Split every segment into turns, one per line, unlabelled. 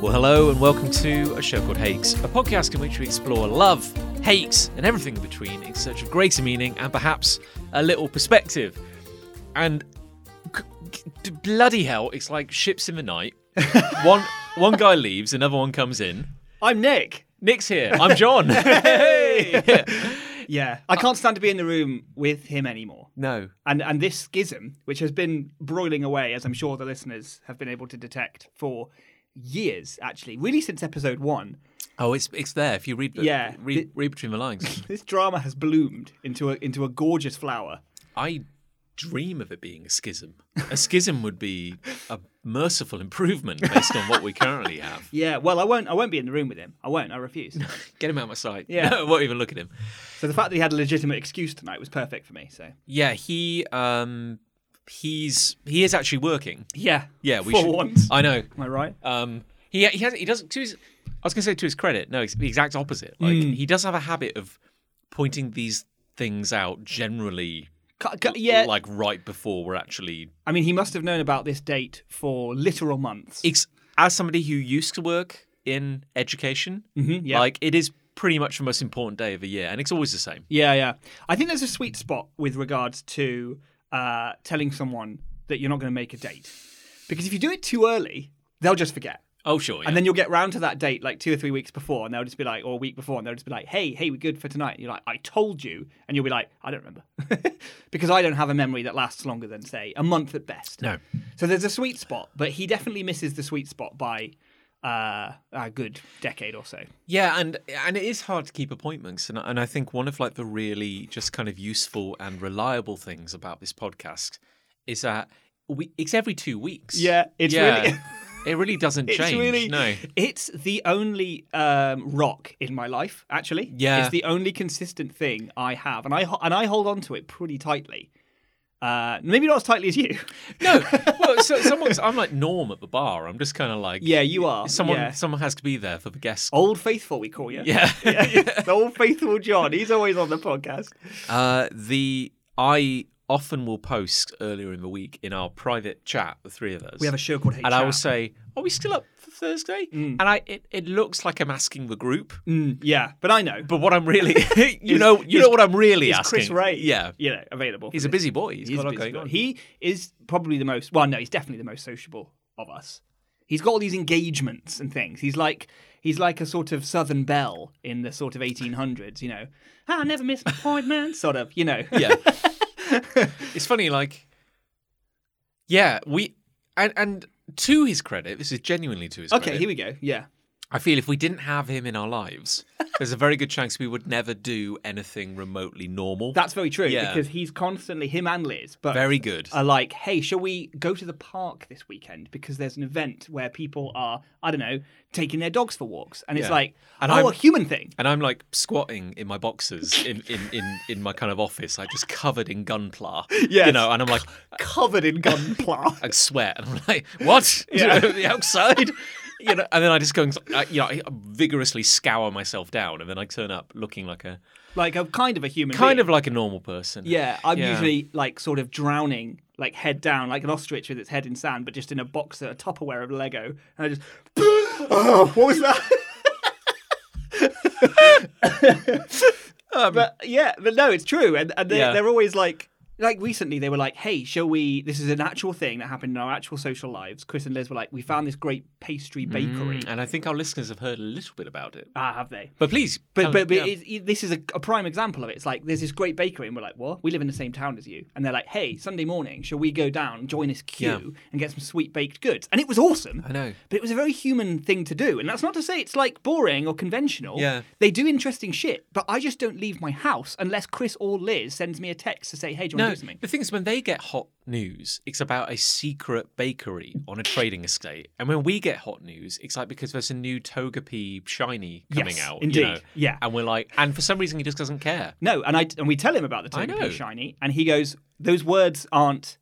Well, hello and welcome to a show called Hakes, a podcast in which we explore love, hate, and everything in between in search of greater meaning and perhaps a little perspective. And c- c- bloody hell, it's like ships in the night. one one guy leaves, another one comes in.
I'm Nick.
Nick's here. I'm John. hey.
Yeah, I can't stand to be in the room with him anymore.
No.
And and this schism, which has been broiling away, as I'm sure the listeners have been able to detect for years, actually, really since episode one,
Oh, it's it's there. If you read, the,
Yeah.
read, read between the lines.
this drama has bloomed into a into a gorgeous flower.
I dream of it being a schism. A schism would be a merciful improvement based on what we currently have.
Yeah, well, I won't I won't be in the room with him. I won't. I refuse.
Get him out of my sight.
Yeah.
No, I won't even look at him.
so the fact that he had a legitimate excuse tonight was perfect for me. So
Yeah, he um he's he is actually working.
yeah,
Yeah, we
for
should-
once.
I know.
Am I right?
Um he he has he doesn't to his I was going to say to his credit. No, it's the exact opposite. Like
Hmm.
he does have a habit of pointing these things out generally
Ca- ca- yeah,
like right before we're actually
I mean, he must have known about this date for literal months.
it's as somebody who used to work in education,
Mhm, yeah.
like it is pretty much the most important day of the year and it's always the same.
Yeah, yeah. I think there's a sweet spot with regards to uh, telling someone that you're not going to make a date. Because if you do it too early, they'll just forget.
Oh sure. Yeah.
And then you'll get round to that date like two or three weeks before, and they'll just be like, or a week before, and they'll just be like, hey, hey, we're good for tonight. And you're like, I told you. And you'll be like, I don't remember. because I don't have a memory that lasts longer than, say, a month at best.
no.
So there's a sweet spot, but he definitely misses the sweet spot by uh, a good decade or so.
Yeah, and and it is hard to keep appointments, and and I think one of like the really just kind of useful and reliable things about this podcast is that we it's every two weeks.
Yeah, it's
yeah,
really-
it really doesn't
It's
change.
really
no,
It's the only um, rock in my life, actually.
Yeah.
it's the only consistent thing I have, and I ho- and I hold on to it pretty tightly. Uh, maybe not as tightly as you.
no. Well, so someone's I'm like Norm at the bar. I'm just kind of like
yeah, you are.
Someone
yeah.
someone has to be there for the guests.
old faithful, we call you.
Yeah.
yeah. the old faithful John. He's always on the podcast.
Uh, the I often will post earlier in the week in our private chat, the three of us.
We have a show called Hate
and I
Chat.
will say, "Are we still up for Thursday?" And I, it, it looks like I'm asking the group,
Mm, yeah, but I know.
but what I'm really, you
Is-
know, you
is-
know what I'm really
It's
asking.
Chris Ray.
yeah,
you know, available.
he's
for
a
this.
busy boy.
He
got
is
a lot
busy,
going on.
but He is probably the most. Well, no, he's definitely the most sociable of us. He's got all these engagements and things. He's like he's like a sort of Southern belle in the sort of 1800s. You know, "Ah, I never miss my appointment. Sort of. You know.
yeah, it's funny. Like, yeah, we and and to his credit, this is genuinely to his
okay,
credit.
here we go. Yeah.
I feel if we didn't have him in our lives, there's a very good chance we would never do anything remotely normal.
That's very true
Yeah.
because he's constantly him and Liz, but
very good.
are like, hey, shall we go to the park this weekend because there's an event where people are, I don't know, taking their dogs for walks, and it's
Yeah.
like,
And
oh,
I'm-
a human thing.
And I'm like squatting in my boxes in, in, in, in my kind of office, like just covered in gunpla. You
Yes.
know, and I'm like,
Covered in gunpla.
I sweat, and I'm like, what?
Yeah.
the outside? You know, and then I just go, and, I- you know, I vigorously scour myself down, and then I turn up looking like a
like a kind of a human
kind
being.
of like a normal person.
yeah i'm
Yeah.
usually like sort of drowning like head down like an ostrich with its head in sand but just in a box a tupperware of lego and i just oh, what was that but yeah but no it's true and, and they,
Um. Yeah.
they're always like like recently they were like hey shall we this is an actual thing that happened in our actual social lives chris and liz were like we found this great pastry bakery
Mm, and I think our listeners have heard a little bit about it.
ah have they
But please,
but
tell-
but, but
Oh, yeah.
it, it- this is a, a prime example of it. It's like there's this great bakery, and we're like, "What? We live in the same town as you." And they're like, "Hey, Sunday morning, shall we go down, join this queue,
Yeah.
and get some sweet baked goods?" And it was awesome.
I know.
but it was a very human thing to do. And that's not to say it's like boring or conventional.
Yeah.
they do interesting shit, but I just don't leave my house unless Chris or Liz sends me a text to say, "Hey, do you want
No,
do something.
the thing is, when they get hot news, it's about a secret bakery on a trading estate, and when we get hot news, it's like because there's a new Togepi shiny coming
Yes,
out,
indeed.
you know,
Yeah.
and we're like, and for some reason he just doesn't care.
No, and I and we tell him about the
I know.
Togepi shiny, and he goes, "Those words aren't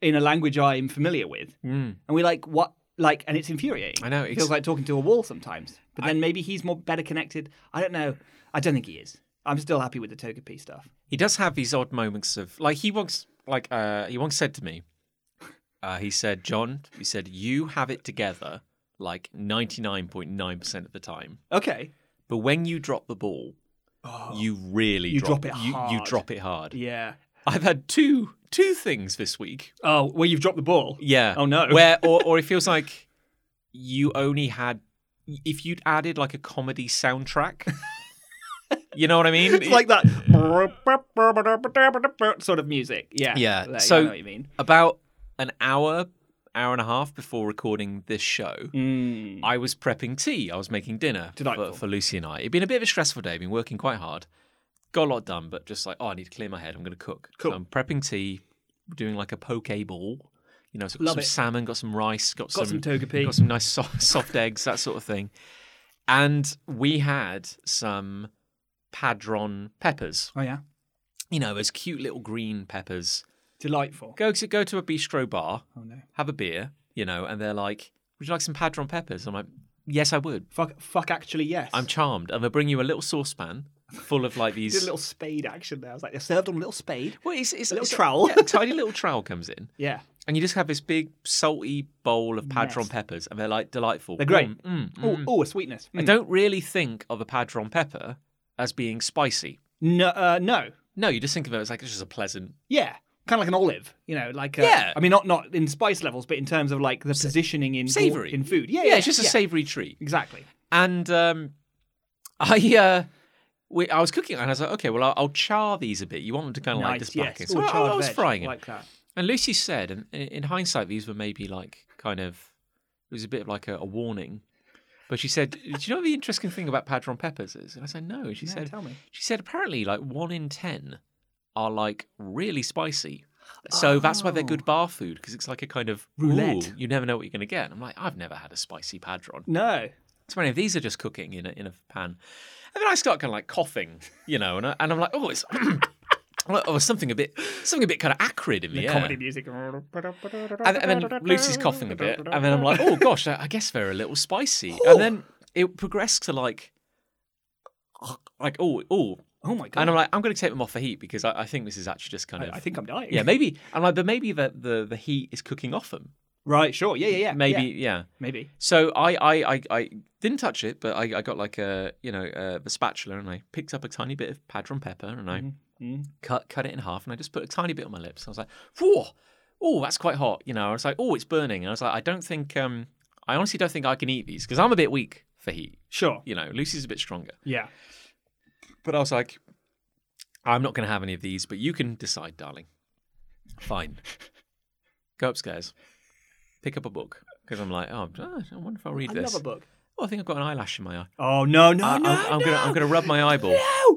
in a language I'm familiar with." Mm. And we're like, "What?" Like, and it's infuriating.
Hmm. I know,
it
it's-
feels like talking to a wall sometimes. But then maybe he's more better connected. I don't know. I don't think he is. I'm still happy with the Togepi stuff.
He does have these odd moments of like he once like uh he once said to me, uh, he said, John, he said you have it together like ninety nine point nine percent of the time,
Okay.
but when you drop the ball, you really
Oh. You
drop,
drop it
you- You,
hard.
drop it hard.
Yeah.
I've had two two things this week
Oh, well, you've dropped the ball.
Yeah.
Oh, no.
Where or or it feels like you only had if you'd added like a comedy soundtrack. you know what I mean?
It's like that sort of music. Yeah.
Yeah,
Like, I
so-
know what you mean.
about an hour, hour and a half before recording this show.
Mm.
I was prepping tea. I was making dinner for,
Delightful.
for Lucy and I. It'd been a bit of a stressful day. Been working quite hard. Got a lot done, but just like, oh, I need to clear my head. I'm going to cook.
Cool.
So I'm prepping tea, doing like a poke ball. You know, so got
Love
some
it.
salmon, got some rice, got,
Got some togepi.
got some nice soft, soft eggs, that sort of thing. And we had some padron peppers.
Oh yeah.
You know, those cute little green peppers.
Delightful.
Go to go to a bistro bar,
Oh no.
have a beer, you know, and they're like, "Would you like some padron peppers?" I'm like, "Yes, I would."
Fuck. Fuck. Actually, yes.
I'm charmed. I'm gonna bring you a little saucepan full of like
You did
these.
a little spade action there. I was like, they're served on a little spade.
well, it's, it's
a little
it's
trowel.
yeah, a tiny little trowel comes in,
Yeah.
and you just have this big salty bowl of padron
Yes.
peppers, and they're like delightful.
They're great.
Mm, mm, mm.
Oh, oh, a sweetness.
I
Mm.
don't really think of a padron pepper as being spicy.
No, uh, no.
No, you just think of it as like it's just a pleasant.
Yeah. Kind of like an olive, you know, like uh,
Yeah.
I mean, not not in spice levels, but in terms of like the positioning in
savoury.
in food. Yeah,
Yeah, it's just a savoury treat.
Exactly.
And um, I. Uh, we, I was cooking and I was like, okay, well, I'll, I'll char these a bit. You want them to kind of like
nice.
this black.
yes.
So "Oh,
Ooh,
I,
charred
I was
veg,
frying it.
like that.
And Lucy said, and in in hindsight, these were maybe like kind of, it was a bit of like a, a warning. But she said, "Do you know what the interesting thing about padron peppers is?" And I said, "No." And she
Yeah,
said,
tell me.
She said, apparently, like one in ten are like really spicy, so that's why they're good bar food because it's like a kind of
Oh. Roulette.
"Ooh, you never know what you're going to get. And I'm like, I've never had a spicy padron.
No.
So many of these are just cooking in a, in a pan. And then I start kind of like coughing, you know, and, I, and I'm like, oh, it's oh, something a bit something a bit kind of acrid in the, air.
Comedy music.
And, and then Lucy's coughing a bit, and then I'm like, oh gosh, I I guess they're a little spicy. And then it progressed to like, like oh oh,
oh my god.
and I'm like, I'm going to take them off the heat because I, I think this is actually just kind of.
I, I think I'm dying.
yeah, maybe I'm like, but maybe the, the, the heat is cooking off them.
Right. Sure. Yeah. Yeah. Yeah.
Maybe,
Yeah.
yeah.
Maybe.
So I, I, I, I didn't touch it, but I, I got like a you know uh, the spatula and I picked up a tiny bit of padron pepper and
Mm-hmm.
I cut cut it in half and I just put a tiny bit on my lips. I was like, whoa, oh that's quite hot, you know. I was like, oh it's burning. And I was like, I don't think um I honestly don't think I can eat these because I'm a bit weak for heat.
Sure.
You know, Lucy's a bit stronger.
Yeah.
But I was like, I'm not going to have any of these, but you can decide, darling. Fine. Go upstairs, pick up a book because I'm like, oh, I wonder if I'll read
I
this.
love a book.
Oh, I think I've got an eyelash in my eye.
Oh no no
I-
no.
I'm, I'm
no.
gonna I'm gonna rub my eyeball.
No.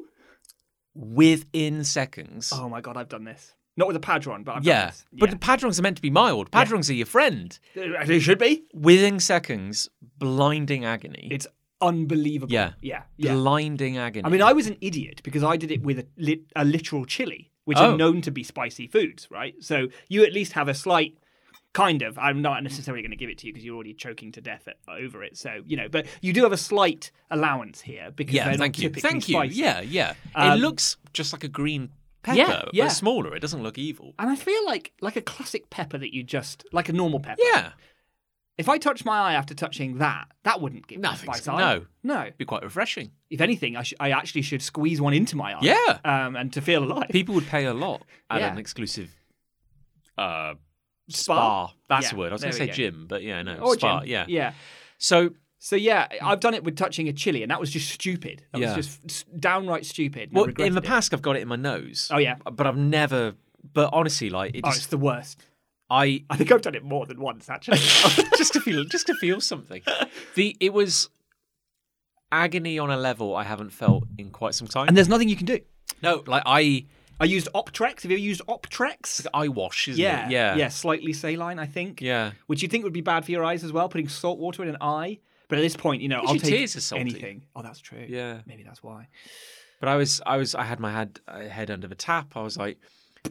Within seconds.
Oh my god, I've done this. Not with a padron, but I've done
yeah.
this.
But the padrons are meant to be mild. Padrons are your friend.
Yeah. They should be.
Within seconds, blinding agony.
It's unbelievable.
Yeah.
Yeah. Yeah.
Blinding agony.
I mean, I was an idiot because I did it with a, lit- a literal chili, which
Oh.
are known to be spicy foods, right? So you at least have a slight kind of. I'm not necessarily going to give it to you because you're already choking to death at, over it. So you know, but you do have a slight allowance here because
yeah,
they're
thank
not
you.
typically
Thank you.
spicy.
Yeah, yeah. it looks just like a green pepper,
Yeah, yeah.
but smaller. It doesn't look evil.
And I feel like like a classic pepper that you just like a normal pepper.
Yeah.
If I touch my eye after touching that, that wouldn't give me a
Nothing's-
spice eye.
no.
No.
Be quite refreshing.
If anything, I, sh- I actually should squeeze one into my eye.
Yeah.
Um, and to feel alive.
People would pay a lot at
Yeah.
an exclusive uh
Spa.
spa. That's
Yeah,
the word. I was
there
gonna say
we go.
gym, but yeah, no.
or
spa,
gym.
yeah.
Yeah.
So
So yeah, I've done it with touching a chili, and that was just stupid. That
Yeah.
was just s- downright stupid. and I
Well, in
regretted
the
it.
past, I've got it in my nose.
Oh, yeah.
but I've never. But honestly, like it
oh, it's
just
the worst.
I
I think I've done it more than once actually.
just to feel just to feel something. The it was agony on a level I haven't felt in quite some time.
and there's nothing you can do.
no, like I
I used Optrex. Have you ever used Optrex?
Eye wash, isn't
Yeah,
it? Yeah.
yeah, slightly saline, I think.
Yeah.
which you'd think would be bad for your eyes as well, putting salt water in an eye. But at this point, you know, I'll
Usually
take
tears are salty.
anything. Oh, that's true.
Yeah.
maybe that's why.
But I was, I was, I had my head, uh, head under the tap. I was like,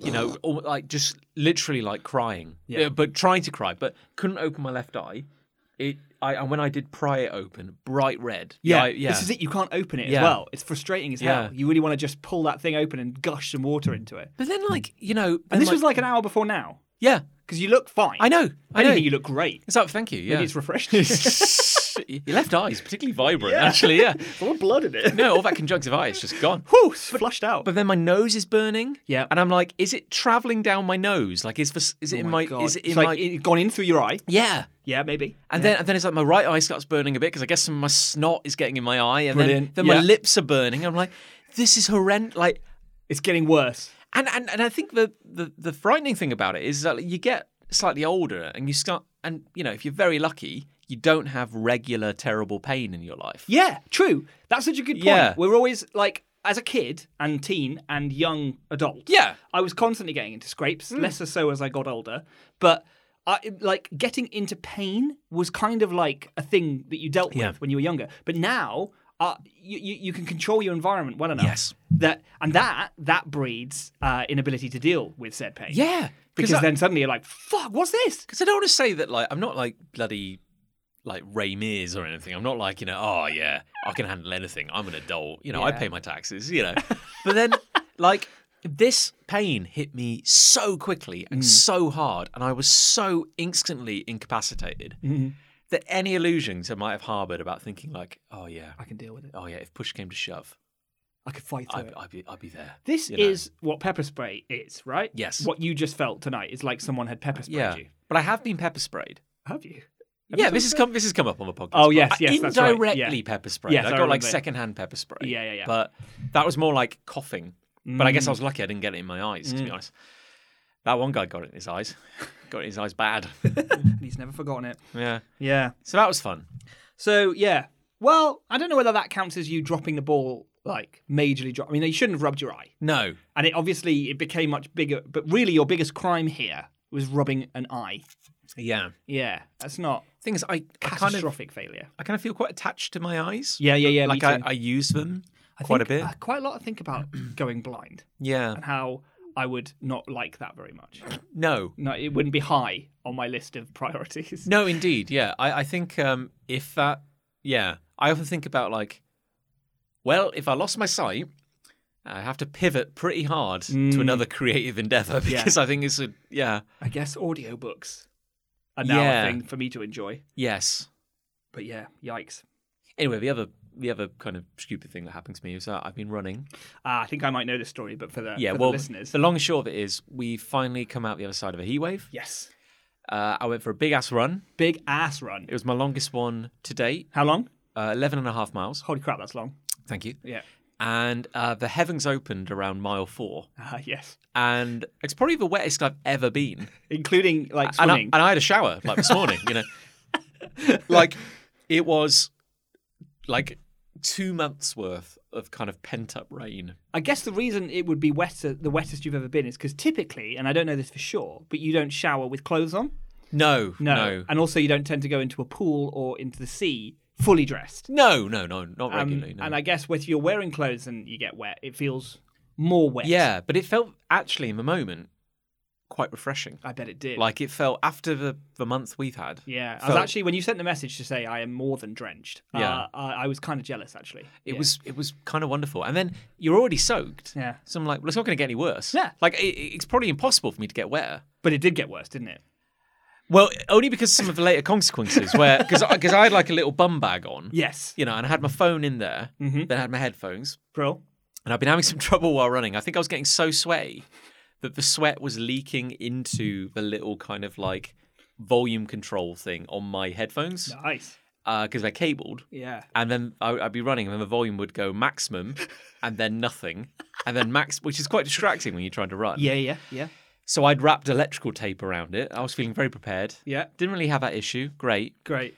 you know, almo- like just literally like crying,
Yeah.
but trying to cry, but couldn't open my left eye. It, I, and when I did pry it open, bright red. The
Yeah,
eye- yeah.
This is it. You can't open it
Yeah.
as well. It's frustrating as
Yeah.
hell. You really want to just pull that thing open and gush some water into it.
But then, like you know, then,
And this was like an hour before now
yeah,
because you look fine.
I know, I know.
Anything, you look great.
It's like thank you. Yeah,
Maybe it's refreshing. There's
your left eye is particularly vibrant, actually. Yeah,
a lot of blood in it.
no, all that conjunctivitis just gone.
Whew, it's flushed out.
But then my nose is burning.
Yeah. Oh
and I'm like, is it traveling down my nose? Like, is this, is it in Oh my,
God.
is it in
it's
my,
like it gone in through your eye.
yeah.
Yeah, maybe.
And then, and then it's like my right eye starts burning a bit because I guess some of my snot is getting in my eye, and
Brilliant.
then, then my
Yeah.
lips are burning. I'm like, this is horrendous. Like,
It's getting worse.
and, and and I think the, the the frightening thing about it is that you get slightly older and you start, and you know, if you're very lucky, you don't have regular terrible pain in your life.
Yeah, true. That's such a good point.
Yeah.
We're always like, as a kid and teen and young adult.
Yeah.
I was constantly getting into
Hmm.
scrapes, lesser so as I got older. But I like getting into pain was kind of like a thing that you dealt with
Yeah.
when you were younger. But now. Uh, you, you, you can control your environment well enough
Yes.
that and that that breeds uh, inability to deal with said pain
Yeah,
because
I-
then suddenly you're like fuck what's this
Because I don't want to say that, like, I'm not like bloody, like Ray Mears or anything. I'm not like, you know, oh yeah, I can handle anything. I'm an adult. You know, I
Yeah.
pay my taxes. You know, but then, like, this pain hit me so quickly
Mm.
and so hard, and I was so instantly incapacitated
Mm-hmm.
that any illusions I might have harbored about thinking, like, oh yeah,
I can deal with it
oh yeah, if push came to shove,
I can fight through
I'd,
it
I'd be, I'd be there.
This
you know?
is what pepper spray is, right?
Yes.
What you just felt tonight is like someone had pepper sprayed
yeah.
you.
But I have been pepper sprayed.
Have you?
yeah, this has come. This has come up on the podcast.
Oh, yes,
I-
yes, that's right, yeah.
indirectly pepper spray.
Yes,
I
I
got like
remember.
secondhand pepper spray.
Yeah, yeah, Mm. yeah.
But that was more like coughing. But I guess I was lucky I didn't get it in my eyes.
Mm.
To be honest, that one guy got it in his eyes. got it in his eyes bad.
And he's never forgotten it.
yeah.
Yeah.
So that was fun.
So yeah. Well, I don't know whether that counts as you dropping the ball like majorly drop. I mean, you shouldn't have rubbed your eye.
No.
And it obviously it became much bigger, but really your biggest crime here was rubbing an eye.
Yeah.
Yeah. That's not
Thing is, I, I kind of,
catastrophic failure.
I kind of feel quite attached to my eyes.
Yeah, yeah, yeah. me
Like I,
too.
I use them
I
quite a
think- uh,
bit.
I quite a lot I think about going blind
yeah.
and how I would not like that very much.
No.
No, it wouldn't be high on my list of priorities.
No, indeed. Yeah. I, I think um, if that, yeah, I often think about like, well, if I lost my sight, I have to pivot pretty hard to another creative endeavor
Mm. Yeah.
because I think it's a, yeah,
I guess audiobooks are now
Yeah.
a thing for me to enjoy.
yes.
But yeah, yikes.
Anyway, the other, the other kind of stupid thing that happened to me is that I've been running.
Ah, I think I might know this story, but for the,
Yeah.
for
well,
the listeners.
the long and short of it is we finally come out the other side of a heat wave.
yes.
Uh, I went for a big ass run.
Big ass run.
It was my longest one to date,
How long?
uh, 11 and a half miles.
Holy crap, that's long.
Thank you.
Yeah.
And uh, the heavens opened around mile four.
Ah, yes.
and it's probably the wettest I've ever been.
Including like
And I,
swimming.
and I had a shower like this morning, you know. Like it was like two months worth of kind of pent up rain.
I guess the reason it would be wetter, the wettest you've ever been is because typically, and I don't know this for sure, but you don't shower with clothes on.
No, no, no,
And also, you don't tend to go into a pool or into the sea fully dressed.
no, no, not
Um,
regularly. no.
And I guess whether you're wearing clothes and you get wet, it feels more wet.
yeah, but it felt actually in the moment quite refreshing.
I bet it did.
Like it felt after the, the month we've had.
yeah, I was
felt-
actually when you sent the message to say I am more than drenched.
Yeah.
uh, I, I was kind of jealous actually.
It
Yeah.
was it was kind of wonderful, and then you're already soaked.
Yeah.
So I'm like, well, it's not going to get any worse.
Yeah.
Like it, it's probably impossible for me to get wetter.
but it did get worse, didn't it?
Well, only because some of the later consequences, where because because I had like a little bum bag on,
Yes,
you know, and I had my phone in there,
Mm-hmm.
then I had my headphones,
Brill.
and I've been having some trouble while running. I think I was getting so sweaty that the sweat was leaking into the little kind of like volume control thing on my headphones because
Nice.
they're cabled,
Yeah.
and then I, I'd be running, and then the volume would go maximum, and then nothing, and then max, which is quite distracting when you're trying to run.
Yeah, yeah, yeah.
So I'd wrapped electrical tape around it. I was feeling very prepared.
Yeah.
Didn't really have that issue. Great.
Great.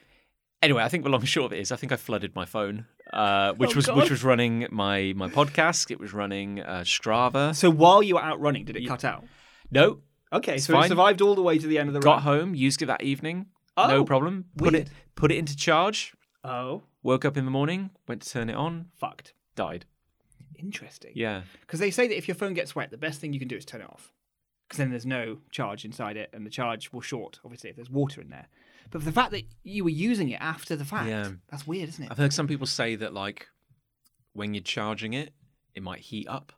Anyway, I think the long and short of it is I think I flooded my phone uh, which
Oh,
was
God.
which was running my my podcast. It was running uh, Strava.
So while you were out running, did it cut out?
No,
Okay,
It's
so
fine.
it survived all the way to the end of the
got
run.
home, used it that evening.
Oh,
no problem. Put
weird.
it put it into charge.
Oh,
Woke up in the morning, went to turn it on,
fucked.
died.
Interesting.
Yeah.
Because they say that if your phone gets wet, the best thing you can do is turn it off. Because then there's no charge inside it, and the charge will short, obviously, if there's water in there. But the fact that you were using it after the fact,
Yeah.
that's weird, isn't it?
I've heard some people say that like when you're charging it, it might heat up,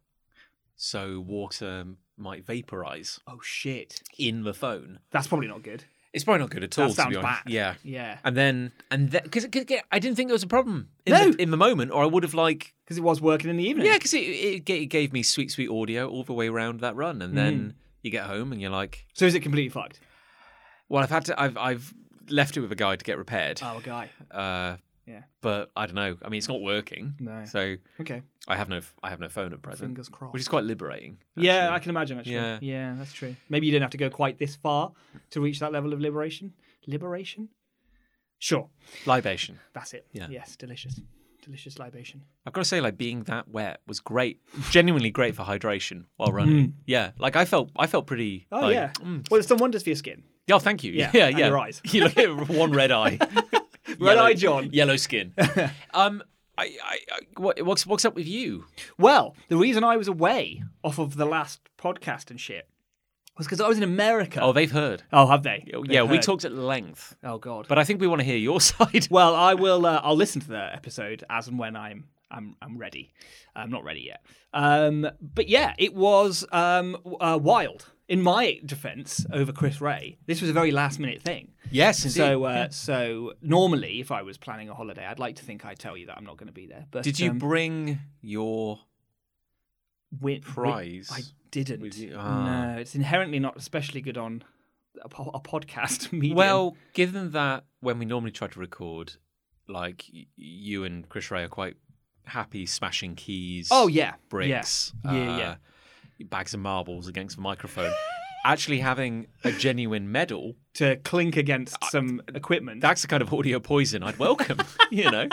so water might vaporize
Oh, shit.
in the phone.
That's probably not good.
It's probably not good at all.
That
to
sounds
be honest.
bad.
Yeah.
Yeah.
And then and because I didn't think it was a problem in,
No.
the, in the moment, or I would have like
Because it was working in the evening.
Yeah, because it, it, ga- it gave me sweet, sweet audio all the way around that run, and then
Mm-hmm.
you get home and you're like,
So is it completely fucked?
"Well, I've had to, I've, I've left it with a guy to get repaired,
Oh, guy.
uh,
Yeah.
but I don't know. I mean, it's not working,
No.
so
Okay.
I have no, I have no phone at present,
Fingers crossed.
which is quite liberating.
Yeah, I
actually.
can imagine, actually.
Yeah.
Yeah. that's true. Maybe you didn't have to go quite this far to reach that level of liberation. Liberation? Sure.
libation.
That's it.
Yeah.
Yes, delicious. Delicious libation.
I've got to say, like being that wet was great, genuinely great for hydration while running. Yeah, like I felt, I felt pretty.
Mm. Oh,
like,
yeah.
mm.
Well, it's done wonders for your skin.
Yeah, thank you.
Yeah,
yeah,
and
yeah.
your eyes.
you look at one red eye.
Red
Yellow-
Eye John.
Yellow skin. um, I, I, I what, what's what's up with you?
Well, the reason I was away off of the last podcast and shit was because I was in America.
Oh, they've heard.
Oh, have they?
Oh,
They've
yeah, we
heard.
talked at length,
Oh God.
but I think we want to hear your side.
well, I will. Uh, I'll listen to the episode as and when I'm. I'm. I'm ready. I'm not ready yet. Um, but yeah, it was um, w- uh, wild. In my defence over Chris Ray, this was a very last minute thing.
yes,
So, uh, so normally, if I was planning a holiday, I'd like to think I tell you that I'm not going to be there. But
did you
um,
bring your?
wi- wi-
prize
I didn't.
with you? Ah.
No, it's inherently not especially good on a, po- a podcast medium.
Well, given that when we normally try to record, like y- you and Chris Ray are quite happy smashing keys.
oh yeah,
bricks,
yeah, yeah, yeah.
uh, bags of marbles against the microphone. Actually, having a genuine medal,
to clink against some equipment.
that's the kind of audio poison I'd welcome, you know?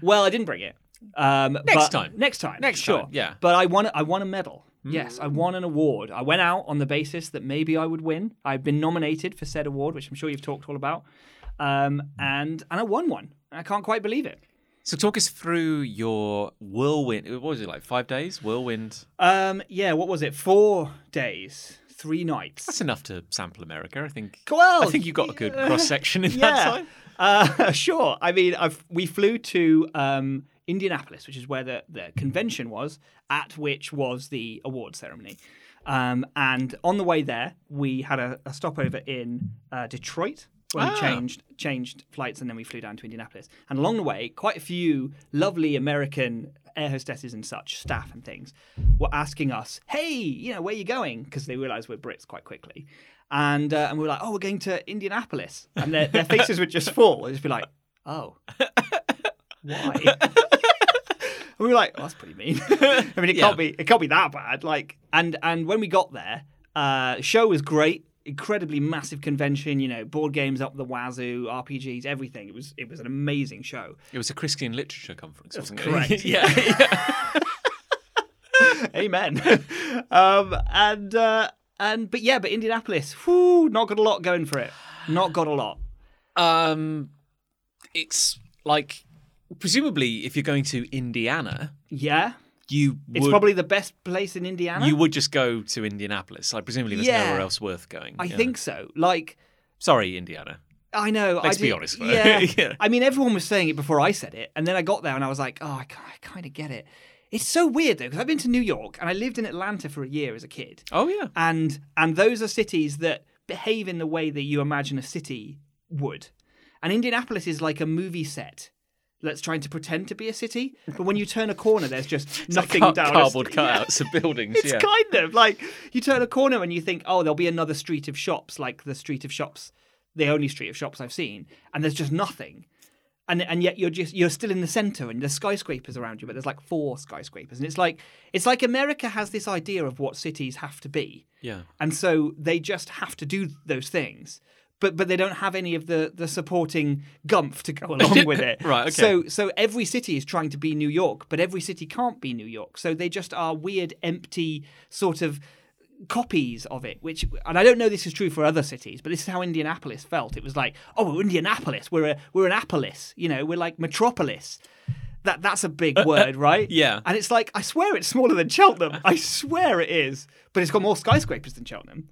well, I didn't bring it. Um, next
time.
Next time.
Next
sure.
time, yeah. Mm.
But I won. I won a medal. Yes, I won an award. I went out on the basis that maybe I would win. I've been nominated for said award, which I'm sure you've talked all about. Um, and and I won one. I can't quite believe it.
So, talk us through your whirlwind. What was it like? Five days? Whirlwind?
Um, yeah. What was it? Four days, three nights.
That's enough to sample America, I think.
Well,
I think you got a good
yeah.
cross section in that time.
Uh, sure. I mean, I've, we flew to um, Indianapolis, which is where the, the convention was, at which was the award ceremony. Um, and on the way there, we had a, a stopover in uh, Detroit. When
Ah.
we changed changed flights and then we flew down to Indianapolis. And along the way, quite a few lovely American air hostesses and such staff and things were asking us, "Hey, you know, where you going?" Because they realised we're Brits quite quickly, and uh, and we were like, "Oh, we're going to Indianapolis," and their, their faces would just fall. They'd just be like, "Oh, why?" and we were like, "Oh, that's pretty mean." I mean, it
Yeah.
can't be it can't be that bad. Like, and and when we got there, uh, show was great. Incredibly massive convention, you know, board games up the wazoo, RPGs, everything. It was it was an amazing show.
It was a Christian literature conference, wasn't
correct.
it? yeah.
Amen. um, and uh, and but yeah, but Indianapolis, whew, not got a lot going for it. Not got a lot.
Um, it's like, presumably, if you're going to Indiana,
Yeah,
you
it's
would
probably the best place in Indiana.
You would just go to Indianapolis. Like, presumably, there's
Yeah.
nowhere else worth going.
I
Yeah.
think so. Like
Sorry, Indiana.
I know.
Let's
I
be
did-
honest, though.
Yeah.
Yeah.
I mean, everyone was saying it before I said it, and then I got there and I was like, oh, I, kind of get it. It's so weird though because I've been to New York and I lived in Atlanta for a year as a kid.
Oh yeah.
and and those are cities that behave in the way that you imagine a city would. And Indianapolis is like a movie set that's trying to pretend to be a city, but when you turn a corner, there's just nothing
Car-
down. a
cardboard
st- yeah.
cutouts of buildings.
It's
yeah.
kind of like you turn a corner and you think, oh, there'll be another street of shops, like the street of shops, the only street of shops I've seen, and there's just nothing. And, and yet you're just you're still in the center and there's skyscrapers around you but there's like four skyscrapers and it's like it's like america has this idea of what cities have to be
yeah.
and so they just have to do those things. but but they don't have any of the the supporting gumph to go along with it.
Right, okay.
So so every city is trying to be New York, but every city can't be New York. So they just are weird, empty sort of copies of it which and I don't know this is true for other cities but this is how Indianapolis felt it was like oh we're Indianapolis we're a we're an Apolis you know we're like metropolis that that's a big word right
Uh, yeah.
and it's like I swear it's smaller than Cheltenham I swear it is but it's got more skyscrapers than Cheltenham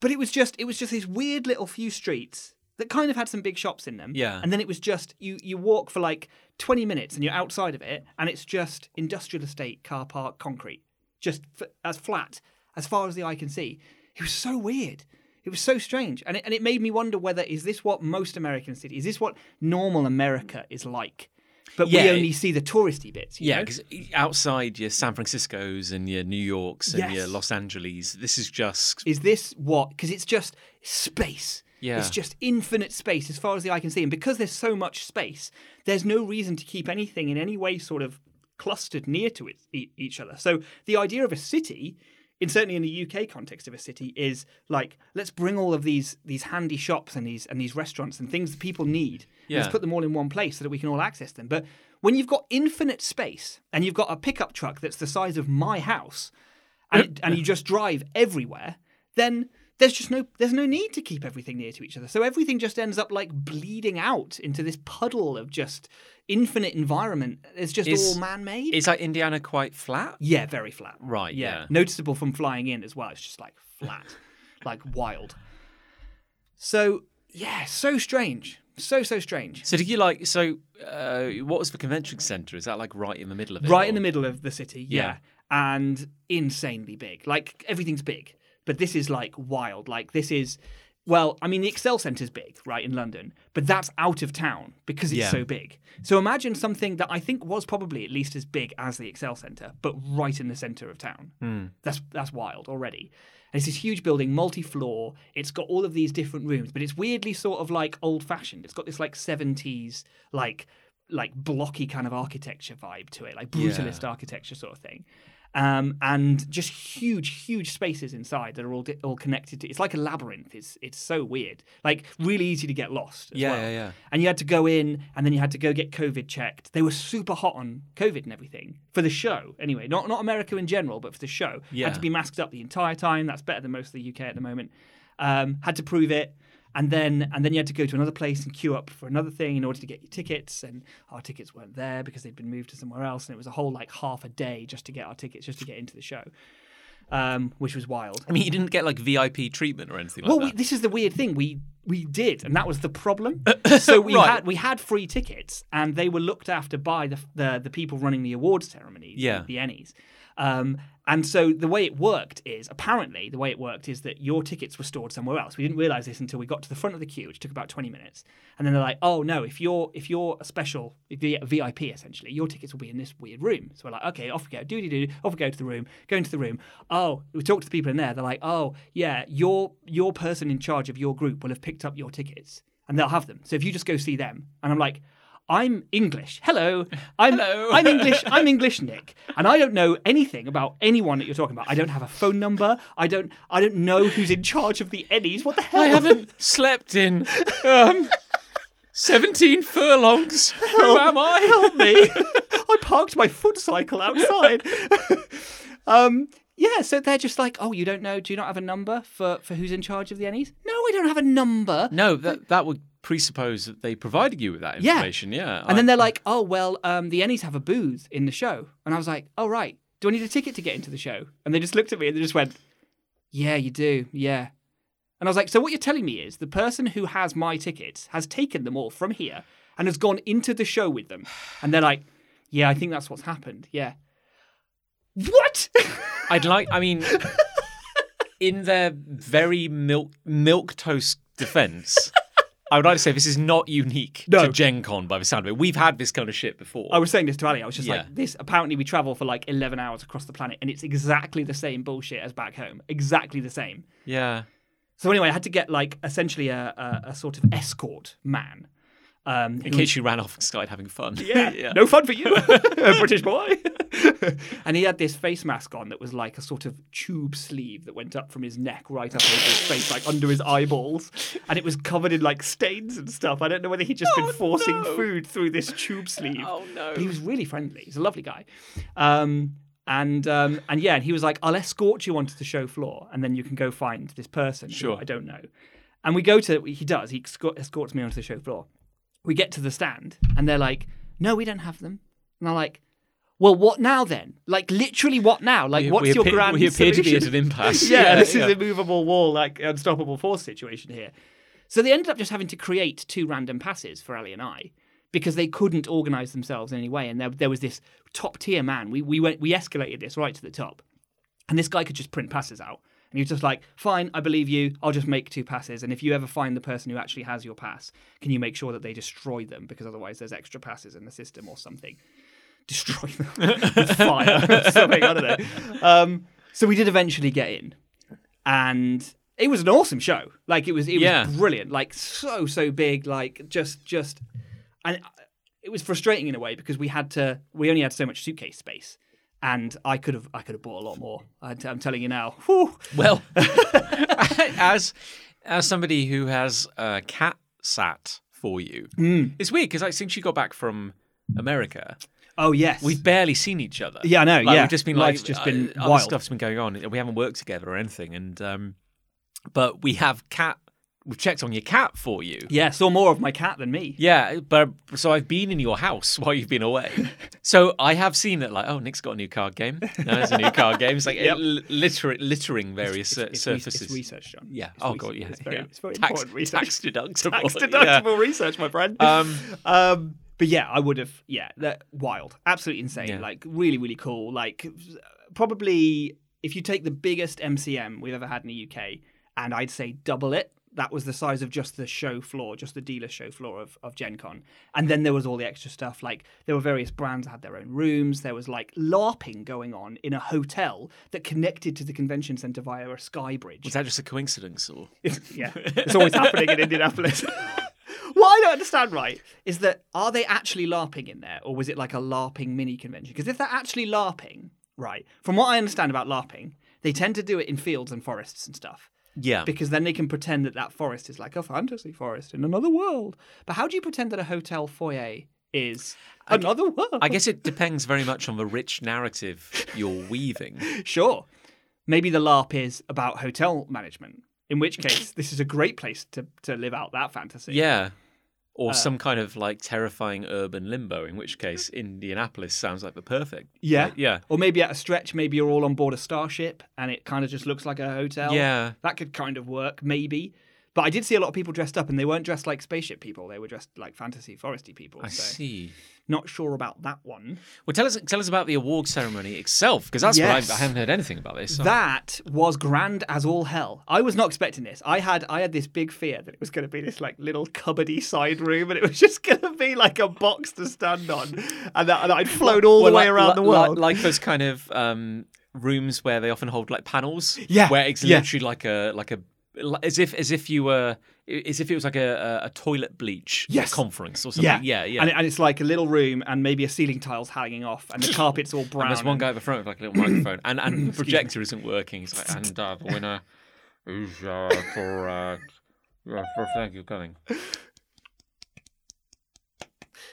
but it was just it was just these weird little few streets that kind of had some big shops in them.
Yeah.
And then it was just you you walk for like 20 minutes and you're outside of it and it's just industrial estate car park concrete. Just f- as flat as far as the eye can see. It was so weird. It was so strange and it, and it made me wonder whether is this what most American cities is this what normal America is like? But we
Yeah,
only
it-
see the touristy bits. you
Yeah,
know?
because outside your San Francisco's and your New York's and your
Yes.
Los Angeles, this is just
is this what? Because it's just space.
Yeah.
It's just infinite space as far as the eye can see. And because there's so much space, there's no reason to keep anything in any way sort of clustered near to it, e- each other. So the idea of a city, and certainly in the UK context of a city, is like let's bring all of these these handy shops and these and these restaurants and things that people need. and
Yeah.
Let's put them all in one place so that we can all access them. But when you've got infinite space and you've got a pickup truck that's the size of my house, and, it, and you just drive everywhere, then there's just no there's no need to keep everything near to each other. So everything just ends up like bleeding out into this puddle of just infinite environment. It's just
Is-
all man made.
is like Indiana quite flat?
yeah, very flat.
Right, yeah.
Noticeable from flying in as well. It's just like flat, like wild. So yeah, so strange. So so strange.
So do you like so uh, what was the convention center? Is that like right in the middle of it?
Right in
or-
the middle of the city, yeah. And insanely big. Like everything's big, but this is like wild. Like this is well, I mean the Excel Centre's big, right in London, but that's out of town because it's
Yeah.
so big. So imagine something that I think was probably at least as big as the Excel Centre, but right in the centre of town. That's that's wild already. And it's this huge building, multi-floor. It's got all of these different rooms, but it's weirdly sort of like old-fashioned. It's got this like 70s like like blocky kind of architecture vibe to it, like brutalist architecture sort of thing. Um, and just huge, huge spaces inside that are all di- all connected to. It's like a labyrinth. It's it's so weird. Like really easy to get lost. as
Yeah,
well.
yeah, yeah.
And you had to go in, and then you had to go get COVID checked. They were super hot on COVID and everything for the show. Anyway, not not America in general, but for the show,
Yeah.
had to be masked up the entire time. That's better than most of the UK at the moment. Um, had to prove it, and then and then you had to go to another place and queue up for another thing in order to get your tickets. And our tickets weren't there because they'd been moved to somewhere else, and it was a whole like half a day just to get our tickets, just to get into the show, um, which was wild.
I mean, you didn't get like VIP treatment or anything
Well,
like
we,
that.
this is the weird thing. We we did, and that was the problem. So we
Right.
had we had free tickets, and they were looked after by the the, the people running the award ceremonies,
Yeah.
the Ennies. Um, and so the way it worked is apparently the way it worked is that your tickets were stored somewhere else. We didn't realize this until we got to the front of the queue, which took about twenty minutes. And then they're like, "Oh no, if you're if you're a special if you're a VIP essentially, your tickets will be in this weird room." So we're like, "Okay, off we go, doo doo doo, off we go to the room, go into the room." Oh, we talked to the people in there. They're like, "Oh yeah, your your person in charge of your group will have picked up your tickets, and they'll have them. So if you just go see them," and I'm like. I'm English. Hello. I'm
Hello.
I'm English. I'm English, Nick, and I don't know anything about anyone that you're talking about. I don't have a phone number. I don't. I don't know who's in charge of the Eddies. What the hell?
I haven't slept in um, seventeen furlongs. Who am I?
Help me! I parked my foot cycle outside. um. Yeah, so they're just like, oh, you don't know? Do you not have a number for, for who's in charge of the Ennies? No, I don't have a number.
No, that that would presuppose that they provided you with that information. Yeah,
And then they're like, oh, well, um, the Ennies have a booth in the show. And I was like, oh, right. Do I need a ticket to get into the show? And they just looked at me and they just went, yeah, you do. Yeah. And I was like, so what you're telling me is the person who has my tickets has taken them all from here and has gone into the show with them. And they're like, yeah, I think that's what's happened. Yeah. What?
I'd like. I mean, in their very milk milk toast defense, I would like to say this is not unique
No.
to Gen Con by the sound of it. We've had this kind of shit before.
I was saying this to Ali. I was just
Yeah.
like, this. Apparently, we travel for like 11 hours across the planet and it's exactly the same bullshit as back home. Exactly the same.
yeah.
So anyway, I had to get like essentially a, a, a sort of escort man Um,
In case you ran off and started having fun.
yeah, no fun for you, British boy. and he had this face mask on that was like a sort of tube sleeve that went up from his neck right up over his face, like under his eyeballs, and it was covered in like stains and stuff. I don't know whether he'd just been forcing food through this tube sleeve.
Oh, no.
But he was really friendly. He's a lovely guy. Um, and um, and yeah, and he was like, "I'll escort you onto the show floor, and then you can go find this person." who
Sure.
I don't know. And we go to he does. He escort- escorts me onto the show floor. We get to the stand, and they're like, "No, we don't have them." And I'm like, "Well, what now then? Like, literally, what now? Like,
We-
what's
we
your
appear-
grand
we appear to be at an
solution?"
impasse.
yeah,
Yeah,
this
yeah.
is immovable wall, like unstoppable force situation here. So they ended up just having to create two random passes for Ali and I because they couldn't organise themselves in any way. And there, there was this top tier man. We we went we escalated this right to the top, and this guy could just print passes out. And he was just like, "Fine, I believe you. I'll just make two passes. And if you ever find the person who actually has your pass, can you make sure that they destroy them? Because otherwise, there's extra passes in the system or something." destroy them with fire or something. I don't know. Um, so we did eventually get in, and it was an awesome show. Like it was, it was
Yeah.
brilliant. Like so, so big. Like just, just, and it was frustrating in a way because we had to, we only had so much suitcase space. And I could have, I could have bought a lot more. I, I'm telling you now. Whew.
Well, as as somebody who has uh, cat sat for you,
Mm.
it's weird because like since you got back from America,
Oh yes,
we've barely seen each other.
Yeah, I know,
Like,
yeah.
we've just been
Life's
like,
just
uh,
been
other
wild.
stuff's been going on. We haven't worked together or anything, and um, but we have cat. We've checked on your cat for you.
yeah saw more of my cat than me.
Yeah, but so I've been in your house while you've been away. so I have seen it like, oh, Nick's got a new card game. Now there's a new card game. It's like
Yep.
l- litter- littering various sur-
It's, re-
surfaces.
it's research, John.
Yeah.
It's
Oh
research.
god. Yeah.
It's very,
yeah.
it's very
tax,
important research.
Tax deductible.
tax
Yeah.
deductible research, my friend.
Um,
Um, but yeah, I would have. Yeah, that wild, absolutely insane.
Yeah.
Like really, really cool. Like probably if you take the biggest MCM we've ever had in the UK, and I'd say double it. That was the size of just the show floor, just the dealer show floor of, of Gen Con. And then there was all the extra stuff. Like, there were various brands that had their own rooms. There was like LARPing going on in a hotel that connected to the convention center via a sky bridge
Was that just a coincidence or?
yeah, it's always happening in Indianapolis. what I don't understand, right, is that are they actually LARPing in there, or was it like a LARPing mini convention? Because if they're actually LARPing, right, from what I understand about LARPing, they tend to do it in fields and forests and stuff.
Yeah.
Because then they can pretend that that forest is like a fantasy forest in another world. But how do you pretend that a hotel foyer is another world?
I guess it depends very much on the rich narrative you're weaving.
Sure. Maybe the LARP is about hotel management, in which case this is a great place to, to live out that fantasy.
Yeah. Or
Uh,
some kind of like terrifying urban limbo, in
Mm-hmm.
which case Indianapolis sounds like the perfect.
Yeah.
Like, yeah.
Or maybe at a stretch, maybe you're all on board a starship and it kind of just looks like a hotel.
Yeah.
That could kind of work, maybe. But I did see a lot of people dressed up and they weren't dressed like spaceship people. They were dressed like fantasy foresty people.
I
so
see.
not sure about that one.
Well, tell us tell us about the award ceremony itself, because that's
Yes.
what I, I haven't heard anything about this.
That was grand as all hell. I was not expecting this. I had I had this big fear that it was going to be this like little cupboardy side room, and it was just going to be like a box to stand on, and that, and I'd flown all the
Well, like-
way around
like-
the world.
like, like those kind of um, rooms where they often hold like panels.
Yeah,
where it's
yeah.
literally like a like a li- as if as if you were as if it was like a a, a toilet bleach
Yes.
conference or something. yeah, yeah.
And, it- and it's like a little room, and maybe a ceiling tile's hanging off, and the carpet's all brown.
And there's one guy at the front with like a little microphone, and and the projector isn't working. He's like, and uh, the winner is uh, for. Uh, yeah, for thank you for coming.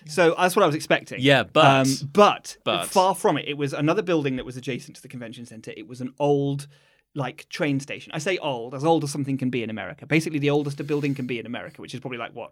So that's what I was expecting. Um,
Yeah, but-
but,
but-
far from it. It was another building that was adjacent to the convention center. It was an old, like train station. I say old, as old as something can be in America. Basically, the oldest a building can be in America, which is probably like what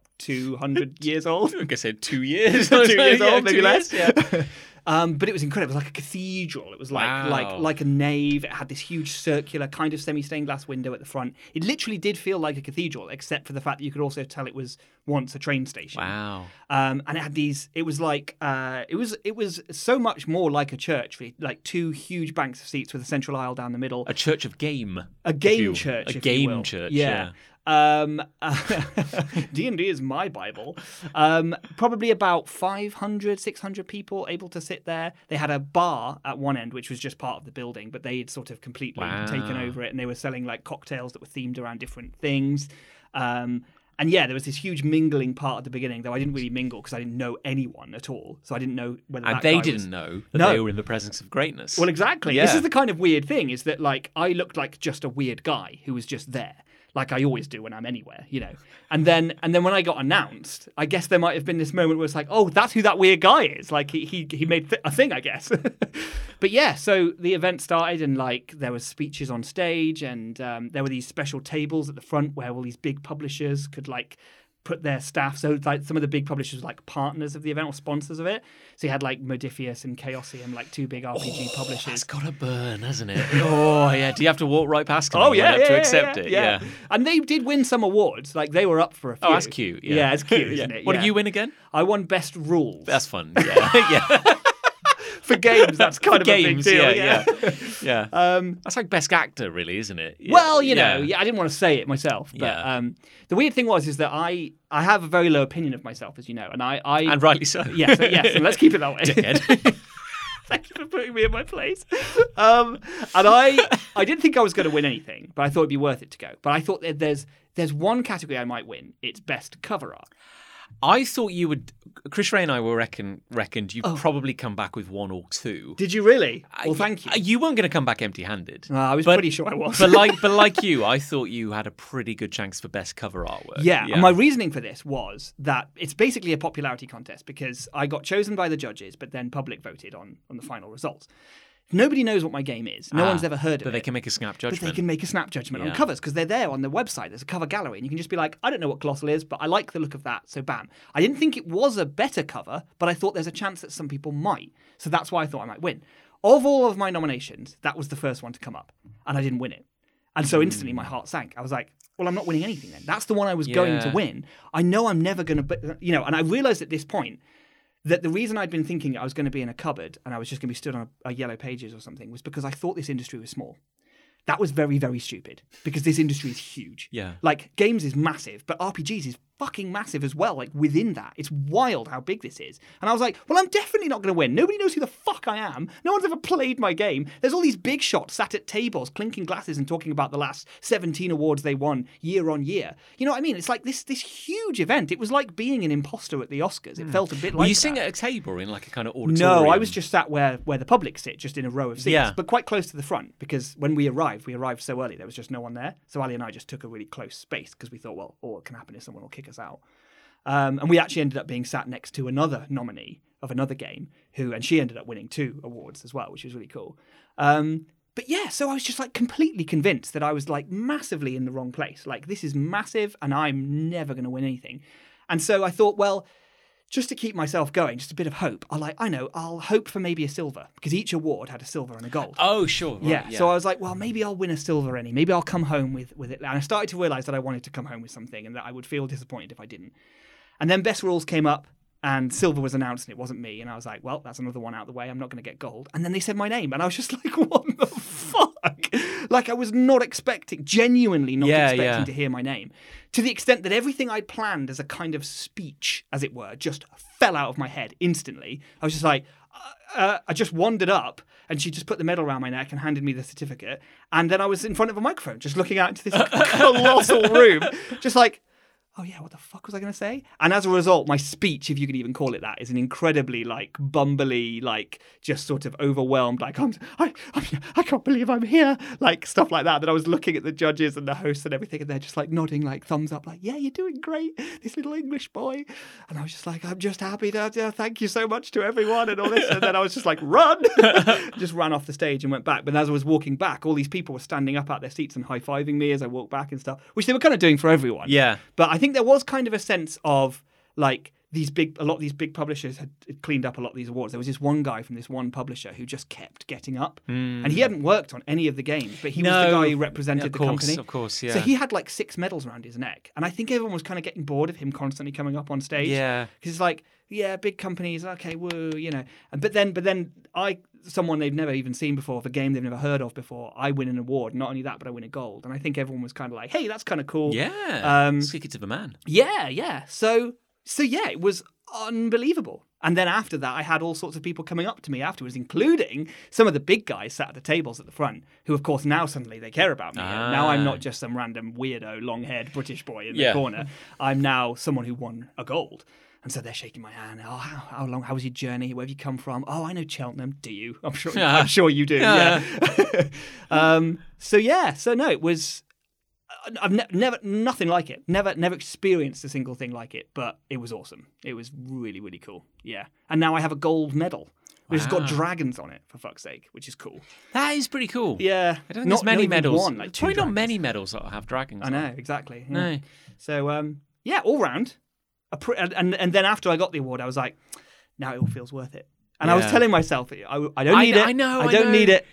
two hundred years old.
I think I said two years.
two years
Yeah,
old, maybe
two
less.
years, yeah.
Um, but it was incredible. It was like a cathedral. It was like
Wow.
like like a nave. It had this huge circular kind of semi stained glass window at the front. It literally did feel like a cathedral, except for the fact that you could also tell it was once a train station.
Wow.
Um, and it had these. It was like uh, it was it was so much more like a church. really, Like two huge banks of seats with a central aisle down the middle.
A church of game.
A
if
game
you will.
church.
A
if you
game
will.
church.
Yeah. Um, D and D is my bible. Um, probably about 500, 600 people able to sit there. They had a bar at one end, which was just part of the building, but they had sort of completely
Wow.
taken over it, and they were selling like cocktails that were themed around different things. Um, And yeah, there was this huge mingling part at the beginning, though I didn't really mingle because I didn't know anyone at all. So I didn't know whether
And
that guy
they
was-
didn't know that
No.
they were in the presence of greatness.
Well, exactly. This
Yeah.
is the kind of weird thing is that like I looked like just a weird guy who was just there, like I always do when I'm anywhere, you know. And then and then when I got announced, I guess there might have been this moment where it's like, oh, that's who that weird guy is. Like he he, he made th- a thing, I guess. but yeah, so the event started and like there was speeches on stage and um, there were these special tables at the front where all these big publishers could like put their staff. So like some of the big publishers were, like partners of the event or sponsors of it. So you had like Modifius and Chaosium, like two big RPG
Oh, That's
publishers.
got to burn, hasn't it? oh yeah. Do you have to walk right past? them
Oh
on the way
yeah,
up
yeah,
to
yeah,
accept
yeah,
it.
yeah. And they did win some awards. Like they were up for a few.
Oh, that's cute. Yeah,
it's cute, isn't it?
What
yeah.
did you win again?
I won best rules.
That's fun. Yeah, yeah.
for games. That's kind of
Games.
a big deal.
yeah, yeah, yeah.
Um,
that's like best actor, really, isn't it? Yeah,
Well, you
yeah.
know, yeah, I didn't want to say it myself, but
Yeah.
um, the weird thing was is that I I have a very low opinion of myself, as you know, and I I
and rightly so.
yes yes, and let's keep it that way.
Dickhead.
Thank you for putting me in my place. Um, and I, I didn't think I was going to win anything, but I thought it'd be worth it to go. But I thought that there's there's one category I might win. It's best cover art.
I thought you would. Chris Ray and I were reckon reckoned you'd probably come back with one or two.
Did you really?
I-
Oh. Well, thank you.
uh, You weren't going to come back empty-handed.
Uh, I was
but-
pretty sure I was.
but like, but like you, I thought you had a pretty good chance for best cover artwork.
Yeah, and my reasoning for this was that it's basically a popularity contest because I got chosen by the judges, but then public voted on on the final results. Nobody knows what my game is. No
Ah,
one's ever heard of
but
it.
they can make a snap
but they
judgment.
can make a snap judgment
Yeah.
on covers because they're there on their website. There's a cover gallery, and you can just be like, I don't know what Colossal is, but I like the look of that, so bam. I didn't think it was a better cover, but I thought there's a chance that some people might. So that's why I thought I might win. Of all of my nominations, that was the first one to come up, and I didn't win it. And so instantly
Hmm.
my heart sank. I was like, well, I'm not winning anything then. That's the one I was going to
Yeah.
win. I know I'm never going to, but you know, and I realized at this point that the reason I'd been thinking I was going to be in a cupboard and I was just going to be stood on a, a yellow pages or something was because I thought this industry was small. That was very, very stupid because this industry is huge.
Yeah.
Like games is massive, but RPGs is fucking massive as well. Like within that, it's wild how big this is. And I was like, well, I'm definitely not going to win. Nobody knows who the fuck I am. No one's ever played my game. There's all these big shots sat at tables, clinking glasses, and talking about the last 17 awards they won year on year. You know what I mean? It's like this this huge event. It was like being an imposter at the Oscars. It felt a bit like
Were Hmm. you
that.
sitting at a table in like a kind of auditorium?
No, I was just sat where, where the public sit, just in a row of seats,
Yeah.
but quite close to the front because when we arrived, we arrived so early there was just no one there. So Ali and I just took a really close space because we thought, well, all that can happen is someone will kick us out. Um, and we actually ended up being sat next to another nominee of another game who, and she ended up winning two awards as well, which was really cool. Um, but yeah, so I was just like completely convinced that I was like massively in the wrong place. Like, this is massive and I'm never going to win anything. And so I thought, well, just to keep myself going, just a bit of hope, I like, I know, I'll hope for maybe a silver because each award had a silver and a gold.
Oh, sure. right,
yeah. So I was like, well, maybe I'll win a silver any. Maybe I'll come home with, with it. And I started to realize that I wanted to come home with something and that I would feel disappointed if I didn't. And then Best Rules came up and silver was announced and it wasn't me. And I was like, well, that's another one out of the way. I'm not going to get gold. And then they said my name. And I was just like, what the fuck? Like, I was not expecting, genuinely not
Yeah,
expecting
yeah.
to hear my name. To the extent that everything I'd planned as a kind of speech, as it were, just fell out of my head instantly. I was just like, uh, uh, I just wandered up and she just put the medal around my neck and handed me the certificate. And then I was in front of a microphone, just looking out into this colossal room, just like, oh yeah, what the fuck was I going to say? And as a result, my speech, if you can even call it that, is an incredibly like bumbly, like just sort of overwhelmed, like I'm, I, I, I can't believe I'm here, like stuff like that. That I was looking at the judges and the hosts and everything, and they're just like nodding, like thumbs up, like yeah, you're doing great, this little English boy. And I was just like, I'm just happy to, to- thank you so much to everyone and all this. And then I was just like, run, just ran off the stage and went back. But as I was walking back, all these people were standing up out their seats and high fiving me as I walked back and stuff, which they were kind of doing for everyone.
Yeah.
But I think there was kind of a sense of like these big, a lot of these big publishers had had cleaned up a lot of these awards. There was this one guy from this one publisher who just kept getting up, and he hadn't worked on any of the games, but he was the
Hmm. No.
guy who represented
Of
the
course,
company.
of course, yeah.
So he had like six medals around his neck, and I think everyone was kind of getting bored of him constantly coming up on stage.
Yeah.
because it's like, yeah, big companies, okay, woo, you know. And but then, but then I, someone they've never even seen before, of a game they've never heard of before, I win an award. Not only that, but I win a gold, and I think everyone was kind of like, hey, that's kind of cool.
Yeah.
Um,
Stick it to the man.
Yeah, yeah. So so yeah, it was unbelievable. And then after that, I had all sorts of people coming up to me afterwards, including some of the big guys sat at the tables at the front, who, of course, now suddenly they care about me.
Ah.
Now I'm not just some random weirdo, long haired British boy in
Yeah.
the corner. I'm now someone who won a gold. And so they're shaking my hand. Oh, how, how long? How was your journey? Where have you come from? Oh, I know Cheltenham. Do you? I'm sure.
Yeah.
I'm sure you do.
Yeah.
Yeah. um, so yeah. So no, it was. I- I've ne- never nothing like it. Never never experienced a single thing like it. But it was awesome. It was really really cool. Yeah. And now I have a gold medal. Which has
Wow.
got dragons on it, for fuck's sake, which is cool.
That is pretty cool.
Yeah,
I don't think there's many
even
medals.
One, like two
Probably not
dragons.
many medals that have dragons.
I
on.
know exactly. yeah.
No.
So um, yeah, all round. A pr- and and- and then after I got the award, I was like, now it all feels worth it. And I was
Yeah.
telling myself, I, I don't
I
need
kn-
it.
I know, I
I don't
know.
need it.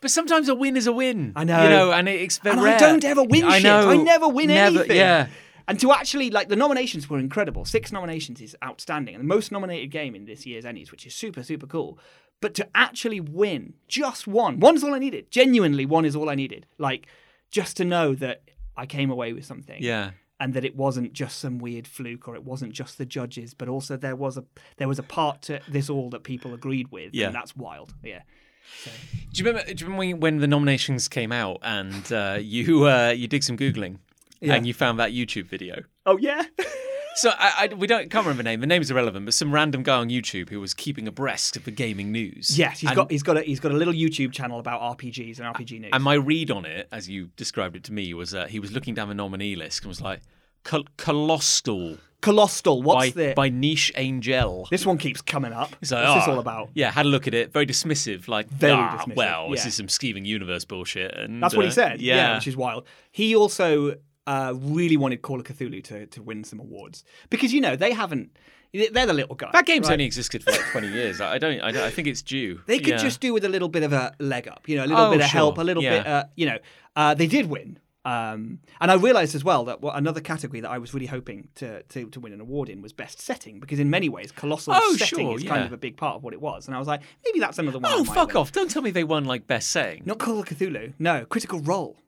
But sometimes a win is a win.
I know.
You know, and it's very
And
rare.
I don't ever win
I
shit.
know.
I never win
Never-
anything.
Yeah.
And to actually like the nominations were incredible. Six nominations is outstanding, and the most nominated game in this year's Ennies, which is super super cool. But to actually win just one, one's all I needed. Genuinely, one is all I needed. Like just to know that I came away with something.
Yeah.
and that it wasn't just some weird fluke or it wasn't just the judges, but also there was a there was a part to this all that people agreed with.
Yeah.
and that's wild. Yeah,
Do you remember? Do you remember when- when the nominations came out and uh, you uh, you did some googling
Yeah.
and you found that YouTube video?
Oh yeah.
So I, I we don't can't remember the name. The name's irrelevant, but some random guy on YouTube who was keeping abreast of the gaming news.
yes, he's
And-
got he's got a he's got a little YouTube channel about RPGs and RPG news.
And my read on it, as you described it to me, was that he was looking down the nominee list and was like, "Col- "Colossal
Colossal. What's
by,
the
by Niche Angel."
this one keeps coming up.
It's like,
What's this
"Ah."
all about?
Yeah, had a look at it. Very dismissive. Like,
Very
"Ah,
dismissive,
well, this
yeah.
is some skeeving universe bullshit. And
That's what he
uh,
said. Yeah,
Yeah,
which is wild. He also uh, really wanted Call of Cthulhu to, to win some awards because you know they haven't. They're the little guy.
that game's only existed for like 20 years. I I don't. I, don't, I think it's due.
They could
Yeah.
just do with a little bit of a leg up, you know, a little
Oh,
bit of
sure.
help, a little
Yeah.
bit, uh, you know. Uh, they did win. Um, and I realised as well that what, another category that I was really hoping to, to, to win an award in was best setting, because in many ways, colossal
Oh,
setting
sure,
is kind
yeah.
of a big part of what it was. And I was like, maybe that's another one.
Oh
I might
fuck
win.
off! Don't tell me they won like best saying.
Not Call of Cthulhu. No, Critical Role.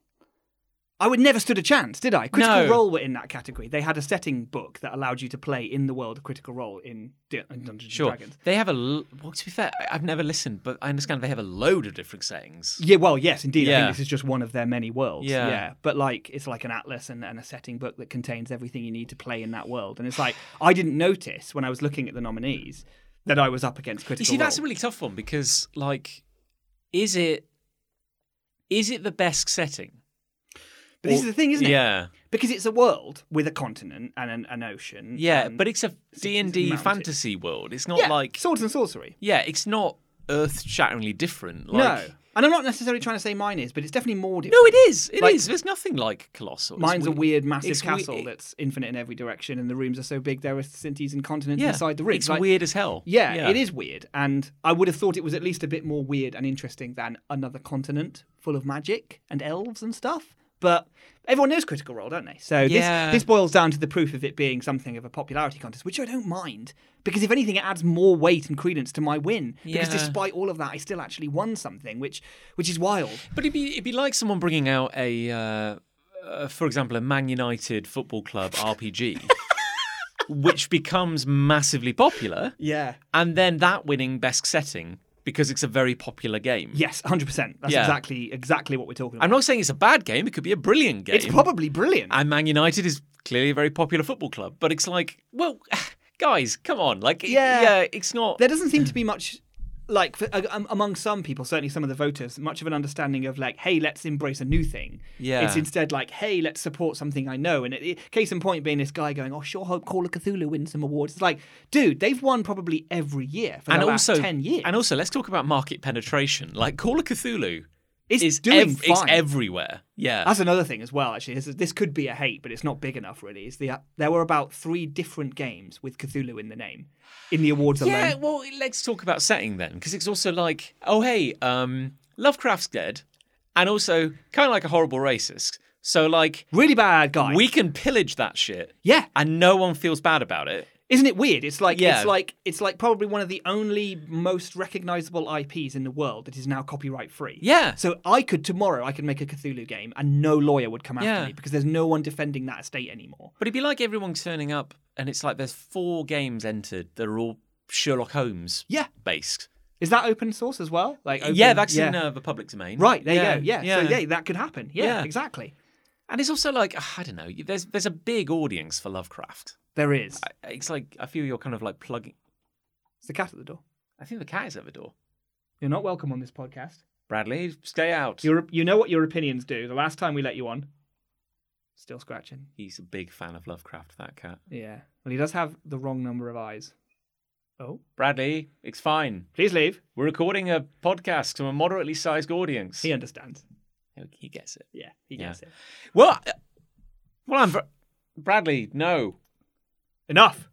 I would never stood a chance, did I? Critical
No.
Role were in that category. They had a setting book that allowed you to play in the world of Critical Role in, D- in Dungeons
Sure.
and Dragons.
They have a. l- Well, to be fair, I- I've never listened, but I understand they have a load of different sayings.
Yeah, well, yes, indeed. I
Yeah.
think this is just one of their many worlds.
Yeah.
Yeah. But like, it's like an atlas and, and a setting book that contains everything you need to play in that world. And it's like, I didn't notice when I was looking at the nominees that I was up against Critical
You see, that's a
Role.
really tough one because, like, is it is it the best setting?
But this is the thing, isn't it?
Yeah,
Because it's a world with a continent and an, an ocean.
yeah,
and-
but it's a D and D
mountain.
fantasy world. It's not
yeah,
like
swords and sorcery.
yeah, it's not earth-shatteringly different. Like,
no, and I'm not necessarily trying to say mine is, but it's definitely more. Different.
no, it is. It is.
Like-
There's nothing like colossal. It's
Mine's
weird.
a weird massive
it's we-
castle that's infinite in every direction, and the rooms are so big there are cities and continents
yeah.
inside the rings.
It's
Like,
weird as hell.
Yeah, it is weird. And I would have thought it was at least a bit more weird and interesting than another continent full of magic and elves and stuff. But everyone knows Critical Role, don't they? So
Yeah.
this, this boils down to the proof of it being something of a popularity contest, which I don't mind. Because if anything, it adds more weight and credence to my win. Because
Yeah.
despite all of that, I still actually won something, which which is wild.
But it'd be it'd be like someone bringing out a, uh, uh, for example, a Man United Football Club RPG, which becomes massively popular,
Yeah.
and then that winning best setting because it's a very popular game.
Yes, 100%. That's
Yeah.
exactly exactly what we're talking about.
I'm not saying it's a bad game; it could be a brilliant game.
it's probably brilliant.
and Man United is clearly a very popular football club, but it's like, well, guys, come on, like, yeah,
Yeah.
yeah it's not.
there doesn't seem to
Hmm.
be much like for, um, among some people certainly some of the voters much of an understanding of like hey let's embrace a new thing
Yeah.
it's instead like hey let's support something i know and it, it- case in point being this guy going oh sure hope call of cthulhu wins some awards it's like dude they've won probably every year for
and
the
also,
last 10 years
and also, let's talk about market penetration. Like, Call of Cthulhu
it's
is
doing
ev- it's
fine
everywhere. Yeah,
That's another thing as well. Actually, this, is- this could be a hate, but it's not big enough really. Is the there were about three different games with Cthulhu in the name in the awards
Yeah,
alone?
well, let's talk about setting then, because it's also like, oh hey, um, Lovecraft's dead, and also kind of like a horrible racist. So like,
Really bad guy.
we can pillage that shit,
yeah,
and no one feels bad about it.
Isn't it weird? It's like
Yeah.
it's like it's like probably one of the only most recognizable IPs in the world that is now copyright free.
Yeah.
So I could tomorrow I could make a Cthulhu game and no lawyer would come after
Yeah.
me because there's no one defending that estate anymore.
But it'd be like everyone turning up, and it's like there's four games entered that are all Sherlock Holmes
Yeah.
based.
Is that open source as well? Like open,
yeah, that's in uh, the public domain.
right. There you go. Yeah. So yeah, that could happen. Yeah,
Yeah.
Exactly.
And it's also like I don't know. There's there's a big audience for Lovecraft.
There is.
It's like I feel you're kind of like plugging.
It's the cat at the door.
I think the cat is at the door.
You're not welcome on this podcast.
Bradley, stay out.
Your, you know what your opinions do. The last time we let you on, still scratching.
He's a big fan of Lovecraft. That cat.
Yeah. Well, he does have the wrong number of eyes. Oh,
Bradley, it's fine.
please leave.
We're recording a podcast to a moderately sized audience.
He understands.
He gets it.
Yeah, he
Yeah.
gets it.
Well, I- well, I'm. ver- Bradley, no.
Enough.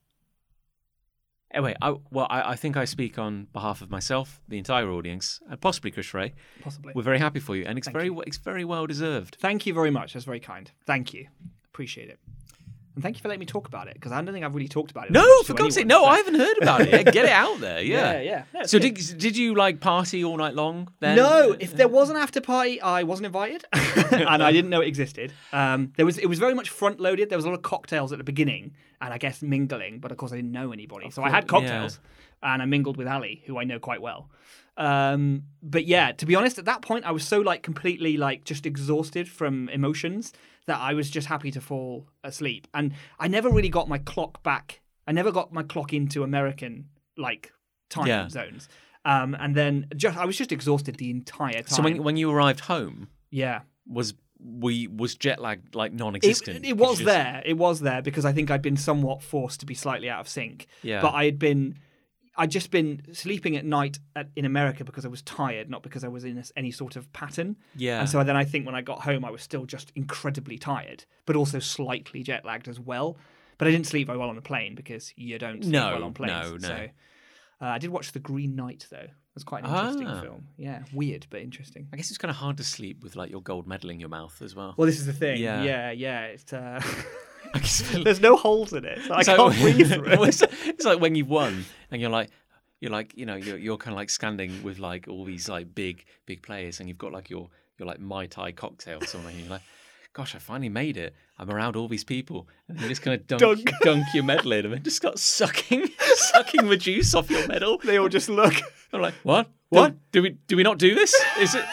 Anyway, I, well, I, I think I speak on behalf of myself, the entire audience, and possibly Chris Ray.
Possibly.
We're very happy for you, and it's
Thank
very,
you.
well- it's very well deserved.
Thank you very much. That's very kind. Thank you. Appreciate it. And thank you for letting me talk about it because I don't think I've really talked about it.
No,
that much
for
to
God's sake,
anyone,
no,
so-
I haven't heard about it. Get it out there. Yeah,
Yeah, yeah. No, it's
so
good.
did did you like party all night long? Then?
no, if there was an after party, I wasn't invited, and I didn't know it existed. Um, there was it was very much front loaded. There was a lot of cocktails at the beginning, and I guess mingling. But of course, I didn't know anybody, so I had
course, yeah.
cocktails, and I mingled with Ali, who I know quite well. Um, but yeah, to be honest, at that point, I was so like completely like just exhausted from emotions that I was just happy to fall asleep, and I never really got my clock back. I never got my clock into American like time
Yeah.
zones. Um, and then just I was just exhausted the entire time.
So when when you arrived home,
yeah,
was we was jet lag like
it,
non-existent?
it
Could
was
you just-
there. It was there because I think I'd been somewhat forced to be slightly out of sync.
Yeah.
but I had been. I'd just been sleeping at night at, in America because I was tired, not because I was in this- any sort of pattern.
Yeah.
And so then I think when I got home, I was still just incredibly tired, but also slightly jet lagged as well. But I didn't sleep very well on the plane because you don't sleep
No,
well on planes.
no, no.
So uh, I did watch The Green Knight though. It was quite an interesting
Ah.
film. Yeah, weird but interesting.
I guess it's kind of hard to sleep with like your gold medal in your mouth as well.
Well, this is the thing.
Yeah.
Yeah, yeah. it's, uh,
I guess-
there's no holes in it, so I
So-
can't breathe through it.
it's, it's like when you've won and you're like, you're like, you know, you're, you're kind of like standing with like all these like big, big players and you've got like your, your like Mai Tai cocktail or something. And you're like, gosh, I finally made it. I'm around all these people. And you just kind of dunk, dunk.
Dunk.
your medal in them and just start sucking, sucking the juice off your medal.
They all just look,
I'm like, what?
What?
Do, do we, do we not do this? Is it?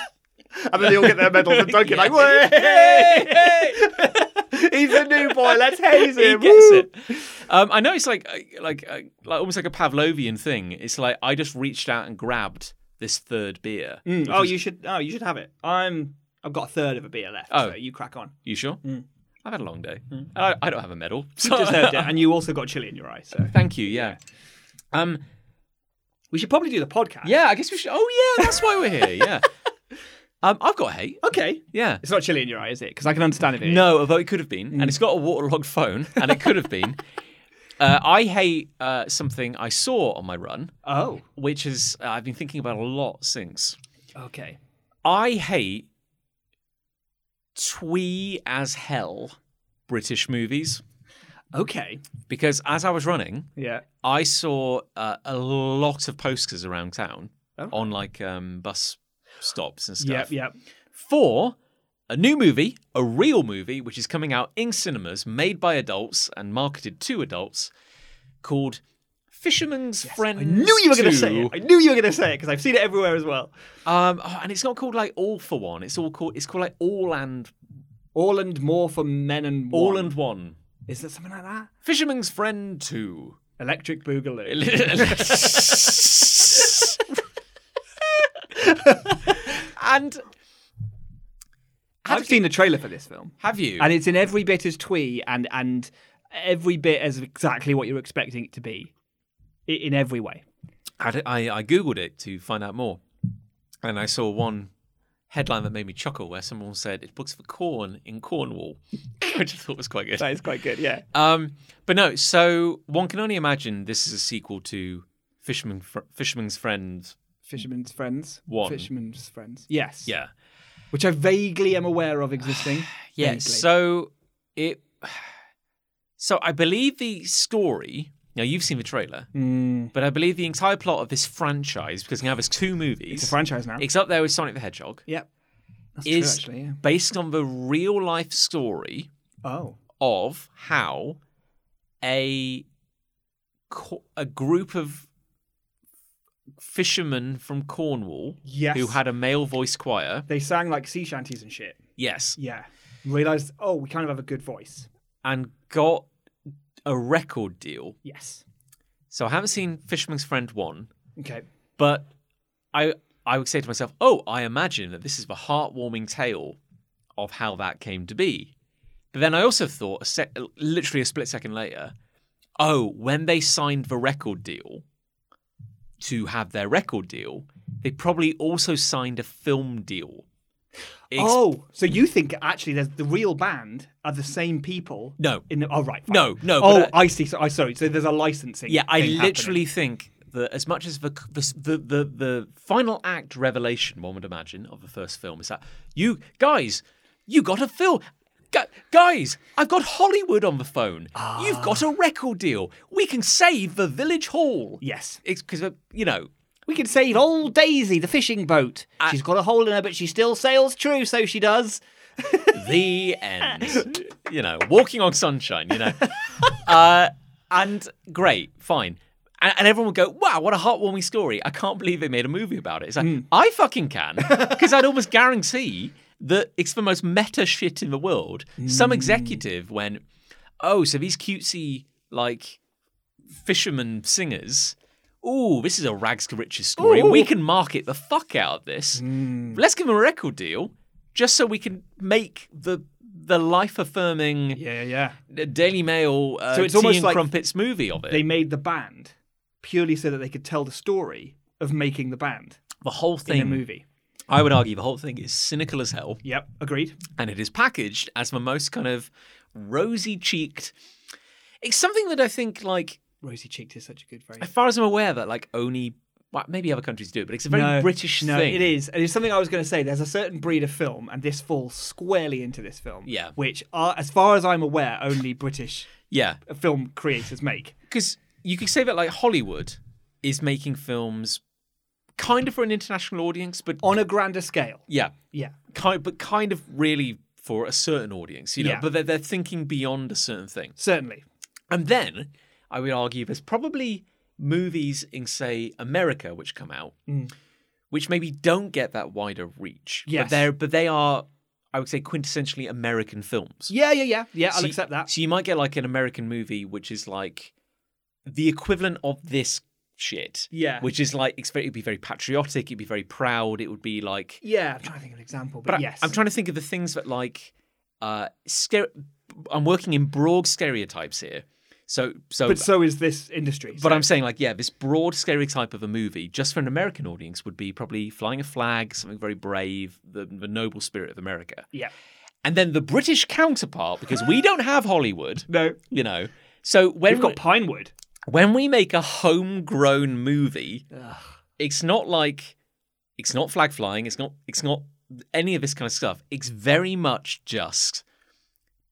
and then they all get their medals and dunk it like,
Hey,
"Way,
hey.
he's a new boy. Let's haze
he
him."
gets
woo!"
it. Um, I know it's like uh, like uh, like almost like a Pavlovian thing. It's like I just reached out and grabbed this third beer.
Mm, Oh, you should. Oh, you should have it. I'm. I've got a third of a beer left.
Oh.
so you crack on.
You sure? I've had a long day. And I, I don't have a medal. So
Mm. You deserved it, and you also got chili in your eye. So
Thank you. Yeah. Um.
we should probably do the podcast.
Yeah. I guess we should. Oh yeah. That's why we're here. Yeah. um. I've got hate.
Okay.
Yeah.
It's not chili in your eye, is it? Because I can understand if it. Mm. is.
No, although it could have been, and it's got a waterlogged phone, and it could have been. Uh, I hate uh, something I saw on my run,
Oh.
which is uh, I've been thinking about a lot since.
Okay.
I hate twee as hell British movies
Okay.
because as I was running,
Yeah.
I saw uh, a lot of posters around town
Oh.
on like um, bus stops and
Yep.
stuff
Yep.
for a new movie, a real movie, which is coming out in cinemas, made by adults and marketed to adults, called Fisherman's Friends.
I knew you were going to
2.
say it. I knew you were going to say it because I've seen it everywhere as well.
Um, oh, and it's not called like All for One. It's all called. It's called like All and
All and more for men and
All
one.
and One.
Is it something like that?
Fisherman's Friend 2.
Electric Boogaloo.
and
I've seen the trailer for this film,
have you?
and it's in every bit as twee and and every bit as exactly what you're expecting it to be, I- in every way.
I, d- I- I Googled it to find out more. And I saw one headline that made me chuckle where someone said it books for corn in Cornwall, which I thought was quite good.
That is quite good. Yeah.
Um, but no, so one can only imagine this is a sequel to Fisherman, Fr- Fisherman's Friend.
Fisherman's friends.
One.
Fisherman's friends. Yes.
Yeah.
Which I vaguely am aware of existing.
Yeah.
Vaguely.
So it. So I believe the story. Now you've seen the trailer,
Mm,
but I believe the entire plot of this franchise, because now there's two
it's a
movies.
franchise now.
It's up there with Sonic the Hedgehog.
yep. That's
is
true, actually. Yeah.
based on the real life story
Oh.
of how a co- a group of fishermen from Cornwall
Yes.
who had a male voice choir.
They sang like sea shanties and shit.
Yes.
Yeah. Realized, oh, we kind of have a good voice.
And got a record deal.
Yes.
So I haven't seen Fisherman's Friend 1,
Okay.
but I I would say to myself, "Oh, I imagine that this is the heartwarming tale of how that came to be." But then I also thought, a sec- literally a split second later, "Oh, when they signed the record deal to have their record deal, they probably also signed a film deal." It's-
oh, so you think actually there's the real band are the same people?
No.
In the, oh right. fine.
No, no,
Oh,
but, uh,
I see. So I sorry. So there's a licensing.
Yeah, I
thing happening.
literally think that as much as the the, the the the final act revelation one would imagine of the first film is that you guys, you got a film. Gu- Guys, I've got Hollywood on the phone. You've got a record deal. We can save the village hall.
Yes.
It's because you know.
We could save old Daisy, the fishing boat. She's got a hole in her, but she still sails true, so she does.
the end. you know, walking on sunshine, you know. Uh, and great, fine. And, and everyone would go, wow, what a heartwarming story. I can't believe they made a movie about it. It's like, I fucking can. Because I'd almost guarantee that it's the most meta shit in the world. Some executive went, oh, so these cutesy, like, fisherman singers. Ooh, this is a rags to riches story. We can market the fuck out of this. Let's give them a record deal, just so we can make the the life affirming
Yeah, yeah.
Daily Mail uh,
So it's
tea
almost
and
like
crumpets movie of it.
They made the band purely so that they could tell the story of making the band
the whole
in a
thing,
movie.
I would argue, the whole thing is cynical as hell,
Yep, agreed.
and it is packaged as the most kind of rosy cheeked. It's something that I think, like,
Rosy cheeked is such a good phrase.
as far as I'm aware, that like only well, maybe other countries do, it, but it's a very
No,
British
no,
thing.
it is. It is something I was going to say. There's a certain breed of film, and this falls squarely into this film.
Yeah.
Which, are, as far as I'm aware, only British
Yeah,
film creators make.
because you could say that like Hollywood is making films kind of for an international audience, but
On a grander scale.
yeah,
Yeah.
kind, but kind of really for a certain audience, you know.
Yeah.
But they're, they're thinking beyond a certain thing.
Certainly.
And then I would argue there's probably movies in, say, America which come out,
Hmm.
which maybe don't get that wider reach.
Yes.
But, they're, but they are, I would say, quintessentially American films.
Yeah, yeah, yeah. Yeah, I'll
So you-
accept that.
So you might get like an American movie which is like the equivalent of this shit.
Yeah.
Which is like, it's very, it'd be very patriotic, it'd be very proud, it would be like
Yeah, I'm trying to think of an example, but,
but I-
yes.
I'm trying to think of the things that like uh scare- I'm working in broad stereotypes here. So so
But so is this industry.
but
so-
I'm saying like yeah, this broad stereotype of a movie just for an American audience would be probably flying a flag, something very brave, the, the noble spirit of America.
Yeah.
And then the British counterpart because we don't have Hollywood,
No.
you know. So when
We've got Pinewood.
when we make a homegrown movie, it's not like it's not flag flying, it's not it's not any of this kind of stuff. It's very much just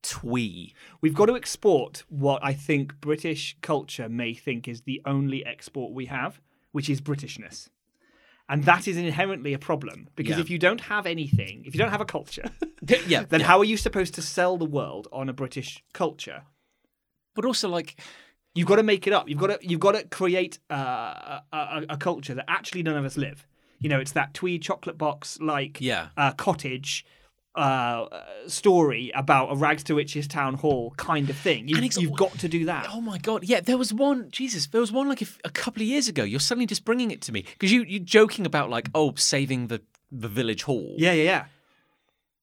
twee.
We've got to export what I think British culture may think is the only export we have, which is Britishness. And that is inherently a problem because
Yeah.
if you don't have anything, if you don't have a culture,
yeah.
then
yeah.
how are you supposed to sell the world on a British culture?
But also like
You've got to make it up. You've got to you've got to create uh, a, a, a culture that actually none of us live. You know, it's that twee chocolate box like
Yeah.
uh, cottage uh, uh, story about a rags to riches town hall kind of thing. You,
And it's-
you've got to do that.
Oh my god! Yeah, there was one. Jesus, there was one like a, f- a couple of years ago. You're suddenly just bringing it to me because you you're joking about like oh saving the the village hall.
Yeah, yeah, yeah.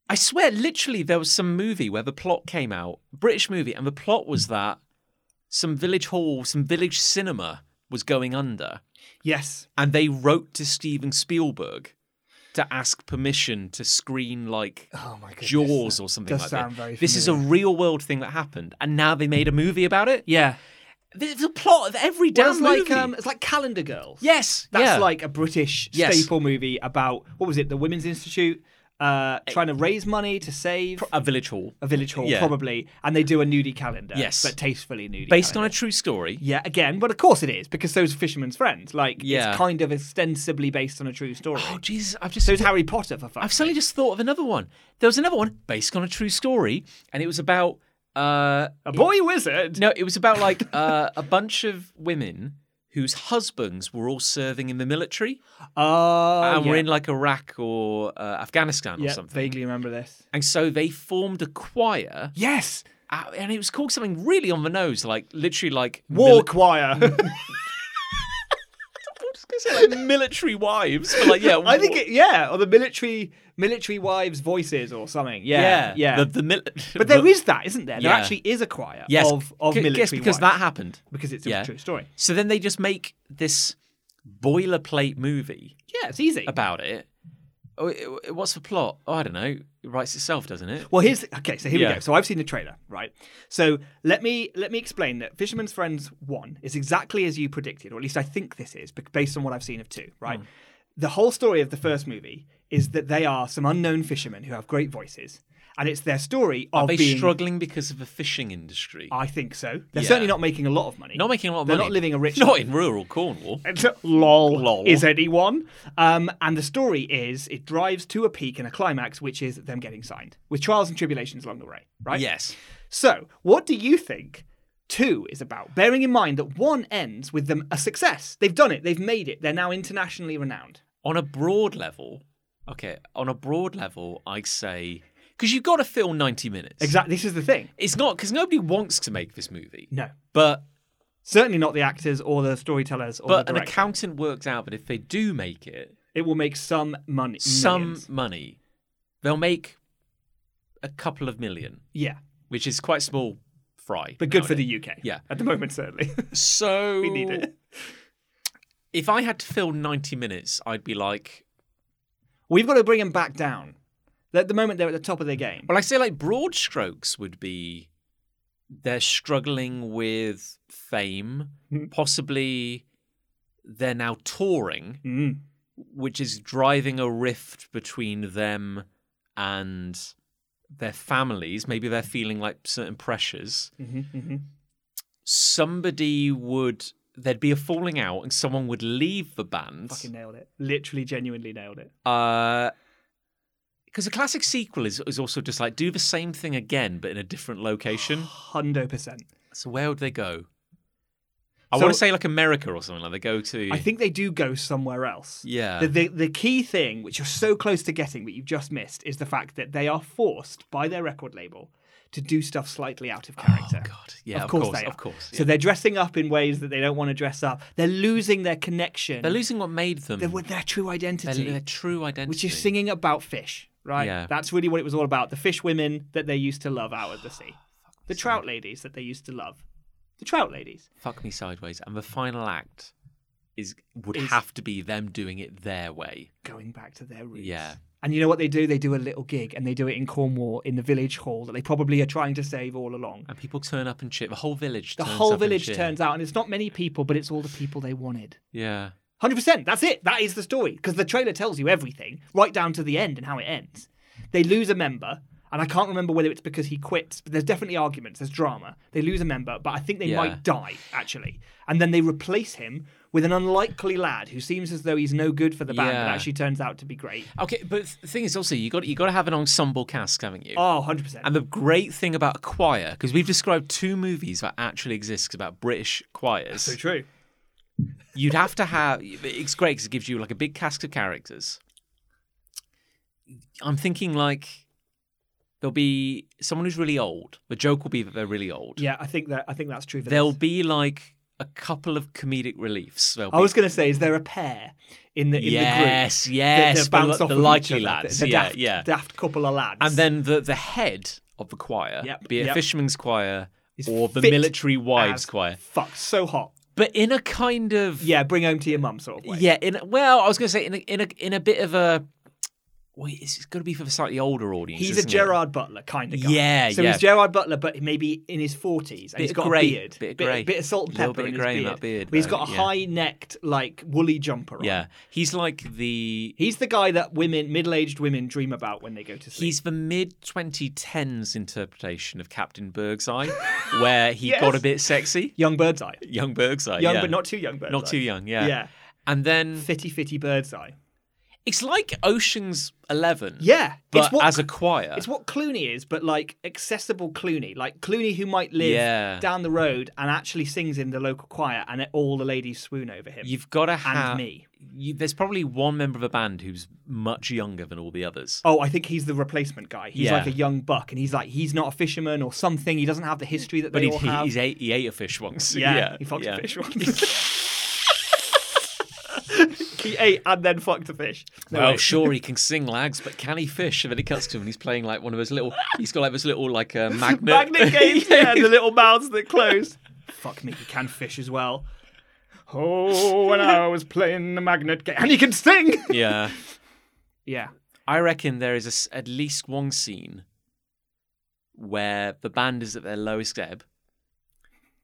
I swear, literally, there was some movie where the plot came out, British movie, and the plot was that some village hall, some village cinema was going under,
Yes.
and they wrote to Steven Spielberg to ask permission to screen like
Oh my goodness.
Jaws or something
does
like
sound
that.
very
this is a real world thing that happened, and now they made a movie about it.
Yeah.
This is a plot of every damn
Well, it's like
movie.
um, it's like Calendar Girls.
yes,
That's
yeah.
like a British
Yes.
staple movie about what was it? The Women's Institute uh,
Eh.
trying to raise money to save
a village hall
a village hall,
Yeah.
probably, and they do a nudie calendar.
Yes.
but tastefully nudie.
based on a true story.
yeah, again, but of course it is because those are fisherman's friends. Like,
Yeah.
it's kind of ostensibly based on a true story.
Oh Jesus! I've just
so it's Harry Potter for fuck's
I've suddenly just thought of another one. There was another one based on a true story, and it was about uh
sake. a boy wizard.
no, it was about like uh, a bunch of women whose husbands were all serving in the military
Oh,
and
yeah.
were in like Iraq or uh, Afghanistan or
yeah,
something.
vaguely remember this.
And so they formed a choir,
Yes,
uh, and it was called something really on the nose, like literally like
war
mili-
choir.
I was gonna say like military wives, but like yeah,
I think
war-
it, yeah, or the military military wives' voices or something. Yeah, yeah.
the, the mil-
but there
the-
is that, isn't there? There
Yeah.
actually is a choir
yes,
of of
c-
military
yes, because
wives,
that happened.
because it's a
yeah.
true story.
So then they just make this boilerplate movie
Yeah, it's easy.
about it. Oh, it- it- What's the plot? Oh, I don't know. It writes itself, doesn't it?
Well, here's okay. So here we
Yeah.
go. So I've seen the trailer, right? So let me let me explain that Fisherman's Friends one is exactly as you predicted, or at least I think this is, bec- based on what I've seen of two. Right?
Hmm.
The whole story of the first movie is that they are some unknown fishermen who have great voices, and it's their story of
Are they
being.
struggling because of the fishing industry?
I think so. They're
Yeah.
certainly not making a lot of money.
not making a lot of
They're
money.
not living a rich
Not in rural Cornwall.
lol,
Lol.
is anyone um, and the story is it drives to a peak and a climax which is them getting signed with trials and tribulations along the way right
Yes.
so what do you think two is about bearing in mind that one ends with them a success they've done it they've made it they're now internationally renowned
On a broad level, okay. On a broad level, I say because you've got to fill ninety minutes.
exactly this is the thing
It's not because nobody wants to make this movie,
no
but
certainly not the actors or the storytellers or
but
the
an
director.
accountant works out that if they do make it,
it will make some money
some
millions.
money, they'll make a couple of million,
yeah
which is quite small fry.
but good for
nowadays.
the uk
Yeah.
at the moment certainly
So
we need it
If I had to fill ninety minutes, I'd be like,
We've got to bring them back down. At the moment, they're at the top of their game.
well, I say like broad strokes would be they're struggling with fame, possibly they're now touring,
Mm.
which is driving a rift between them and their families. Maybe they're feeling like certain pressures.
Mm-hmm.
Somebody would there'd be a falling out, and someone would leave the band.
Fucking nailed it. Literally, genuinely nailed it.
because a classic sequel is, is also just like do the same thing again but in a different location.
Hundo percent.
so where would they go? I
So-
want to say like America or something like they go to.
I think they do go somewhere else.
Yeah.
The, the, the key thing, which you're so close to getting, but you've just missed, is the fact that they are forced by their record label to do stuff slightly out of character.
Oh God, yeah,
of course, they
of
are.
course.
So they're dressing up in ways that they don't want to dress up. They're losing their connection.
they're losing what made them
They're with their true
their,
identity.
their true identity.
which is singing about fish, right?
Yeah.
That's really what it was all about. The fish women that they used to love out at the sea, the trout ladies that they used to love, the trout ladies.
Fuck me sideways, and the final act is would
Is-
have to be them doing it their way.
Going back to their roots.
Yeah.
And you know what they do? They do a little gig and they do it in Cornwall in the village hall that they probably are trying to save all along.
And people turn up and cheer. The whole village.
The
turns up
whole
and
village
cheer.
turns out, and it's not many people, but it's all the people they wanted.
Yeah.
100%. That's it. That is the story. Because the trailer tells you everything, right down to the end and how it ends. They lose a member, and I can't remember whether it's because he quits, but there's definitely arguments, there's drama. They lose a member, but I think they
Yeah.
might die, actually. And then they replace him with an unlikely lad who seems as though he's no good for the band, but
Yeah.
actually turns out to be great.
Okay, but the thing is also you got you got to have an ensemble cast, haven't you?
Oh, 100%.
And the great thing about a choir, because we've described two movies that actually exist about British choirs,
so true.
you'd have to have. It's great because it gives you like a big cast of characters. I'm thinking like there'll be someone who's really old. The joke will be that they're really old.
Yeah, I think that I think that's true. For
There'll
this.
be like a couple of comedic reliefs. There'll
I
be-
was going to say, is there a pair in the in
yes,
the group? that- that
yes, the,
bounce
the
off of each
likely
other?
lads.
the, the
yeah,
daft,
yeah.
daft couple of lads,
and then the the head of the choir,
Yep,
be it
yep.
fisherman's choir or the
fit
military wives
as
choir,
Fuck, so hot.
but in a kind of
Yeah, bring home to your mum sort of way.
yeah, in a- well, I was going to say in a, in a in a bit of a wait, it's got to be for the slightly older audience.
He's a
isn't it?
Gerard Butler kind of guy.
Yeah,
so
yeah.
he's Gerard Butler, but maybe in his forties, and
Bit
he's
of
got
grey,
a beard,
bit of grey.
bit, bit of salt and
Little
pepper
bit of
in his
grey in
beard.
that beard,
But he's
though,
got a
yeah.
high-necked, like woolly jumper. on.
Yeah, he's like the
he's the guy that women, middle-aged women, dream about when they go to sleep.
he's the mid 2010s interpretation of Captain Birdseye, where he
Yes.
got a bit sexy.
young birdseye,
Young Birdseye,
young
yeah.
but not too young birdseye,
not too young, yeah.
yeah,
And then
fitty fitty birdseye.
It's like Ocean's Eleven.
Yeah,
but
it's what
as a choir.
It's what Clooney is, but like accessible Clooney, like Clooney who might live
Yeah.
down the road and actually sings in the local choir, and it, all the ladies swoon over him.
You've got to
and
have
me.
You, there's probably one member of a band who's much younger than all the others.
Oh, I think he's the replacement guy. He's
Yeah.
like a young buck, and he's like he's not a fisherman or something. He doesn't have the history that
but
they
he,
all
he,
have.
he's ate, he ate a fish once.
yeah,
yeah
he fucked
yeah.
a fish once. he ate and then fucked a fish. No,
well,
wait.
sure, he can sing lags, but can he fish? And then he cuts to him and he's playing like one of those little. He's got like this little like uh, magnet.
Magnet gates, yeah, the little mouths that close. Fuck me, he can fish as well. Oh, when I was playing the magnet game, and he can sing.
yeah,
Yeah,
I reckon there is a s at least one scene where the band is at their lowest ebb,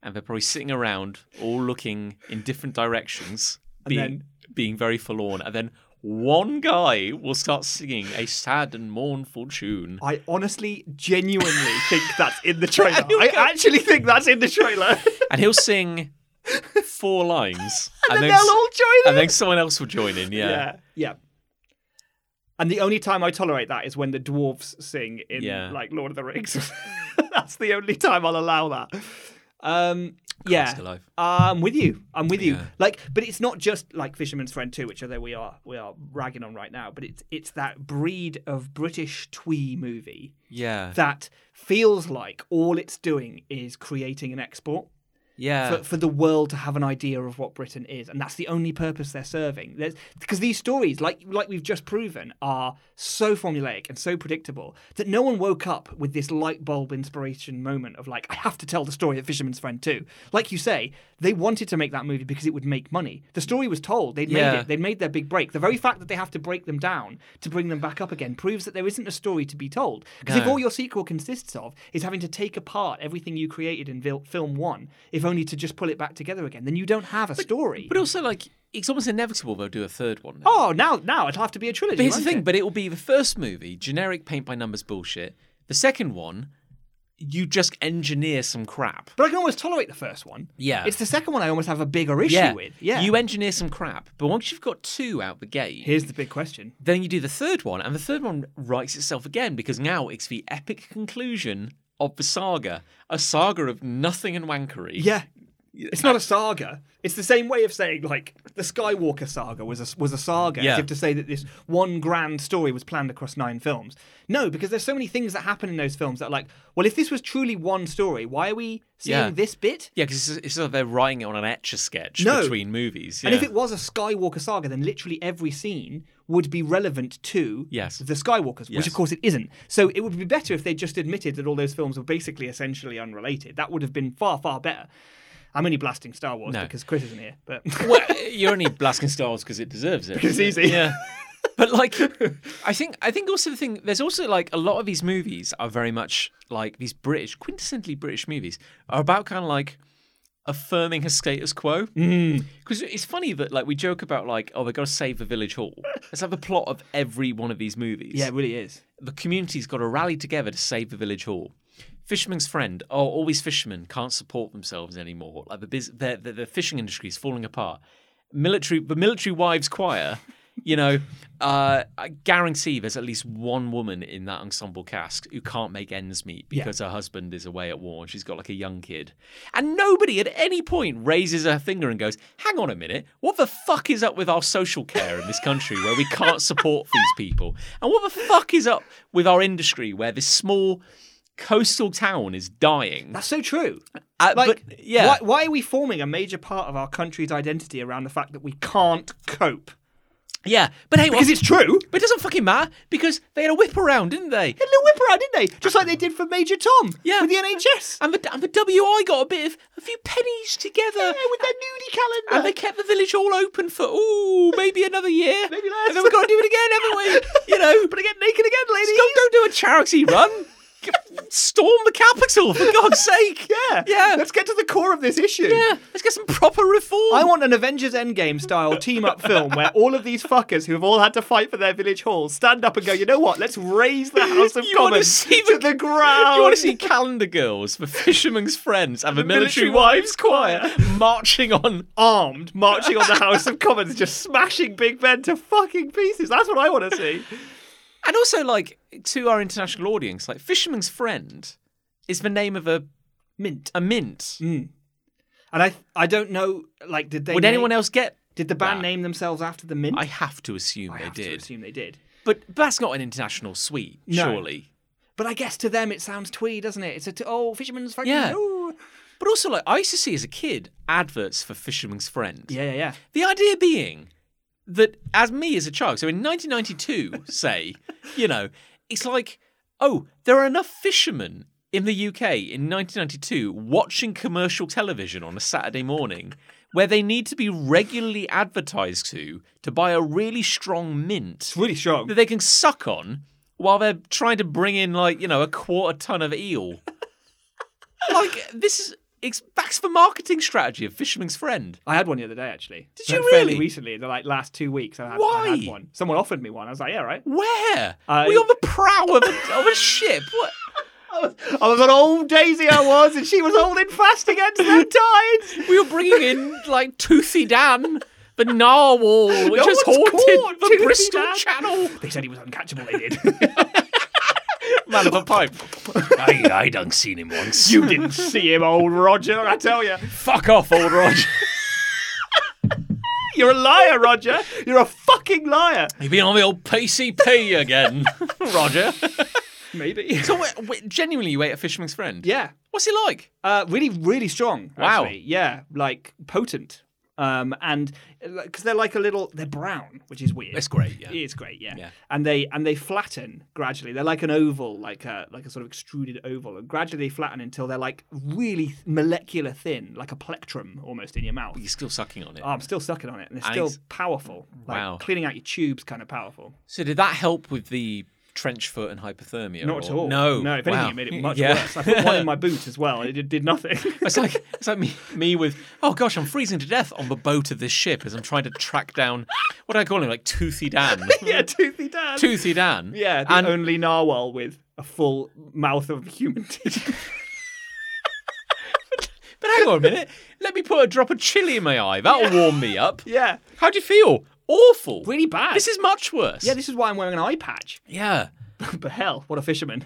and they're probably sitting around all looking in different directions, being
then-
being very forlorn, and then one guy will start singing a sad and mournful tune.
I honestly, genuinely think that's in the trailer.
You'll
I
go-
actually think that's in the trailer,
and he'll sing four lines, and,
and
then
they'll
s-
all join
and
in.
then someone else will join in. Yeah,
yeah, yeah. And the only time I tolerate that is when the dwarves sing in
Yeah.
like Lord of the Rings. that's the only time I'll allow that. Um, yeah,
Christ alive.
I'm with you. I'm with you.
Yeah.
Like, but it's not just like Fisherman's Friend too, which although we are we are ragging on right now, but it's it's that breed of British twee movie
yeah,
that feels like all it's doing is creating an export
yeah.
for, for the world to have an idea of what Britain is, and that's the only purpose they're serving. There's, because these stories, like like we've just proven, are so formulaic and so predictable that no one woke up with this light bulb inspiration moment of like, I have to tell the story of Fisherman's Friend too. Like you say, they wanted to make that movie because it would make money. The story was told. They'd made
Yeah.
it. They'd made their big break. The very fact that they have to break them down to bring them back up again proves that there isn't a story to be told. Because if
No.
all your sequel consists of is having to take apart everything you created in vil- film one, if only to just pull it back together again, then you don't have a story.
but also, like, it's almost inevitable they'll do a third one. now.
oh, now now it'd have to be a trilogy.
But here's the
won't
thing,
it?
but it will be the first movie, generic paint by numbers bullshit. The second one, you just engineer some crap.
But I can almost tolerate the first one.
Yeah.
it's the second one I almost have a bigger issue with. Yeah,
You engineer some crap. But once you've got two out the gate,
here's the big question.
then you do the third one, and the third one writes itself again because now it's the epic conclusion of the saga. A saga of nothing and wankery.
Yeah. It's not a saga. It's the same way of saying like the Skywalker saga was a was a saga,
Yeah.
as if to say that this one grand story was planned across nine films. No, because there's so many things that happen in those films that are like, well, if this was truly one story, why are we seeing
Yeah.
this bit?
Yeah, because it's, it's like they're writing it on an etch a sketch
No.
between movies.
And if
yeah.
it was a Skywalker saga, then literally every scene would be relevant to
Yes.
the Skywalkers, which
Yes.
of course it isn't. So it would be better if they just admitted that all those films were basically essentially unrelated. That would have been far, far better. I'm only blasting Star Wars
No.
because Chris isn't here, but
well, you're only blasting stars because it deserves it.
It's
isn't it?
easy.
Yeah. But like, I think I think also the thing there's also like a lot of these movies are very much like these British quintessentially British movies are about kind of like affirming a status quo.
Mm.
Because it's funny that like we joke about like oh they got to save the village hall. Let's have the plot of every one of these movies.
yeah, it really is.
the community's got to rally together to save the village hall. Fisherman's friend, oh, all these fishermen can't support themselves anymore. Like the bus- the, the, the fishing industry is falling apart. Military, the military wives choir, you know, uh, I guarantee there's at least one woman in that ensemble cast who can't make ends meet because her husband is away at war and she's got like a young kid. And nobody at any point raises a finger and goes, hang on a minute, what the fuck is up with our social care in this country where we can't support these people? And what the fuck is up with our industry where this small coastal town is dying?
That's so true.
Uh,
Like,
but, yeah.
why, why are we forming a major part of our country's identity around the fact that we can't cope?
yeah. But hey,
Because
well,
it's true.
but it doesn't fucking matter because they had a whip around, didn't they?
A little whip around, didn't they? Just like they did for Major Tom
Yeah.
with the NHS.
And the, and the WI got a bit of a few pennies together.
Yeah, with their nudie calendar.
And they kept the village all open for ooh, maybe another year.
Maybe less.
And then we've got to do it again, haven't we? You know.
but I get naked again, ladies.
Don't, don't do a charity run. Storm the capital, for God's sake.
Yeah.
Yeah.
Let's get to the core of this issue.
Yeah, let's get some proper reform.
I want an Avengers Endgame style team up film where all of these fuckers who have all had to fight for their village halls stand up and go, you know what? Let's raise the House of
You wanna
Commons
see
to
the-
the ground.
You want to see calendar girls for fishermen's friends and the military, wives choir marching on?
armed marching on the House of Commons, just smashing Big Ben to fucking pieces. That's what I want to see.
And also, like to our international audience, like fisherman's friend is the name of a
Mint.
a mint.
And I, I don't know. Like, did they?
Would
name-
anyone else get?
Did the band
that?
name themselves after the mint?
I have to assume they
have to
did.
assume they did.
But that's not an international suite,
No.
surely.
But I guess to them it sounds twee, doesn't it? It's a t- oh fisherman's friend.
Yeah.
ooh.
But also, like I used to see as a kid adverts for Fisherman's Friend.
yeah, yeah, yeah.
The idea being that, as me as a child, so in 1992, say, you know, it's like, oh, there are enough fishermen in the UK in 1992 watching commercial television on a Saturday morning where they need to be regularly advertised to to buy a really strong mint
Really strong.
that they can suck on while they're trying to bring in, like, you know, a quarter ton of eel. like, this is. It's, that's the marketing strategy of Fisherman's Friend.
I had one the other day actually. Did
you
Fairly
really?
recently, the like last two weeks, I had, I
Why?
had one. Someone offered me one. I was like, yeah, right.
Where?
I-
we on the prow of a, of a ship. What?
I was an old Daisy, I was, and she was holding fast against the tides.
We were bringing in like Toothy Dan, the narwhal, which
No
has
one's
haunted
caught
the
Toothy
Bristol
Dan.
Channel.
They said he was uncatchable. They did.
Man of a pipe. I, I done seen him once.
you didn't see him, old Roger. I tell you,
fuck off, old Roger.
you're a liar, Roger. You're a fucking liar.
You've been on the old PCP again, Roger.
Maybe.
So, wait, wait, genuinely, you ate a fisherman's friend?
Yeah.
What's he like?
Uh, really, really strong.
Wow.
Actually. Yeah, like potent. Um, and because they're like a little, they're brown, which is weird.
It's great, yeah.
It's great, yeah.
Yeah.
And they and they flatten gradually. They're like an oval, like a like a sort of extruded oval, and gradually they flatten until they're like really th- molecular thin, like a plectrum almost in your mouth.
He's still sucking on it.
Oh, I'm still sucking on it, and they're still
Nice.
powerful. Like
Wow.
cleaning out your tubes, kind of powerful.
so, did that help with the trench foot and hypothermia?
Not at
or-
all.
Oh, No.
no. If anything,
Wow.
it made it much
Yeah.
worse. I put one in my boot as well, and it did nothing.
It's like it's like me, me with oh gosh, I'm freezing to death on the boat of this ship as I'm trying to track down what do I call him like Toothy Dan,
yeah, toothy Dan.
Toothy Dan.
Yeah, the
and
only narwhal with a full mouth of human teeth.
but hang on a minute, let me put a drop of chili in my eye. That'll warm me up.
yeah,
How do you feel? Awful.
really bad.
This is much worse.
yeah. This is why I'm wearing an eye patch.
yeah.
but hell, what a fisherman!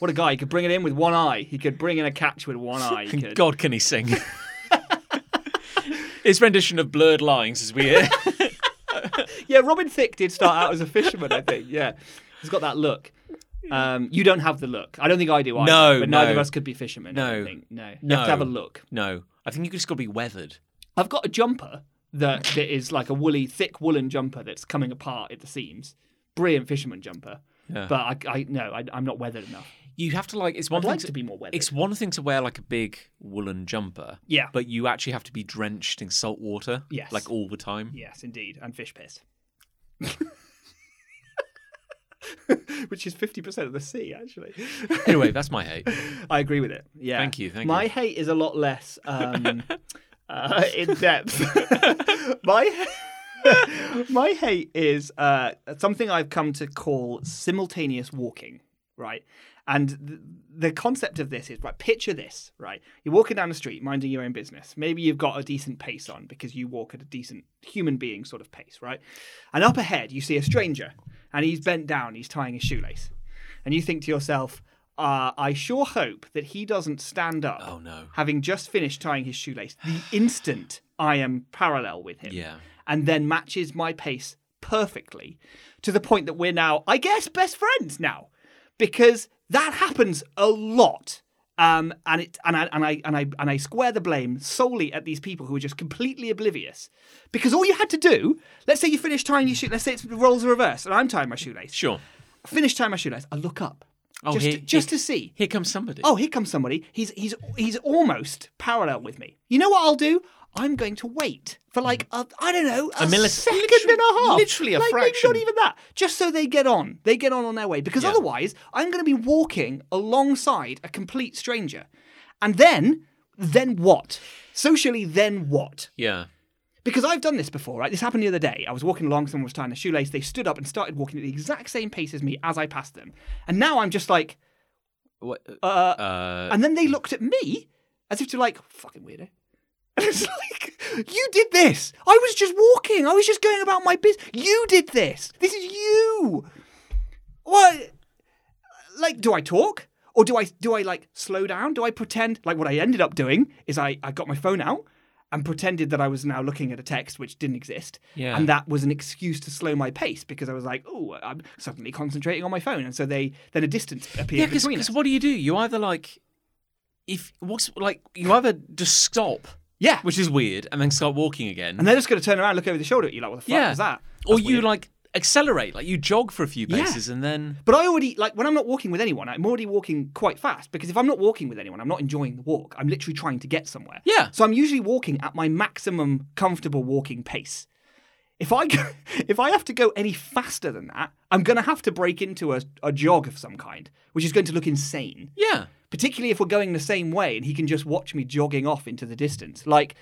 What a guy! He could bring it in with one eye. He could bring in a catch with one eye. He could.
God, can he sing? His rendition of Blurred Lines as we hear.
Yeah, Robin Thicke did start out as a fisherman. I think. Yeah, he's got that look. Um, you don't have the look. I don't think I do either.
No,
but neither
no.
of us could be fishermen. I
No.
think. no, You
No.
have to have a look.
no, I think you just got to be weathered.
I've got a jumper that, that is like a woolly, thick woolen jumper that's coming apart at the seams. Brilliant fisherman jumper. But I, I no, I, I'm not weathered enough.
You have to like it's one
I'd
thing
like to be more weathered.
It's one thing to wear like a big woolen jumper.
Yeah.
But you actually have to be drenched in salt water.
Yes.
Like all the time.
yes, indeed, and fish piss, which is fifty percent of the sea, actually.
Anyway, that's my hate.
I agree with it. Yeah.
Thank you, thank
My
you.
hate is a lot less um, uh, in depth. my my hate is uh, something I've come to call simultaneous walking. Right. And th- the concept of this is right. Picture this. Right. You're walking down the street, minding your own business. Maybe you've got a decent pace on because you walk at a decent human being sort of pace. Right. And up ahead, you see a stranger, and he's bent down. He's tying his shoelace and you think to yourself, uh, I sure hope that he doesn't stand up,
Oh no.
having just finished tying his shoelace, the instant I am parallel with him,
Yeah.
and then matches my pace perfectly to the point that we're now, I guess, best friends now, because that happens a lot. Um, and it and I and I and I and I square the blame solely at these people who are just completely oblivious, because all you had to do, let's say you finish tying your shoe, let's say it's the roles are reversed and I'm tying my shoelace,
Sure.
finish tying my shoelace, I look up.
Oh,
just
here-
just
here-
to see.
Here comes somebody.
Oh, here comes somebody. He's he's he's almost parallel with me. You know what I'll do? I'm going to wait for like I I don't know a,
A millis-
second
literally-
and a half,
literally a
like,
fraction.
Maybe not even that. Just so they get on, they get on on their way because
Yeah.
otherwise I'm going to be walking alongside a complete stranger, and then then what? Socially, then what?
Yeah.
Because I've done this before, right? This happened the other day. I was walking along, someone was tying a shoelace. They stood up and started walking at the exact same pace as me as I passed them. And now I'm just like,
What,
uh, and then they looked at me as if to like, fucking weirdo. And it's like, you did this. I was just walking. I was just going about my business. You did this. This is you. What? Like, do I talk? Or do I do I like slow down? Do I pretend like what I ended up doing is I, I got my phone out and pretended that I was now looking at a text which didn't exist.
Yeah.
And that was an excuse to slow my pace because I was like, oh, I'm suddenly concentrating on my phone. And so they then a distance
yeah,
appeared between us.
because what do you do? You either like, if what's like, you either just stop,
yeah.
which is weird, and then start walking again,
And they're just going to turn around, look over the shoulder at you, like, what the fuck
Yeah.
was that?
or
That's
you
weird.
like accelerate, like you jog for a few
Yeah.
paces, and then
But I already, like, when I'm not walking with anyone, I'm already walking quite fast because if I'm not walking with anyone, I'm not enjoying the walk. I'm literally trying to get somewhere.
Yeah.
So I'm usually walking at my maximum comfortable walking pace. If I go, if I have to go any faster than that, I'm going to have to break into a, a jog of some kind, which is going to look insane.
yeah,
particularly if we're going the same way and he can just watch me jogging off into the distance. Like,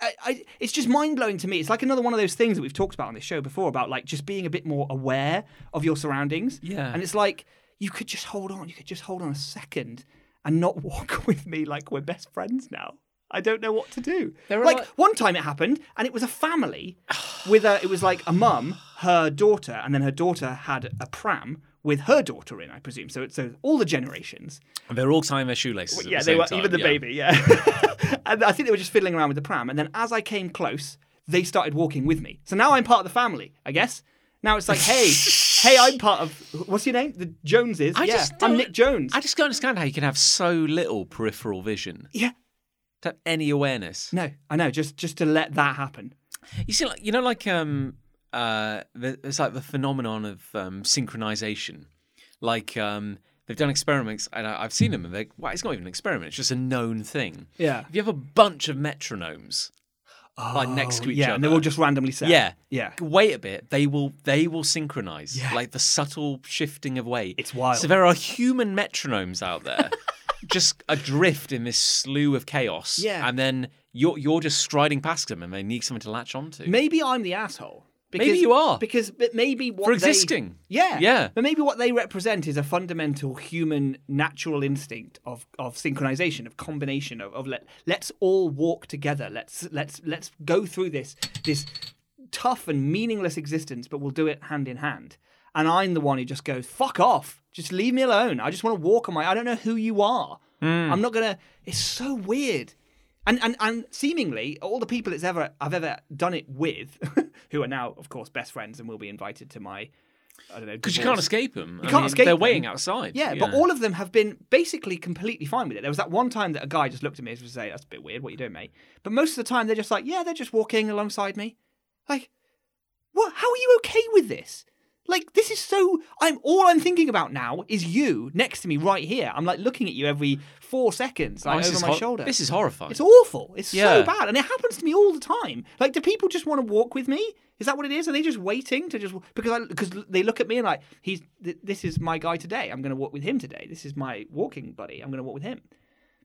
I, I, it's just mind blowing to me. It's like another one of those things that we've talked about on this show before about like just being a bit more aware of your surroundings.
Yeah.
And it's like, you could just hold on, you could just hold on a second and not walk with me like we're best friends now. I don't know what to do.
There are
like
like-
one time it happened, and it was a family with a. It was like a mum, her daughter, and then her daughter had a pram with her daughter in, I presume. So it's so all the generations.
and they're all tying their shoelaces. at
yeah,
the
they
same
were
time,
even the
yeah.
baby. Yeah, and I think they were just fiddling around with the pram, and then as I came close, they started walking with me. So now I'm part of the family, I guess. Now it's like, hey, hey, I'm part of what's your name? The Joneses.
I
yeah,
just
I'm
don't-
Nick Jones.
I just don't understand how you can have so little peripheral vision,
yeah,
to have any awareness.
no, I know. Just just to let that happen.
You see, like you know, like um, uh, the- it's like the phenomenon of um, synchronization. Like um, they've done experiments, and I, I've seen them, and they well, it's not even an experiment; it's just a known thing.
Yeah.
If you have a bunch of metronomes like next to each
Oh, yeah,
other,
and they're all just randomly set.
yeah,
yeah.
Wait a bit; they will they will synchronize.
Yeah.
Like the subtle shifting of weight.
It's wild.
So there are human metronomes out there, just adrift in this slew of chaos.
Yeah.
and then. You're, you're just striding past them and they need something to latch onto.
Maybe I'm the asshole. Because,
you are.
because but maybe what
For
they-
existing.
yeah,
Yeah.
But maybe what they represent is a fundamental human natural instinct of of synchronization, of combination, of, of let let's all walk together. Let's let's let's go through this this tough and meaningless existence, but we'll do it hand in hand. And I'm the one who just goes, fuck off. Just leave me alone. I just want to walk on my I don't know who you are.
Hmm.
I'm not gonna it's so weird. And, and and seemingly all the people it's ever I've ever done it with, who are now of course best friends and will be invited to my I don't know
Because you can't escape them. You
can't escape
They're
them.
waiting outside.
Yeah, but all of them have been basically completely fine with it. There was that one time that a guy just looked at me and was say, "That's a bit weird. What you doing, mate?" But most of the time, they're just like, "Yeah, they're just walking alongside me." Like, what? How are you okay with this? Like, this is so. I'm all I'm thinking about now is you next to me right here. I'm like looking at you every four seconds,
Oh,
like
this
over
is
my
hor-
shoulder.
This is horrifying.
It's awful. It's so
Yeah.
bad, and it happens to me all the time. Like, do people just want to walk with me? Is that what it is? Are they just waiting to just because I because they look at me and like he's th- this is my guy today. I'm going to walk with him today. This is my walking buddy. I'm going to walk with him.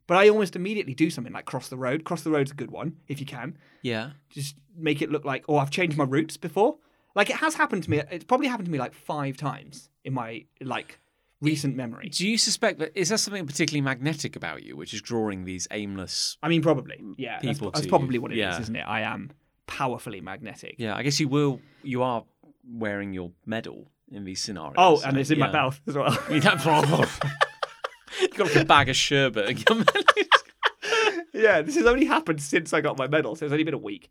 But I almost immediately do something like cross the road. Cross the road's a good one if you can.
yeah.
Just make it look like oh I've changed my routes before. Like it has happened to me. It's probably happened to me like five times in my like recent memory.
Do you suspect that is there something particularly magnetic about you, which is drawing these aimless?
I mean, probably. Yeah, that's,
People
that's
to
probably
you.
what it is,
Yeah.
isn't it? I am powerfully magnetic.
Yeah, I guess you will. You are wearing your medal in these scenarios.
Oh,
so,
and it's in my
yeah.
mouth as well.
You don't- You've got like a bag of sherbet. in your medal.
yeah, this has only happened since I got my medal, so it's only been a week.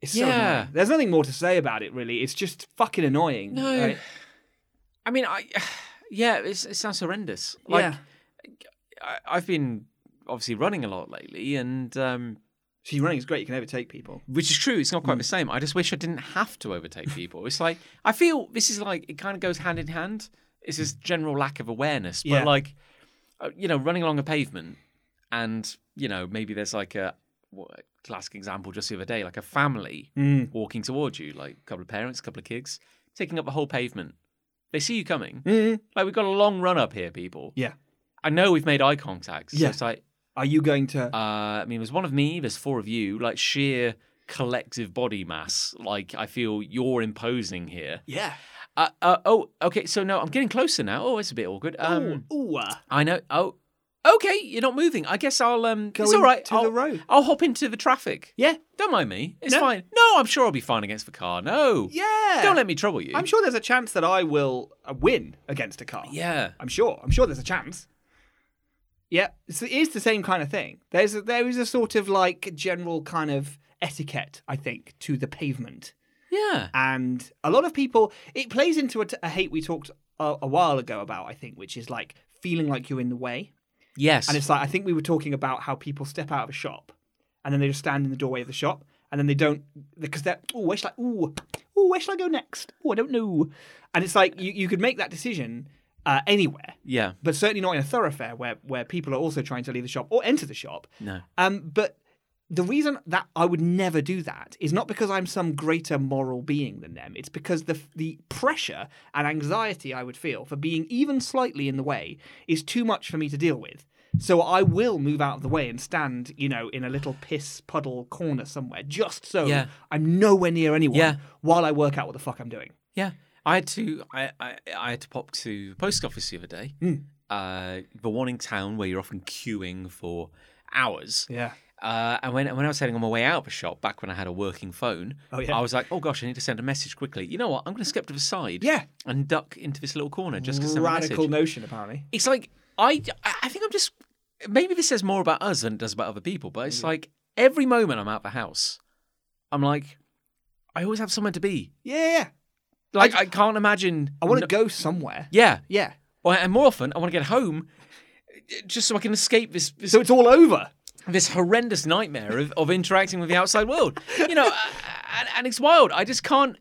It's so
Yeah.
annoying. There's nothing more to say about it, really. It's just fucking annoying.
No.
right?
I mean, I yeah, it's, it sounds horrendous. Like
yeah.
I, I've been obviously running a lot lately, and um,
See, running is great. You can overtake people.
which is true. It's not
Mm.
quite the same. I just wish I didn't have to overtake people. It's like I feel this is like it kind of goes hand in hand. It's this general lack of awareness, but
Yeah.
like uh, you know, running along a pavement and you know maybe there's like a what, a classic example just the other day, like a family
Mm.
walking towards you, like a couple of parents, a couple of kids, taking up the whole pavement. They see you coming. Like we've got a long run up here, people.
Mm-hmm. Yeah.
I know we've made eye contact. So
Yeah.
it's like,
Are you going to?
uh, I mean, there's one of me, there's four of you, like sheer collective body mass. Like I feel you're imposing here.
yeah.
Uh, uh, oh, okay. So no, I'm getting closer now. Oh, it's a bit awkward. Um,
Ooh, uh,
I know. Oh, okay. You're not moving. I guess I'll. Um,
Go
it's all right.
into the
I'll,
road.
I'll hop into the traffic.
yeah.
Don't mind me. It's
No.
fine. No, I'm sure I'll be fine against the car. No.
Yeah.
Don't let me trouble you.
I'm sure there's a chance that I will uh, win against a car.
Yeah.
I'm sure. I'm sure there's a chance. Yeah, it's, it is the same kind of thing. There's a, there is a sort of like general kind of etiquette, I think, to the pavement,
Yeah.
and a lot of people. It plays into a, t- a hate we talked a, a while ago about, I think, which is like feeling like you're in the way.
Yes.
And it's like I think we were talking about how people step out of a shop, and then they just stand in the doorway of the shop, and then they don't because they're oh where shall I ooh ooh where shall I go next? Oh I don't know. And it's like you, you could make that decision uh, anywhere
yeah.
but certainly not in a thoroughfare where where people are also trying to leave the shop or enter the shop.
No.
Um, but the reason that I would never do that is not because I'm some greater moral being than them. It's because the the pressure and anxiety I would feel for being even slightly in the way is too much for me to deal with. So I will move out of the way and stand, you know, in a little piss puddle corner somewhere, just so
Yeah.
I'm nowhere near anyone
Yeah.
while I work out what the fuck I'm doing.
Yeah, I had to. I, I, I had to pop to the post office the other day.
Hmm.
Uh, the one in town where you're often queuing for hours.
Yeah.
Uh, and when when I was heading on my way out of the shop, back when I had a working phone,
Oh, yeah.
I was like, "Oh gosh, I need to send a message quickly." You know what? I'm going to step to the side,
Yeah.
and duck into this little corner just to send a message.
Radical notion, apparently.
It's like I, I think I'm just. Maybe this says more about us than it does about other people, but it's like every moment I'm out of the house, I'm like, I always have somewhere to be.
Yeah, yeah.
Like I, can't imagine.
I want to
no-
go somewhere.
Yeah.
Yeah.
Well, and more often, I want to get home uh, just so I can escape this this,
So it's all over.
this horrendous nightmare of, of interacting with the outside world. You know, uh, and, and it's wild. I just can't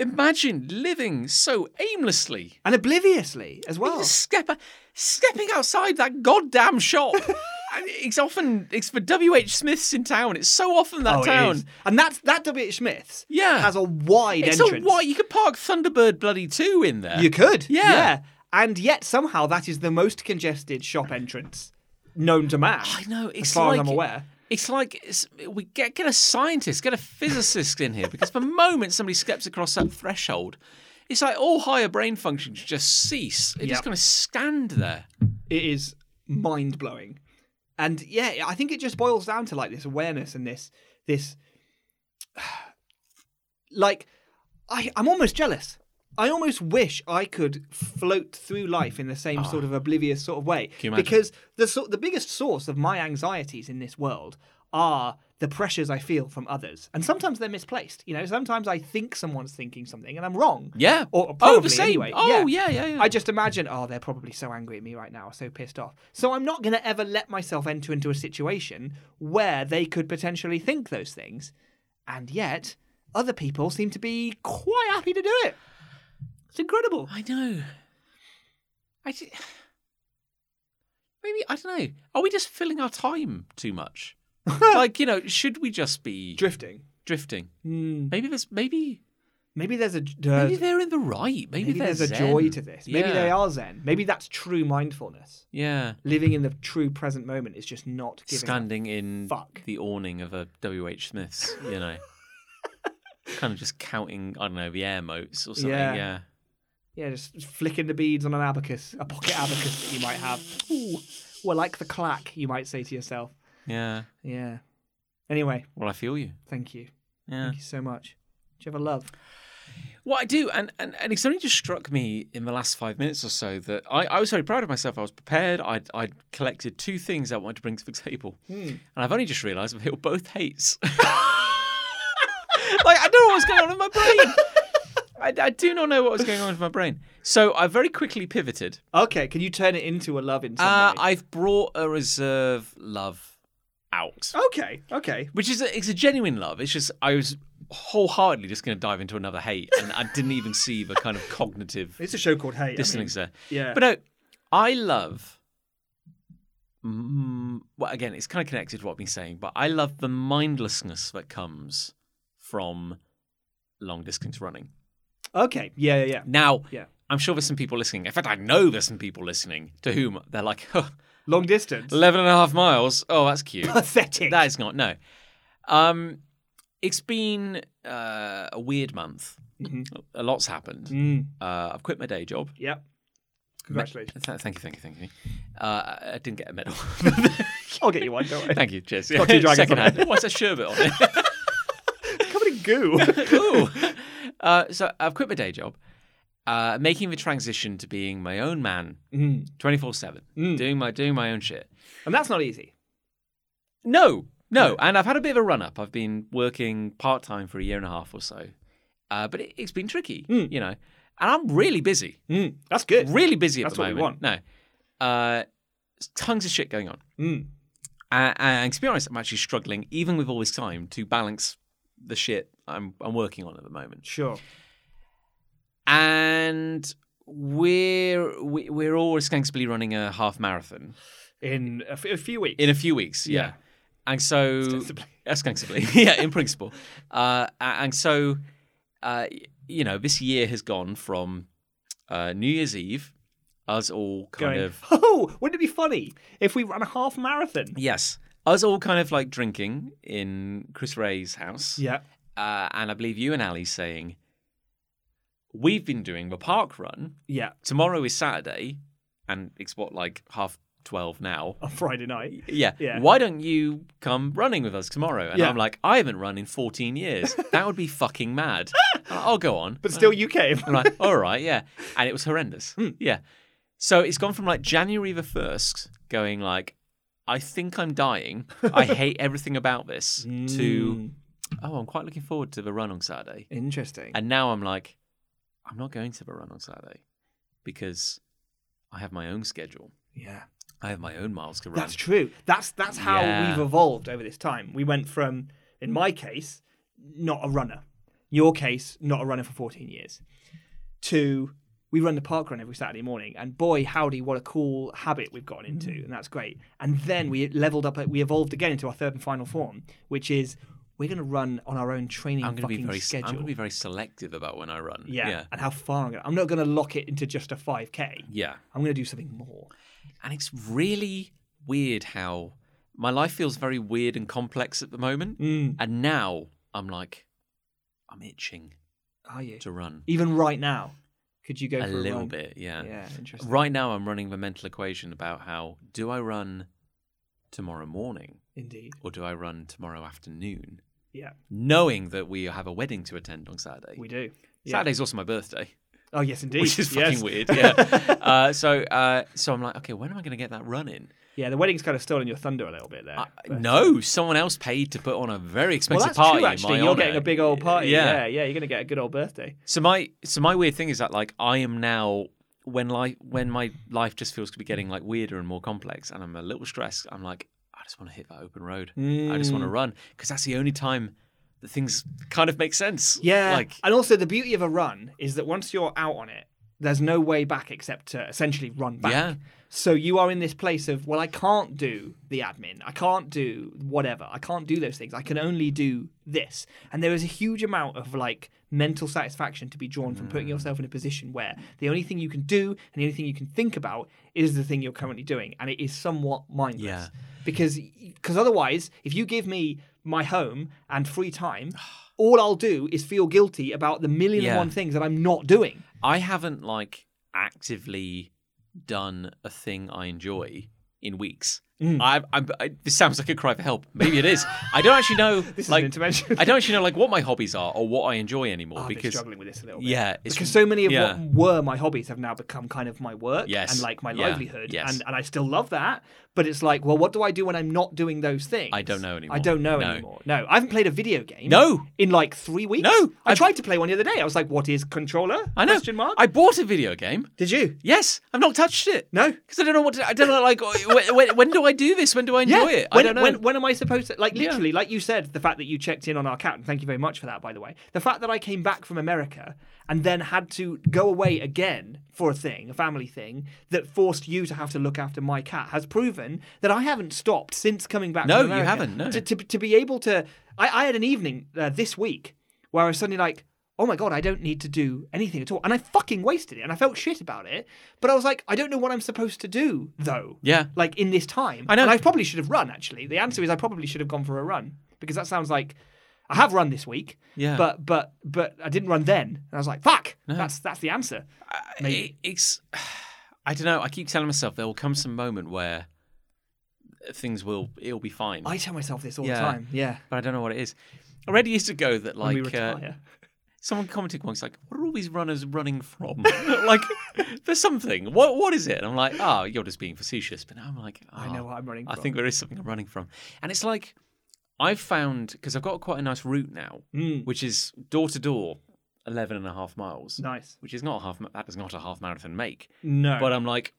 imagine living so aimlessly.
And obliviously as well.
Just step, stepping outside that goddamn shop. And it's often it's for WH Smith's in town. It's so often that
Oh, it
town.
is. And that's that WH Smith's
Yeah.
has a wide
It's a
entrance.
what you could park Thunderbird bloody two in there.
You could.
Yeah.
And yet somehow that is the most congested shop entrance known to man.
I know. It's
as far
like
as I'm aware.
It's like it's, we get get a scientist, get a physicist in here, because the moment somebody steps across that threshold, it's like all higher brain functions just cease. It
Yep.
just kind of stand there.
It is mind blowing. And yeah, I think it just boils down to like this awareness and this this like I, I'm almost jealous. I almost wish I could float through life in the same sort of oblivious sort of way.
Ah. you imagine?
because the sort the biggest source of my anxieties in this world are the pressures I feel from others, and sometimes they're misplaced. You know, sometimes I think someone's thinking something and I'm wrong.
Yeah. Oh,
or, or
the
probably
same.
anyway.
Oh, yeah, yeah, yeah.
I just imagine, oh, they're probably so angry at me right now, so pissed off. So I'm not going to ever let myself enter into a situation where they could potentially think those things. And yet, other people seem to be quite happy to do it. It's incredible.
I know. I ju- maybe I don't know. Are we just filling our time too much? like you know, should we just be
Drifting.
drifting?
Hmm.
Maybe there's maybe
Maybe there's a j- uh,
maybe
maybe,
they're in the right. Maybe, they're
there's a
zen.
joy to this. Maybe
Yeah.
they are zen. Maybe that's true mindfulness.
Yeah.
Living in the true present moment is just not giving. up.
standing in
fuck.
the awning of a WH Smith's, you know. kind of just counting, I don't know, the air motes or something.
Yeah.
Yeah.
Yeah, just flicking the beads on an abacus, a pocket abacus that you might have. Ooh, well, like the clack, you might say to yourself.
Yeah.
Yeah. Anyway,
Well, I feel you.
thank you.
Yeah.
Thank you so much. Do you have a love?
What I do, and, and, and it's only just struck me in the last five minutes or so that I, I was very proud of myself. I was prepared. I'd, I'd collected two things I wanted to bring to the table. And I've only just realised they were both hates. like, I don't know what's going on in my brain. I, I do not know what was going on with my brain. So I very quickly pivoted.
Okay, can you turn it into a love in some
Uh,
way?
I've brought a reserve love out,
Okay, okay.
which is a, it's a genuine love. It's just I was wholeheartedly just going to dive into another hate, and I didn't even see the kind of cognitive
It's a show called Hey. I mean,
dissonance there.
yeah.
But no, I love mm, well, again, it's kind of connected to what I've been saying, but I love the mindlessness that comes from long distance running. uh,
Okay. Yeah, yeah, yeah.
Now,
Yeah.
I'm sure there's some people listening. In fact, I know there's some people listening to whom they're like, huh,
Long distance.
11 and a half miles. Oh, that's cute.
Pathetic.
That is not no. Um, it's been uh, a weird month.
Mhm.
A lot's happened.
Mm.
Uh, I've quit my day job.
Yep. Congratulations.
Th- thank you, thank you, thank you. Uh, I didn't get a medal.
I'll get you one, don't worry.
thank you, cheers.
Got two dragons on
Secondhand.
it.
What's a sherbet on it?
Covered in goo.
Ooh. Uh, so I've quit my day job, uh, making the transition to being my own man,
Mm.
twenty four seven,
Mm.
doing my doing my own shit.
And that's not easy.
No, no. And I've had a bit of a run up. I've been working part time for a year and a half or so, uh, but it, it's been tricky,
Hmm.
you know. And I'm really busy,
Mm. That's good.
really busy at
That's
the
what we
moment. No, uh, tons of shit going on.
Mm.
Uh, and to be honest, I'm actually struggling, even with all this time, to balance the shit I'm I'm working on at the moment.
Sure.
And we're we, we're all ostensibly running a half marathon
In a, f- a few weeks.
in a few weeks. Yeah,
Yeah.
and so
Ostensibly.
ostensibly, yeah, in principle. Uh, a- and so, uh, y- you know, this year has gone from uh, New Year's Eve, us all kind
going,
of
oh, wouldn't it be funny if we ran a half marathon?
yes, us all kind of like drinking in Chris Ray's house.
Yeah.
uh, and I believe you and Ali saying, "We've been doing the park run.
Yeah.
Tomorrow is Saturday, and it's what like half twelve now.
On Friday night.
Yeah.
Yeah.
Why don't you come running with us tomorrow?" And
Yeah.
I'm like, "I haven't run in fourteen years. That would be fucking mad. I'll go on."
But still, Hmm. you came.
I'm like, "All right, yeah," and it was horrendous. Yeah. So it's gone from like January the first, going like. I think I'm dying. I hate everything about this.
Hmm. Mm,
To oh, I'm quite looking forward to the run on Saturday.
Interesting.
And now I'm like, I'm not going to the run on Saturday because I have my own schedule.
yeah.
I have my own miles to run.
That's true. That's that's how
Yeah.
we've evolved over this time. We went from, in my case, not a runner. Your case, not a runner for 14 years. To we run the park run every Saturday morning, and boy, howdy, what a cool habit we've gotten into,
Mm.
and that's great. And then we leveled up, we evolved again into our third and final form, which is we're going to run on our own training
I'm going to
fucking
be very.
schedule.
I'm going to be very selective about when I run.
yeah.
yeah,
and how far I'm going. to I'm not going to lock it into just a 5k.
yeah.
I'm going to do something more.
And it's really weird how my life feels very weird and complex at the moment.
Mm.
And now I'm like, I'm itching
Are you?
to run
Even right now, could you go
a
for a
little
run?
bit.
Yeah, interesting.
Right now, I'm running the mental equation about how do I run tomorrow morning
Indeed.
or do I run tomorrow afternoon?
Yeah,
knowing that we have a wedding to attend on Saturday.
we do. Yeah.
Saturday's also my birthday,
Oh yes, indeed.
which is fucking
Yes.
weird. Yeah. uh, so, uh, so I'm like, okay, when am I going to get that run in?
Yeah, the wedding's kind of stolen your thunder a little bit there.
I-
but-
no, someone else paid to put on a very
Well,
expensive
that's
party.
true.
in
Actually,
my
you're
honour.
getting a big old party.
Yeah.
Yeah. yeah, You're gonna get a good old birthday.
So my, so my weird thing is that like I am now when life when my life just feels to be getting like weirder and more complex, and I'm a little stressed. I'm like, I just want to hit that open road. I just
Mm.
want to run because that's the only time that things kind of make sense.
Yeah,
Like
and also the beauty of a run is that once you're out on it, there's no way back except to essentially run back.
Yeah.
So you are in this place of well, I can't do the admin, I can't do whatever, I can't do those things. I can only do this, and there is a huge amount of like mental satisfaction to be drawn from putting yourself in a position where the only thing you can do and the only thing you can think about is the thing you're currently doing, and it is somewhat mindless.
Yeah.
Because because otherwise, if you give me my home and free time, all I'll do is feel guilty about the million and
Yeah.
one things that I'm not doing.
I haven't like actively done a thing I enjoy in weeks.
Mm.
I've, I'm, I, this sounds like a cry for help. Maybe it is. I don't actually know.
This
like,
is an intervention.
I don't actually know like what my hobbies are or what I enjoy anymore
I've been
because
struggling with this Ah, a little bit.
yeah, it's
because so many of
yeah.
what were my hobbies have now become kind of my work
Yes.
and like my
Yeah.
livelihood
Yes.
and, and i still love that but it's like well what do i do when i'm not doing those things
I don't know anymore.
i don't know
No.
anymore no i haven't played a video game
No.
in like three weeks
No.
i
I've-
tried to play one the other day i was like what is controller
I know.
question mark
I bought a video game.
did you
Yes, I've not touched it.
No.
because I don't know what to, I don't know. Like when, when, when do I I do this? When do I enjoy it? I
when,
don't know.
When, when am I supposed to? Like
Yeah.
literally, like you said, the fact that you checked in on our cat, and thank you very much for that, by the way. The fact that I came back from America and then had to go away again for a thing, a family thing, that forced you to have to look after my cat has proven that I haven't stopped since coming back.
No,
from
you
America.
haven't, no.
To, to, to be able to, I, I had an evening uh, this week where I was suddenly like. Oh my god, I don't need to do anything at all. And I fucking wasted it and I felt shit about it. But I was like, I don't know what I'm supposed to do though
Yeah.
like in this time.
I know.
And I probably should have run. Actually, the answer is I probably should have gone for a run because that sounds like I have run this week.
Yeah.
But but but I didn't run then, and I was like, fuck. That's that's the answer.
It- it's I don't know. I keep telling myself there will come some moment where things will it'll be fine,
I tell myself this all
Yeah.
the time. Yeah.
but I don't know what it is. I read years ago that
When
like
we
uh,
retire.
someone commented once like, "What are all these runners running from?" like, there's something. What what is it? And I'm like, "Oh, you're just being facetious." But now I'm like,
I
"Ah,
know what I'm running
I
from."
think there is something I'm running from, and it's like I've found because I've got quite a nice route now,
Mm.
which is door to door, 11 and a half miles,
Nice.
which is not a half. ma- That does not a half marathon make.
No.
But I'm like,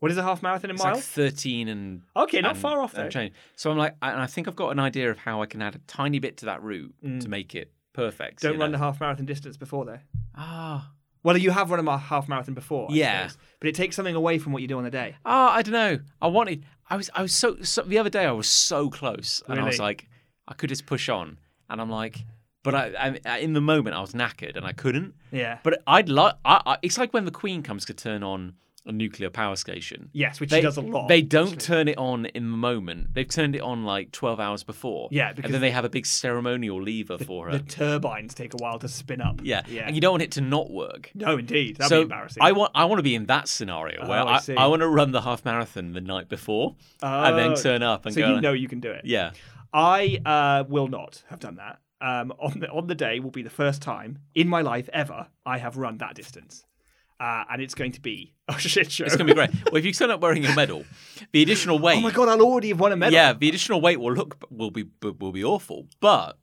what is a half marathon in
it's like
miles?
13 and
okay, not
and-
far off
and
though.
change. So I'm like, I- and I think I've got an idea of how I can add a tiny bit to that route to make it perfect.
Mm. Don't
you
run
know?
the half marathon distance before though.
Ah,
Well, you have run a ma- half marathon before. I
Yeah.
suppose. But it takes something away from what you do on the day.
ah, I don't know. I wanted. I was. I was so, so. The other day, I was so close, and I was
Really?
like, I could just push on, and I'm like, but I, I in the moment, I was knackered, and I couldn't.
Yeah.
But I'd like. I, I, it's like when the Queen comes to turn on a nuclear power station.
yes, which
They,
she does a lot.
they don't turn it on in the moment. They've turned it on like 12 hours before.
Yeah,
and
because
then they have a big ceremonial lever for her.
The turbines take a while to spin up.
Yeah.
Yeah.
And you don't want it to not work.
No, indeed. That'd
so
be embarrassing.
I want I want to be in that scenario where
Oh, I
I,
see.
I, want to run the half marathon the night before and then
Oh,
turn up and
so
go.
you know you can do it.
yeah.
I uh, will not have done that. Um, on the on the day will be the first time in my life ever I have run that distance, uh, and it's going to be a shit show.
It's gonna be great. well, if you turn up wearing a medal, the additional weight.
Oh my god! I'll already have won a medal.
Yeah, the additional weight will look will be will be awful, but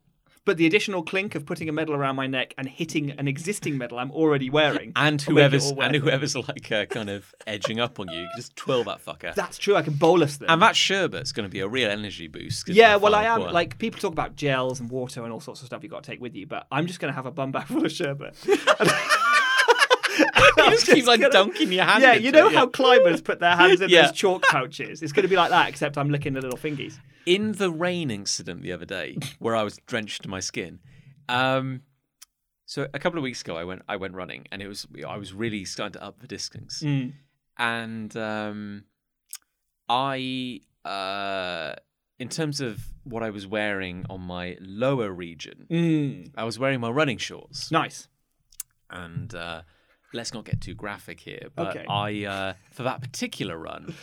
But the additional clink of putting a medal around my neck and hitting an existing medal I'm already wearing.
and
will make it
whoever's
all worth
and
it.
whoever's like uh, kind of edging up on you, just twirl that fucker.
That's true. I can bolus them.
and that sherbet's going to be a real energy boost. 'cause
Yeah,
of the
well, I
final
am.
quarter.
Like, people talk about gels and water and all sorts of stuff you got to take with you, but I'm just going to have a bum bag full of sherbet.
you just keep like dunking your hand.
yeah,
into
you know
it, yeah.
how climbers put their hands in
Yeah.
those chalk pouches? It's going to be like that, except I'm licking the little fingies.
in the rain incident the other day where I was drenched to my skin. Um, so a couple of weeks ago, I went I went running, and it was I was really starting to up the distance,
Mm.
and um, I uh, in terms of what I was wearing on my lower region, I was wearing my running shorts,
Nice.
and uh, let's not get too graphic here, but
Okay.
I uh, for that particular run,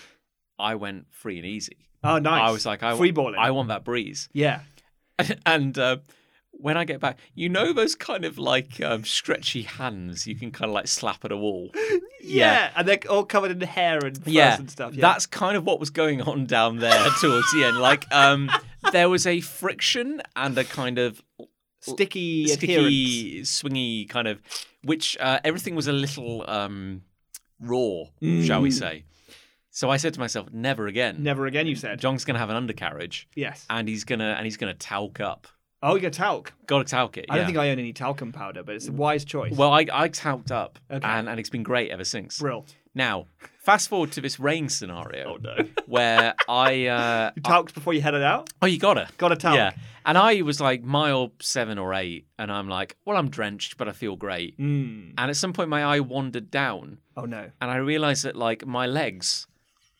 I went free and easy.
Oh, nice.
I was like, I,
free balling.
I want that breeze.
yeah.
and uh, when I get back, you know those kind of like um, stretchy hands you can kind of like slap at a wall.
yeah, and they're all covered in hair and fuzz and stuff. Yeah,
That's kind of what was going on down there towards the end. Like um, there was a friction and a kind of
sticky, adherence.
sticky, swingy kind of, which uh, everything was a little um, raw, shall we say. So I said to myself, Mm. never again.
Never again, you said.
John's gonna have an undercarriage,
Yes.
and he's gonna and he's gonna talc up.
Oh, you got talc.
Gotta talc it.
I don't
yeah.
think I own any talcum powder, but it's a wise choice.
Well, I, I talked up,
Okay.
and, and it's been great ever since.
Brill.
Now, fast forward to this rain scenario.
Oh, no.
Where I, uh,
You talked before you headed out?
oh, you gotta,
Got a talc.
yeah, and I was like mile seven or eight, and I'm like, well, I'm drenched, but I feel great.
Mm.
And at some point, my eye wandered down,
Oh, no.
and I realised that like my legs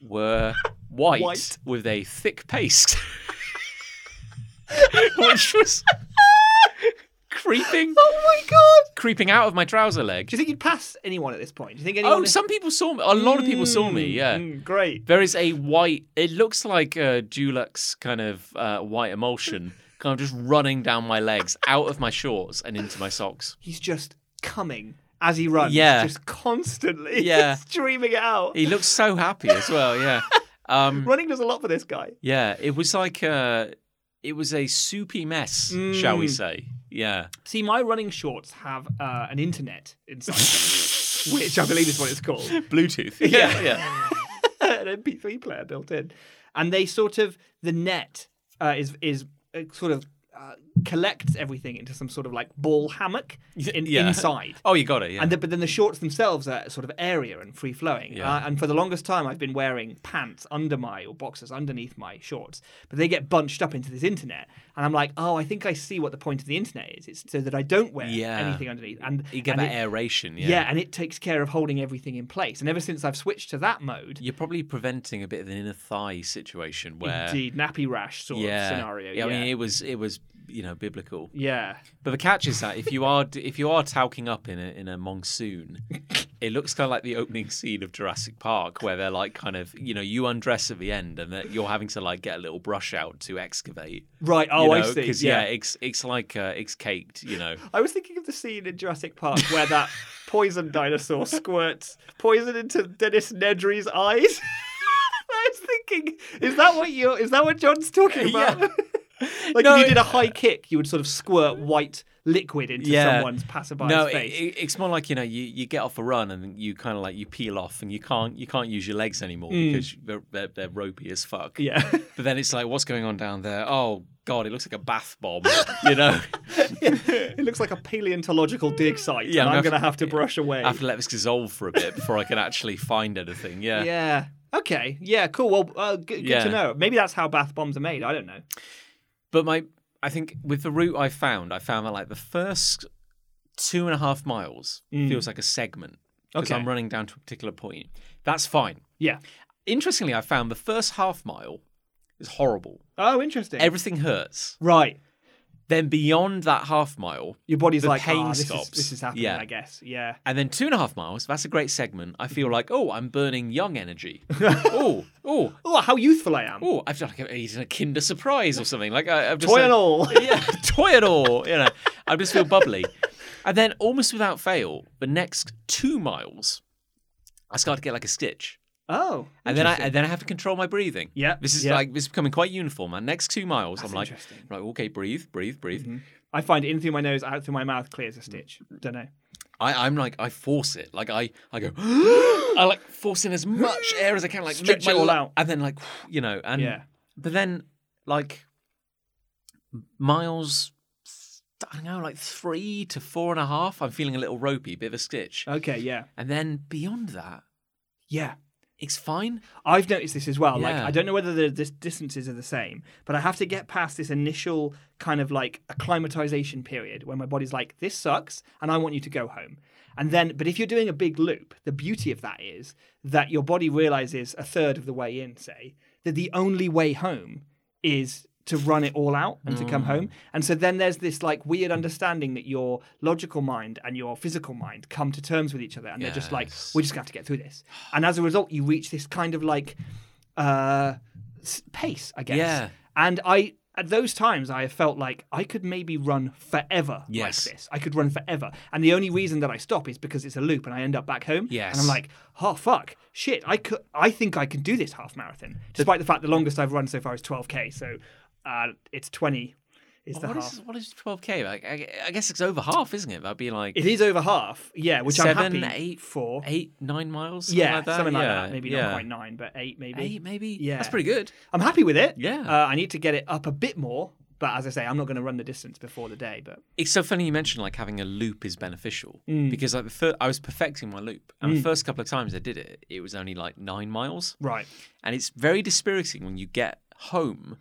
were white,
White.
with a thick paste, which was creeping. Oh my god! Creeping out of my trouser leg.
Do you think you'd pass anyone at this point? Do you think anyone?
Oh, some people saw me. A lot of people saw me. Yeah.
Mm, great.
There is a white. It looks like a Dulux kind of uh, white emulsion, kind of just running down my legs, out of my shorts and into my socks.
He's just coming as he runs.
Yeah.
Just constantly.
Yeah.
Streaming it out.
He looks so happy as well. Yeah. Um,
Running does a lot for this guy.
yeah. It was like a. It was a soupy mess, shall we say? Yeah.
See, my running shorts have uh, an internet inside them, which I believe is what it's called.
Bluetooth. Yeah. Yeah.
got an MP3 player built in, and they sort of the net uh, is is uh, sort of uh, collects everything into some sort of like ball hammock in,
Yeah.
inside.
Oh, you got it. Yeah.
And the, but then the shorts themselves are sort of area and free flowing.
Yeah.
Uh, and for the longest time, I've been wearing pants under my or boxers underneath my shorts, but they get bunched up into this internet, and I'm like, oh, I think I see what the point of the internet is. It's so that I don't wear
Yeah.
anything underneath. And
you get
and
that
it-
aeration. Yeah.
yeah. and it takes care of holding everything in place. And ever since I've switched to that mode,
You're probably preventing a bit of an inner thigh situation where.
indeed, nappy rash sort
Yeah.
of scenario.
yeah.
Yeah,
I mean, it was it was you know biblical.
yeah.
But the catch is that if you are if you are talking up in a in a monsoon, it looks kind of like the opening scene of Jurassic Park, where they're like kind of you know you undress at the end and that you're having to like get a little brush out to excavate.
Right. Oh,
you
I
know,
see.
'cause,
yeah.
it's it's like uh, it's caked. You know,
I was thinking of the scene in Jurassic Park where that poison dinosaur squirts poison into Dennis Nedry's eyes. I was thinking, is that what you? Is that what John's talking about?
Yeah.
like
No,
if you did
it-
a high kick, you would sort of squirt white liquid into
Yeah.
someone's pacifier's
no, it,
face.
it- it's more like you know you, you get off a run and you kind of like you peel off and you can't you can't use your legs anymore because they're, they're they're ropey as fuck.
Mm. yeah.
But then it's like, what's going on down there? Oh God, it looks like a bath bomb. You know.
it looks like a paleontological dig site.
Yeah,
and
I'm
I'm
gonna
gonna have to brush away.
I have to let this dissolve for a bit before I can actually find anything. Yeah.
yeah. Okay. Yeah. Cool. Well, uh, good, good
Yeah.
to know. Maybe that's how bath bombs are made. I don't know.
But my, I think with the route I found, I found that like the first two and a half miles feels like a segment because
Mm. Okay.
I'm running down to a particular point. That's fine.
Yeah.
Interestingly, I found the first half mile is horrible.
Oh, interesting.
Everything hurts.
right.
Then beyond that half mile,
Your body's
The
like,
pain
"Ah, this,
stops."
Is, this is happening,
Yeah.
I guess. Yeah.
And then two and a half miles, that's a great segment. I feel like, oh, I'm burning young energy. oh, oh,
Oh, how youthful I am.
oh, I've done like a, eaten a Kinder surprise or something. Like I, I've just
Toy
like-
and all.
yeah, toy it all. You know, I just feel bubbly. And then almost without fail, the next two miles, I start to get like a stitch.
oh.
And then I and then I have to control my breathing.
Yeah,
This is
yeah.
like this is becoming quite uniform. And next two miles, I'm like,
interesting. Mm-hmm.
right, okay, breathe, breathe, breathe.
I find in through my nose, out through my mouth, clear as a stitch. Don't know.
I, I'm like I force it. Like I I go I like force in as much air as I can, like make
Stretch it
my
all
lu-
out.
And then like you know, and
Yeah.
but then like miles I don't know, like three to four and a half, I'm feeling a little ropey, bit of a stitch.
Okay, yeah.
And then beyond that,
Yeah.
it's fine.
I've noticed this as well. Like,
Yeah.
I don't know whether the dis- distances are the same, but I have to get past this initial kind of like acclimatization period where my body's like, this sucks, and I want you to go home. And then, but if you're doing a big loop, the beauty of that is that your body realizes a third of the way in, say, that the only way home is to run it all out and to come home. And so then there's this like weird understanding that your logical mind and your physical mind come to terms with each other. And they're just like,
Yes.
we just have to get through this. And as a result, you reach this kind of like uh, s- pace, I guess.
Yeah.
And I, at those times, I have felt like I could maybe run forever
Yes.
like this. I could run forever. And the only reason that I stop is because it's a loop and I end up back home.
Yes.
And I'm like, oh, fuck, shit, I, could, I think I can do this half marathon, despite the fact the longest I've run so far is 12K. So uh, it's 20 is the
Oh, What
half.
is what is 12k? Like I, I guess it's over half, isn't it? That'd be like
It is over half, yeah, which I'm
seven,
happy
eight,
for.
eight, nine miles. Something
yeah,
like that.
something like
Yeah,
that. Maybe
yeah.
not quite nine, but eight maybe.
Eight, maybe.
Yeah.
that's pretty good.
I'm happy with it.
Yeah.
Uh, I need to get it up a bit more, but as I say, I'm not going to run the distance before the day. But
It's so funny you mentioned like having a loop is beneficial
Mm.
because like the fir- I was perfecting my loop, and the first couple of times I did it, it was only like nine miles,
right,
and it's very dispiriting when you get home,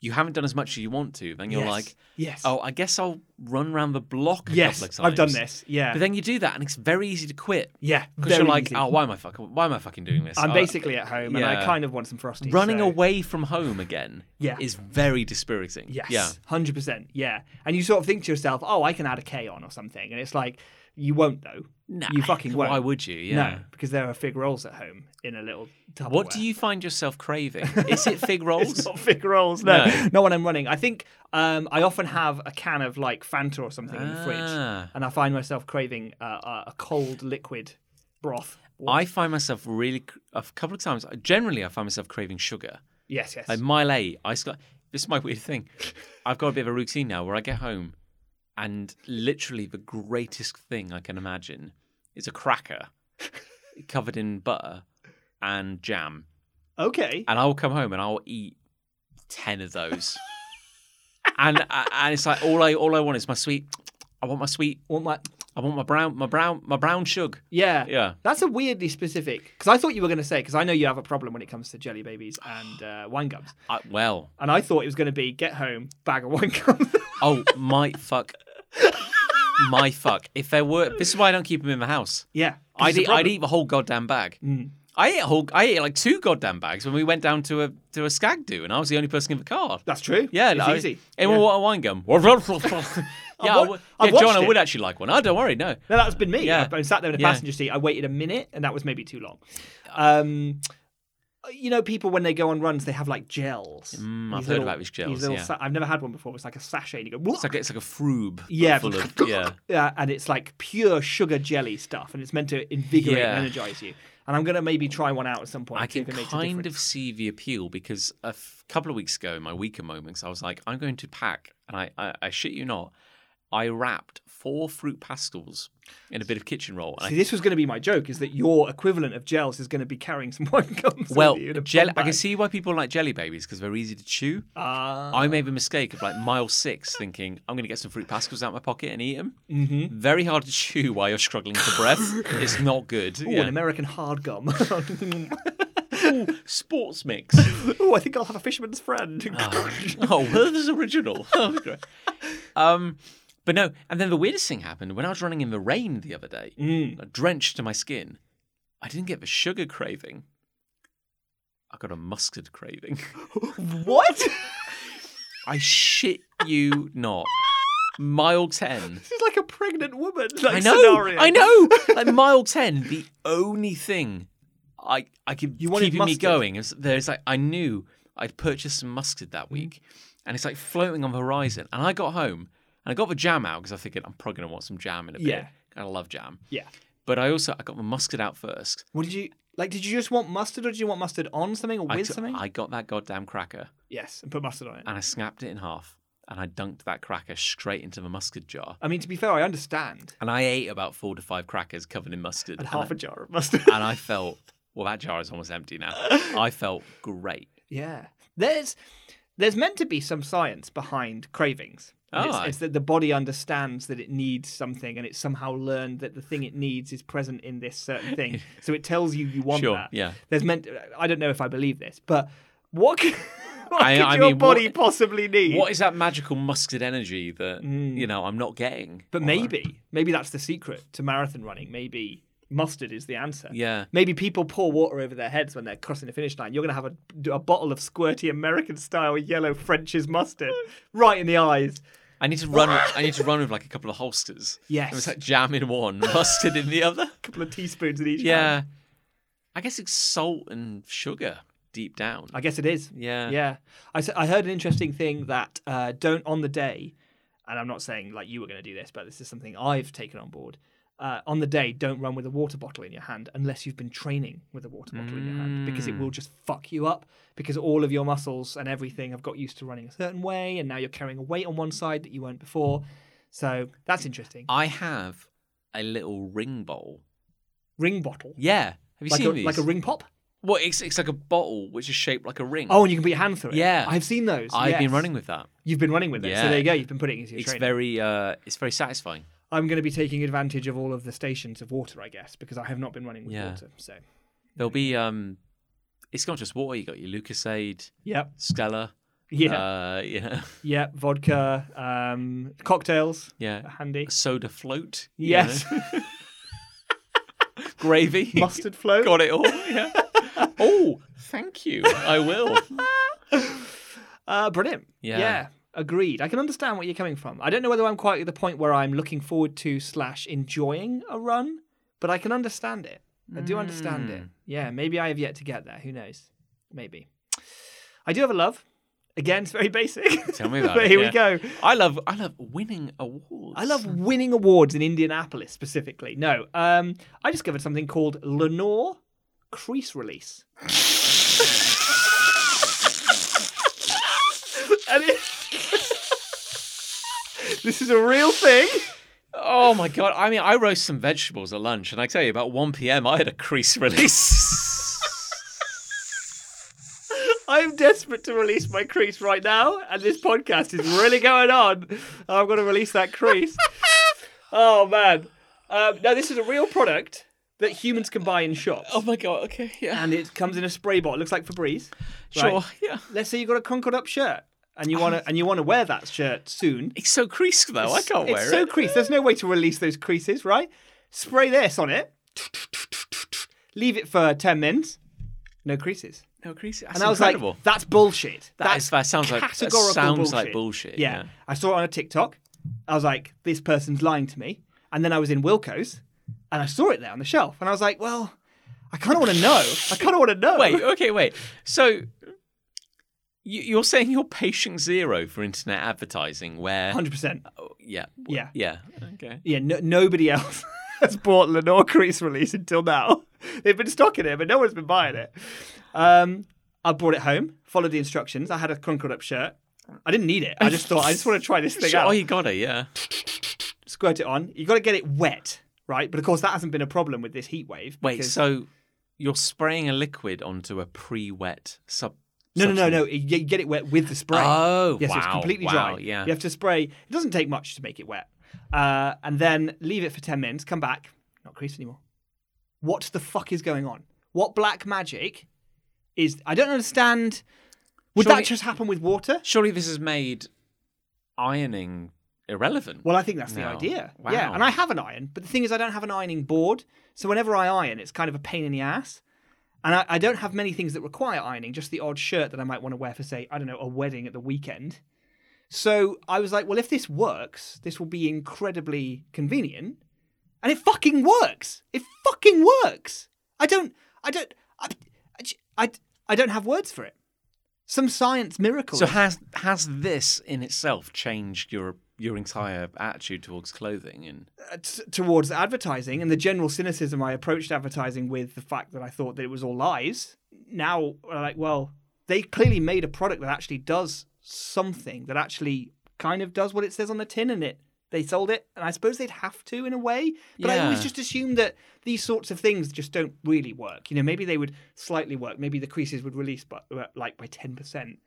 you haven't done as much as you want to, then you're
Yes.
like,
yes,
oh, I guess I'll run around the block. A
yes,
couple of times.
I've done this. Yeah,
But then you do that, and it's very easy to quit
yeah,
because
very
you're like,
easy.
oh, why am I fucking, why am I fucking doing this?
I'm
I-
basically at home, and
yeah.
I kind of want some frosty.
running
so-
away from home again.
Yeah.
is very dispiriting.
Yes,
yeah.
hundred percent. Yeah, and you sort of think to yourself, oh, I can add a K on or something, and it's like you won't though.
Nah,
you fucking won't.
Why would you? Yeah.
No, because there are fig rolls at home in a little. Tupperware.
What do you find yourself craving? Is it fig
It's
rolls?
not fig rolls. No,
No.
not when I'm running. I think um, I often have a can of like Fanta or something in the
Ah.
fridge, and I find myself craving uh, uh, a cold liquid broth.
I find myself really a couple of times. Generally, I find myself craving sugar.
Yes, yes.
Like mile eight, I just got this is my weird thing. I've got a bit of a routine now where I get home, and literally the greatest thing I can imagine is a cracker covered in butter and jam,
Okay.
and I will come home and I will eat ten of those. and uh, and it's like all I all I want is my sweet. I want my sweet.
Want my
I want my brown. My brown. My brown sugar.
yeah.
Yeah.
That's a weirdly specific because I thought you were going to say because I know you have a problem when it comes to jelly babies and uh, wine gums,
I, well.
and I thought it was going to be get home bag of wine gums.
Oh my fuck. My fuck. If there were, this is why I don't keep them in the house.
yeah,
I'd
This is
eat,
a
I'd
problem. Mm.
eat the whole goddamn bag. I ate a whole. I ate like two goddamn bags when we went down to a to a skag do, and I was the only person in the car.
That's true.
Yeah,
it's
like,
easy.
Anyone
yeah.
want a wine gum? yeah, I
wa-
would-
I've
yeah John,
watched
I would
it.
actually like one. Oh, don't worry, no.
No, that's been me.
Yeah.
I, I sat there in the
Yeah.
passenger seat. I waited a minute, and that was maybe too long. Um, you know, people when they go on runs, they have like gels.
Mm, I've
These
heard about these gels,
little
yeah.
sa- I've never had one before. It's like a sachet, and you go.
It's like it's like a froob. but
Yeah,
full of,
but-
yeah.
yeah, and it's like pure sugar jelly stuff, and it's meant to invigorate
Yeah.
and energize you. And I'm gonna maybe try one out at some point.
I can
see if it makes a
kind of
difference.
see the appeal because a f- couple of weeks ago, in my weaker moments, I was like, I'm going to pack, and I, I, I shit you not, I wrapped four fruit pastels in a bit of kitchen roll. And I
See, this was going to be my joke: is that your equivalent of gels is going to be carrying some wine gums. with
Well,
you in a
jelly,
bum
I can
bag.
see why people like jelly babies because they're easy to chew.
Ah,
I made the mistake of like mile six thinking, I'm going to get some fruit pascals out of my pocket and eat them.
mhm.
Very hard to chew while you're struggling for breath. It's not good.
Ooh, an
yeah.
American hard gum.
Ooh, sports mix.
oh, I think I'll have a fisherman's friend.
oh, well, this is original. That was great. um, but no, and then the weirdest thing happened when I was running in the rain the other day,
Mm.
drenched to my skin. I didn't get the sugar craving. I got a mustard craving.
What?
I shit you not. Mile 10.
this is like a pregnant woman. Like,
I know.
Scenario.
I know. Like mile 10, the only thing I I could
You wanted
keeping me
mustard.
going is there's like I knew I'd purchased some mustard that week and it's like floating on the horizon. And I got home and I got the jam out because I figured I'm probably going to want some jam in a bit.
Yeah.
I love jam.
Yeah.
But I also I got the mustard out first.
What did you like? Did you just want mustard, or did you want mustard on something, or
I
with
took-
something?
I got that goddamn cracker
Yes, and put mustard on it.
and I snapped it in half and I dunked that cracker straight into the mustard jar.
I mean, to be fair, I understand.
And I ate about four to five crackers covered in mustard.
And
I-
half a jar of mustard.
and I felt well that jar is almost empty now. I felt great.
Yeah, there's there's meant to be some science behind cravings. And
Aye.
It's, it's that the body understands that it needs something, and it's somehow learned that the thing it needs is present in this certain thing. So it tells you you want
Sure,
that.
yeah.
There's meant. I don't know if I believe this, but what could, what
I-
could
I
your
mean,
body
what-
possibly need?
What is that magical mustard energy that
Hmm.
you know I'm not getting?
But
Or-
maybe, maybe that's the secret to marathon running. Maybe mustard is the answer.
Yeah.
Maybe people pour water over their heads when they're crossing the finish line. You're going to have a, a bottle of squirty American style yellow French's mustard right in the eyes.
I need to run. I need to run with like a couple of holsters.
Yes.
it was like jam in one, mustard in the other.
A couple of teaspoons in each. hand.
Yeah, I guess it's salt and sugar deep down.
I guess it is.
Yeah.
Yeah. I, s- I heard an interesting thing that uh, don't on the day, and I'm not saying like you were going to do this, but this is something I've taken on board. Uh, on the day, don't run with a water bottle in your hand unless you've been training with a water bottle in your hand because it will
Mm.
just fuck you up because all of your muscles and everything have got used to running a certain way and now you're carrying a weight on one side that you weren't before. So that's interesting.
I have a little ring bowl.
Ring bottle.
Yeah, have you
Like
seen
a,
these?
like a ring pop?
Well, it's it's like a bottle which is shaped like a ring.
Oh, and you can put your hand through it.
Yeah.
I've seen those.
I've been
yes.
running with that.
You've been running with it.
Yeah.
So there you go. You've been putting it into your
It's
training.
very uh, it's very satisfying.
I'm going to be taking advantage of all of the stations of water, I guess, because I have not been running with
Yeah.
water. So,
There'll be um, it's not just water. You got your Lucasade,
yep,
Stella.
yeah,
Uh, yeah.
yeah, vodka, um, cocktails,
Yeah.
are handy.
Soda float. you
Yes,
know. Gravy.
mustard float.
Got it all. Yeah. oh, thank you. I will.
Uh, brilliant.
Yeah.
agreed. I can understand what you're coming from. I don't know whether I'm quite at the point where I'm looking forward to slash enjoying a run, but I can understand it. I do understand
Mm.
it. Yeah, maybe I have yet to get there. Who knows? Maybe. I do have a love. Again, it's very basic.
Tell me about
but
it,
here
yeah.
we go.
I love I love winning awards.
I love winning awards in Indianapolis specifically. No, um, I discovered something called Lenore crease release. and it... this is a real thing.
Oh my god. I mean I roast some vegetables at lunch and I tell you about 1 p.m. I had a crease release.
I'm desperate to release my crease right now, and this podcast is really going on. I'm going to release that crease. oh man! Um, now this is a real product that humans can buy in shops,
Oh my god. Okay. Yeah.
and it comes in a spray bottle. It looks like Febreze.
Sure.
Right.
Yeah.
Let's say you got a conquered up shirt, and you want to and you want to wear that shirt soon.
It's so creased though. I can't
it's
wear
so
it.
creased. There's no way to release those creases, right? Spray this on it. Leave it for ten minutes. No creases.
No crease. That's
And I was
incredible.
like, that's bullshit.
That
that's
is- that sounds like- that
categorical
sounds
bullshit.
like bullshit, yeah.
I saw it on a TikTok. I was like, this person's lying to me. And then I was in Wilco's and I saw it there on the shelf. And I was like, well, I kind of want to know. I kind of want to know.
wait. Okay. Wait. So. you- You're saying you're patient zero for internet advertising, where
100%.
Oh, yeah,
Yeah.
yeah, okay.
Yeah, no, nobody else has bought Lenore Crease release until now. They've been stocking it, but no one's been buying it. Um, I brought it home, followed the instructions. I had a crunkled up shirt. I didn't need it. I just thought, I just want to try this thing
Sure,
out.
oh, you got it, yeah.
squirt it on. You got to get it wet, right? But of course, that hasn't been a problem with this heat wave.
Wait,
because-
so you're spraying a liquid onto a pre-wet sub?
no, no, no,
substance.
no. You you get it wet with the spray.
Oh,
yes, it's
wow,
completely
wow,
dry.
yeah.
you have to spray. It doesn't take much to make it wet, uh, and then leave it for ten minutes. Come back, not creased anymore. What the fuck is going on? What black magic is? I don't understand. Would
Surely-
that just happen with water?
Surely this has made ironing irrelevant.
Well, I think that's the
No.
idea.
Wow.
Yeah, and I have an iron, but the thing is, I don't have an ironing board. So whenever I iron, it's kind of a pain in the ass. And I, I don't have many things that require ironing, just the odd shirt that I might want to wear for, say, I don't know, a wedding at the weekend. So I was like, well, if this works, this will be incredibly convenient. And it fucking works. It fucking works. I don't, I don't, I, I, j- I, I don't have words for it. Some science miracle.
so has has this in itself changed your your entire attitude towards clothing? And
uh, t- towards advertising and the general cynicism I approached advertising with the fact that I thought that it was all lies. Now, we're like, well, they clearly made a product that actually does something that actually kind of does what it says on the tin, and it they sold it, and I suppose they'd have to in a way. But I always
Yeah.
just assume that these sorts of things just don't really work. You know, maybe they would slightly work. Maybe the creases would release, but uh, like by ten percent,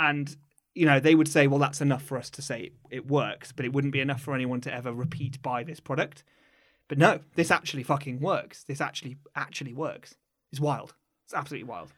and you know they would say well that's enough for us to say it, it works but it wouldn't be enough for anyone to ever repeat buy this product but no this actually fucking works this actually actually works it's wild it's absolutely wild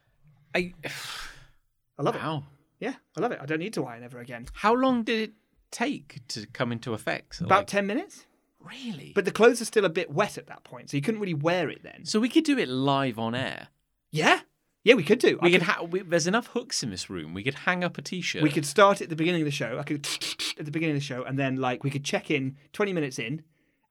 I,
i love
wow,
it yeah i love it i don't need to iron ever again
how long did it take to come into effect? So,
about
like,
10 minutes
really?
but the clothes are still a bit wet at that point so you couldn't really wear it then
so we could do it live on air.
yeah yeah we could do I
We could. Ha- we, there's enough hooks in this room. We could hang up a t-shirt.
We could start at the beginning of the show. I could at the beginning of the show, and then like we could check in twenty minutes in,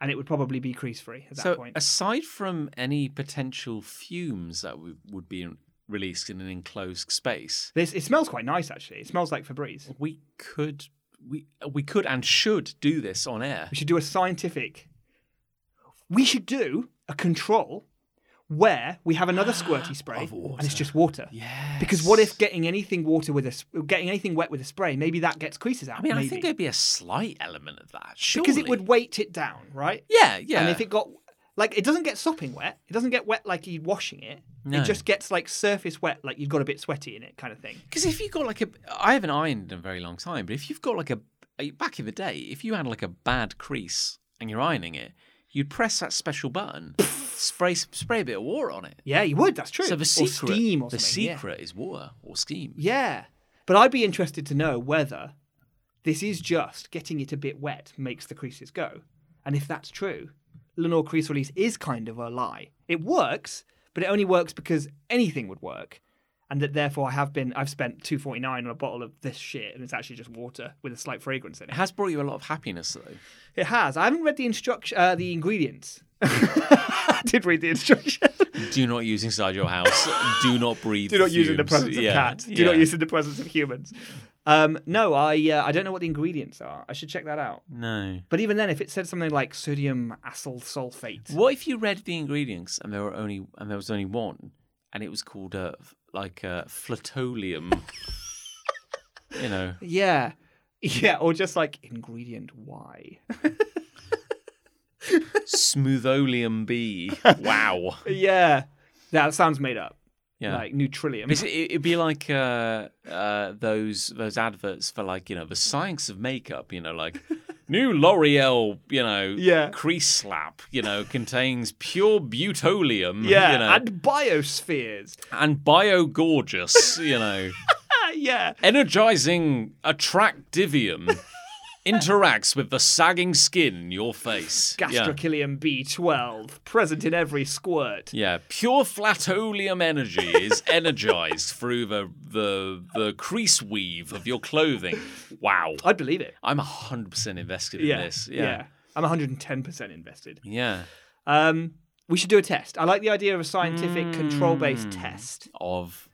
and it would probably be crease free at that
so
point.
aside from any potential fumes that would would be released in an enclosed space
This it smells quite nice actually. It smells like Febreze.
we could we we could and should do this on air
We should do a scientific. We should do a control where we have another squirty spray
Of water.
and it's just water.
yeah
Because what if getting anything water with a s- getting anything wet with a spray, maybe that gets creases out.
i mean i
maybe.
think there'd be a slight element of that surely.
because it would weight it down, right?
yeah yeah
And if it got like it doesn't get sopping wet, it doesn't get wet like you're washing it.
No.
It just gets like surface wet, like you've got a bit sweaty in it, kind of thing.
because if you got like a i haven't ironed in a very long time but if you've got like a a- back in the day if you had like a bad crease and you're ironing it you'd press that special button spray spray a bit of water on it
Yeah, you would. That's true.
so the
or
secret
steam or
the
something, yeah.
secret is water or steam
Yeah. But I'd be interested to know whether this is just getting it a bit wet makes the creases go. And if that's true, Lenore crease release is kind of a lie. It works, but it only works because anything would work. And that therefore I have been I've spent 249 on a bottle of this shit and it's actually just water with a slight fragrance in
It
it.
has brought you a lot of happiness, though.
It has. I haven't read the instruction uh, the ingredients. I did read the instruction.
Do not use inside your house. Do not breathe.
Do not use it in the
fumes.
presence
Yeah,
of cats. Do
yeah.
not use it in the presence of humans. Um, no, I uh, I don't know what the ingredients are. I should check that out.
No.
But even then, if it said something like sodium acyl sulfate,
What if you read the ingredients and there were only and there was only one, and it was called uh, f- like uh, flotolium? you know.
yeah, yeah, or just like ingredient Y.
Smootholium B. Wow.
yeah, that sounds made up.
Yeah.
like new trillium.
It's- it, would be like uh, uh, those those adverts for like you know the science of makeup. You know, like new L'Oreal. You know,
Yeah.
crease slap. You know, contains pure butylium.
yeah,
you know, and,
and biospheres.
bio gorgeous. you know,
Ah, yeah,
energizing attractivium interacts with the sagging skin in your face. Yeah.
gastrocilium B12 present in every squirt.
Yeah, pure flatolium energy is energized through the the the crease weave of your clothing. Wow.
I'd believe it.
I'm 100% invested
Yeah,
in this. Yeah.
I'm 110 percent invested.
Yeah.
Um, we should do a test. I like the idea of a scientific
Hmm.
control-based test.
Of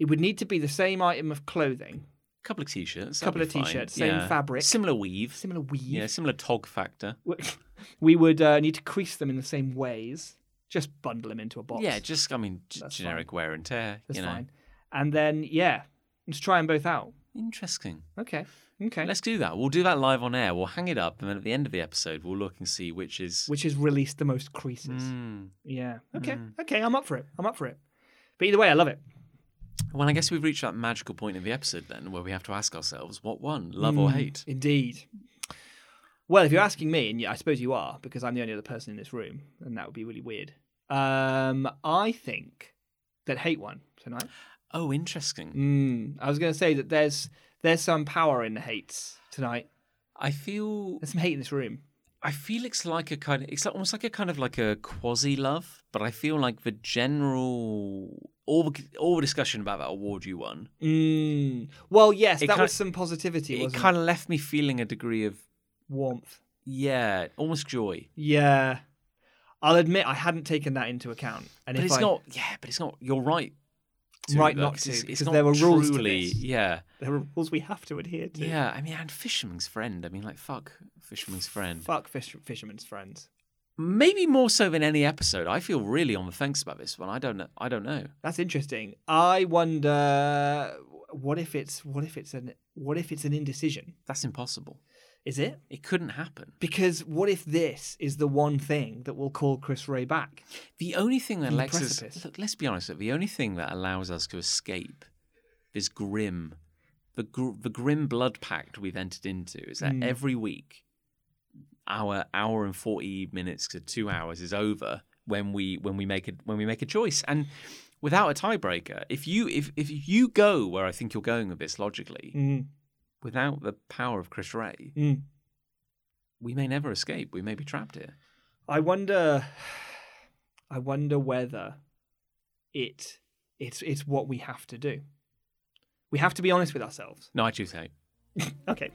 It would need to be the same item of clothing,
a couple of t shirts.
Couple of t-shirts, same fabric.
Similar weave.
similar weave.
Yeah, similar tog factor.
We- We would uh, need to crease them in the same ways. Just bundle them into a box.
Yeah, just, I mean, g-
That's
generic wear and tear.
that's
you know.
fine. And then yeah, just try them both out.
Interesting.
Okay. Okay.
Let's do that. We'll do that live on air. We'll hang it up, and then at the end of the episode, we'll look and see which is.
Which has released the most creases.
Mm.
Yeah. Okay. Okay. I'm up for it. I'm up for it. But either way, I love it.
Well, I guess we've reached that magical point in the episode then where we have to ask ourselves what one, love or
Hmm.
hate?
Mm, Indeed. Well, if you're asking me, and yeah, I suppose you are, because I'm the only other person in this room, and that would be really weird. Um, I think that hate one tonight.
Oh, interesting.
Mm, I was going to say that there's there's some power in the hates tonight.
I feel
There's some hate in this room.
I feel it's like a kind of it's like- almost like a kind of like a quasi love, but I feel like the general all the, all the discussion about that award you won,
Mm. Well, yes,
It
that
kind-
was some positivity.
it
wasn't
kind of left me feeling a degree of
warmth.
yeah, almost joy.
Yeah, I'll admit I hadn't taken that into account. And
But
if
it's
I,
not yeah, but it's not. You're right. to,
Right
though,
not
'cause
to,
It's, it's
because
not
there were
truly,
rules to this.
Yeah,
there are rules we have to adhere to.
yeah. I mean, and Fisherman's Friend. I mean, like fuck Fisherman's Friend.
Fuck fish, fisherman's friends.
Maybe more so than any episode. I feel really on the fence about this one. I don't know. I don't know.
That's interesting. I wonder what if it's what if it's an what if it's an indecision?
That's impossible.
Is it?
It couldn't happen.
Because what if this is the one thing that will call Chris Ray back?
The only thing that
On the
lets us
precipice.
look, let's be honest, the only thing that allows us to escape this grim, the gr- the grim blood pact we've entered into is
Hmm.
that every week, our hour and forty minutes to two hours is over when we when we make a when we make a choice and. Without a tiebreaker, if you if, if you go where I think you're going with this logically,
Mm.
without the power of Chris Ray,
Mm.
we may never escape. We may be trapped here.
I wonder. I wonder whether it it's it's what we have to do. We have to be honest with ourselves.
No, I choose hate.
Okay.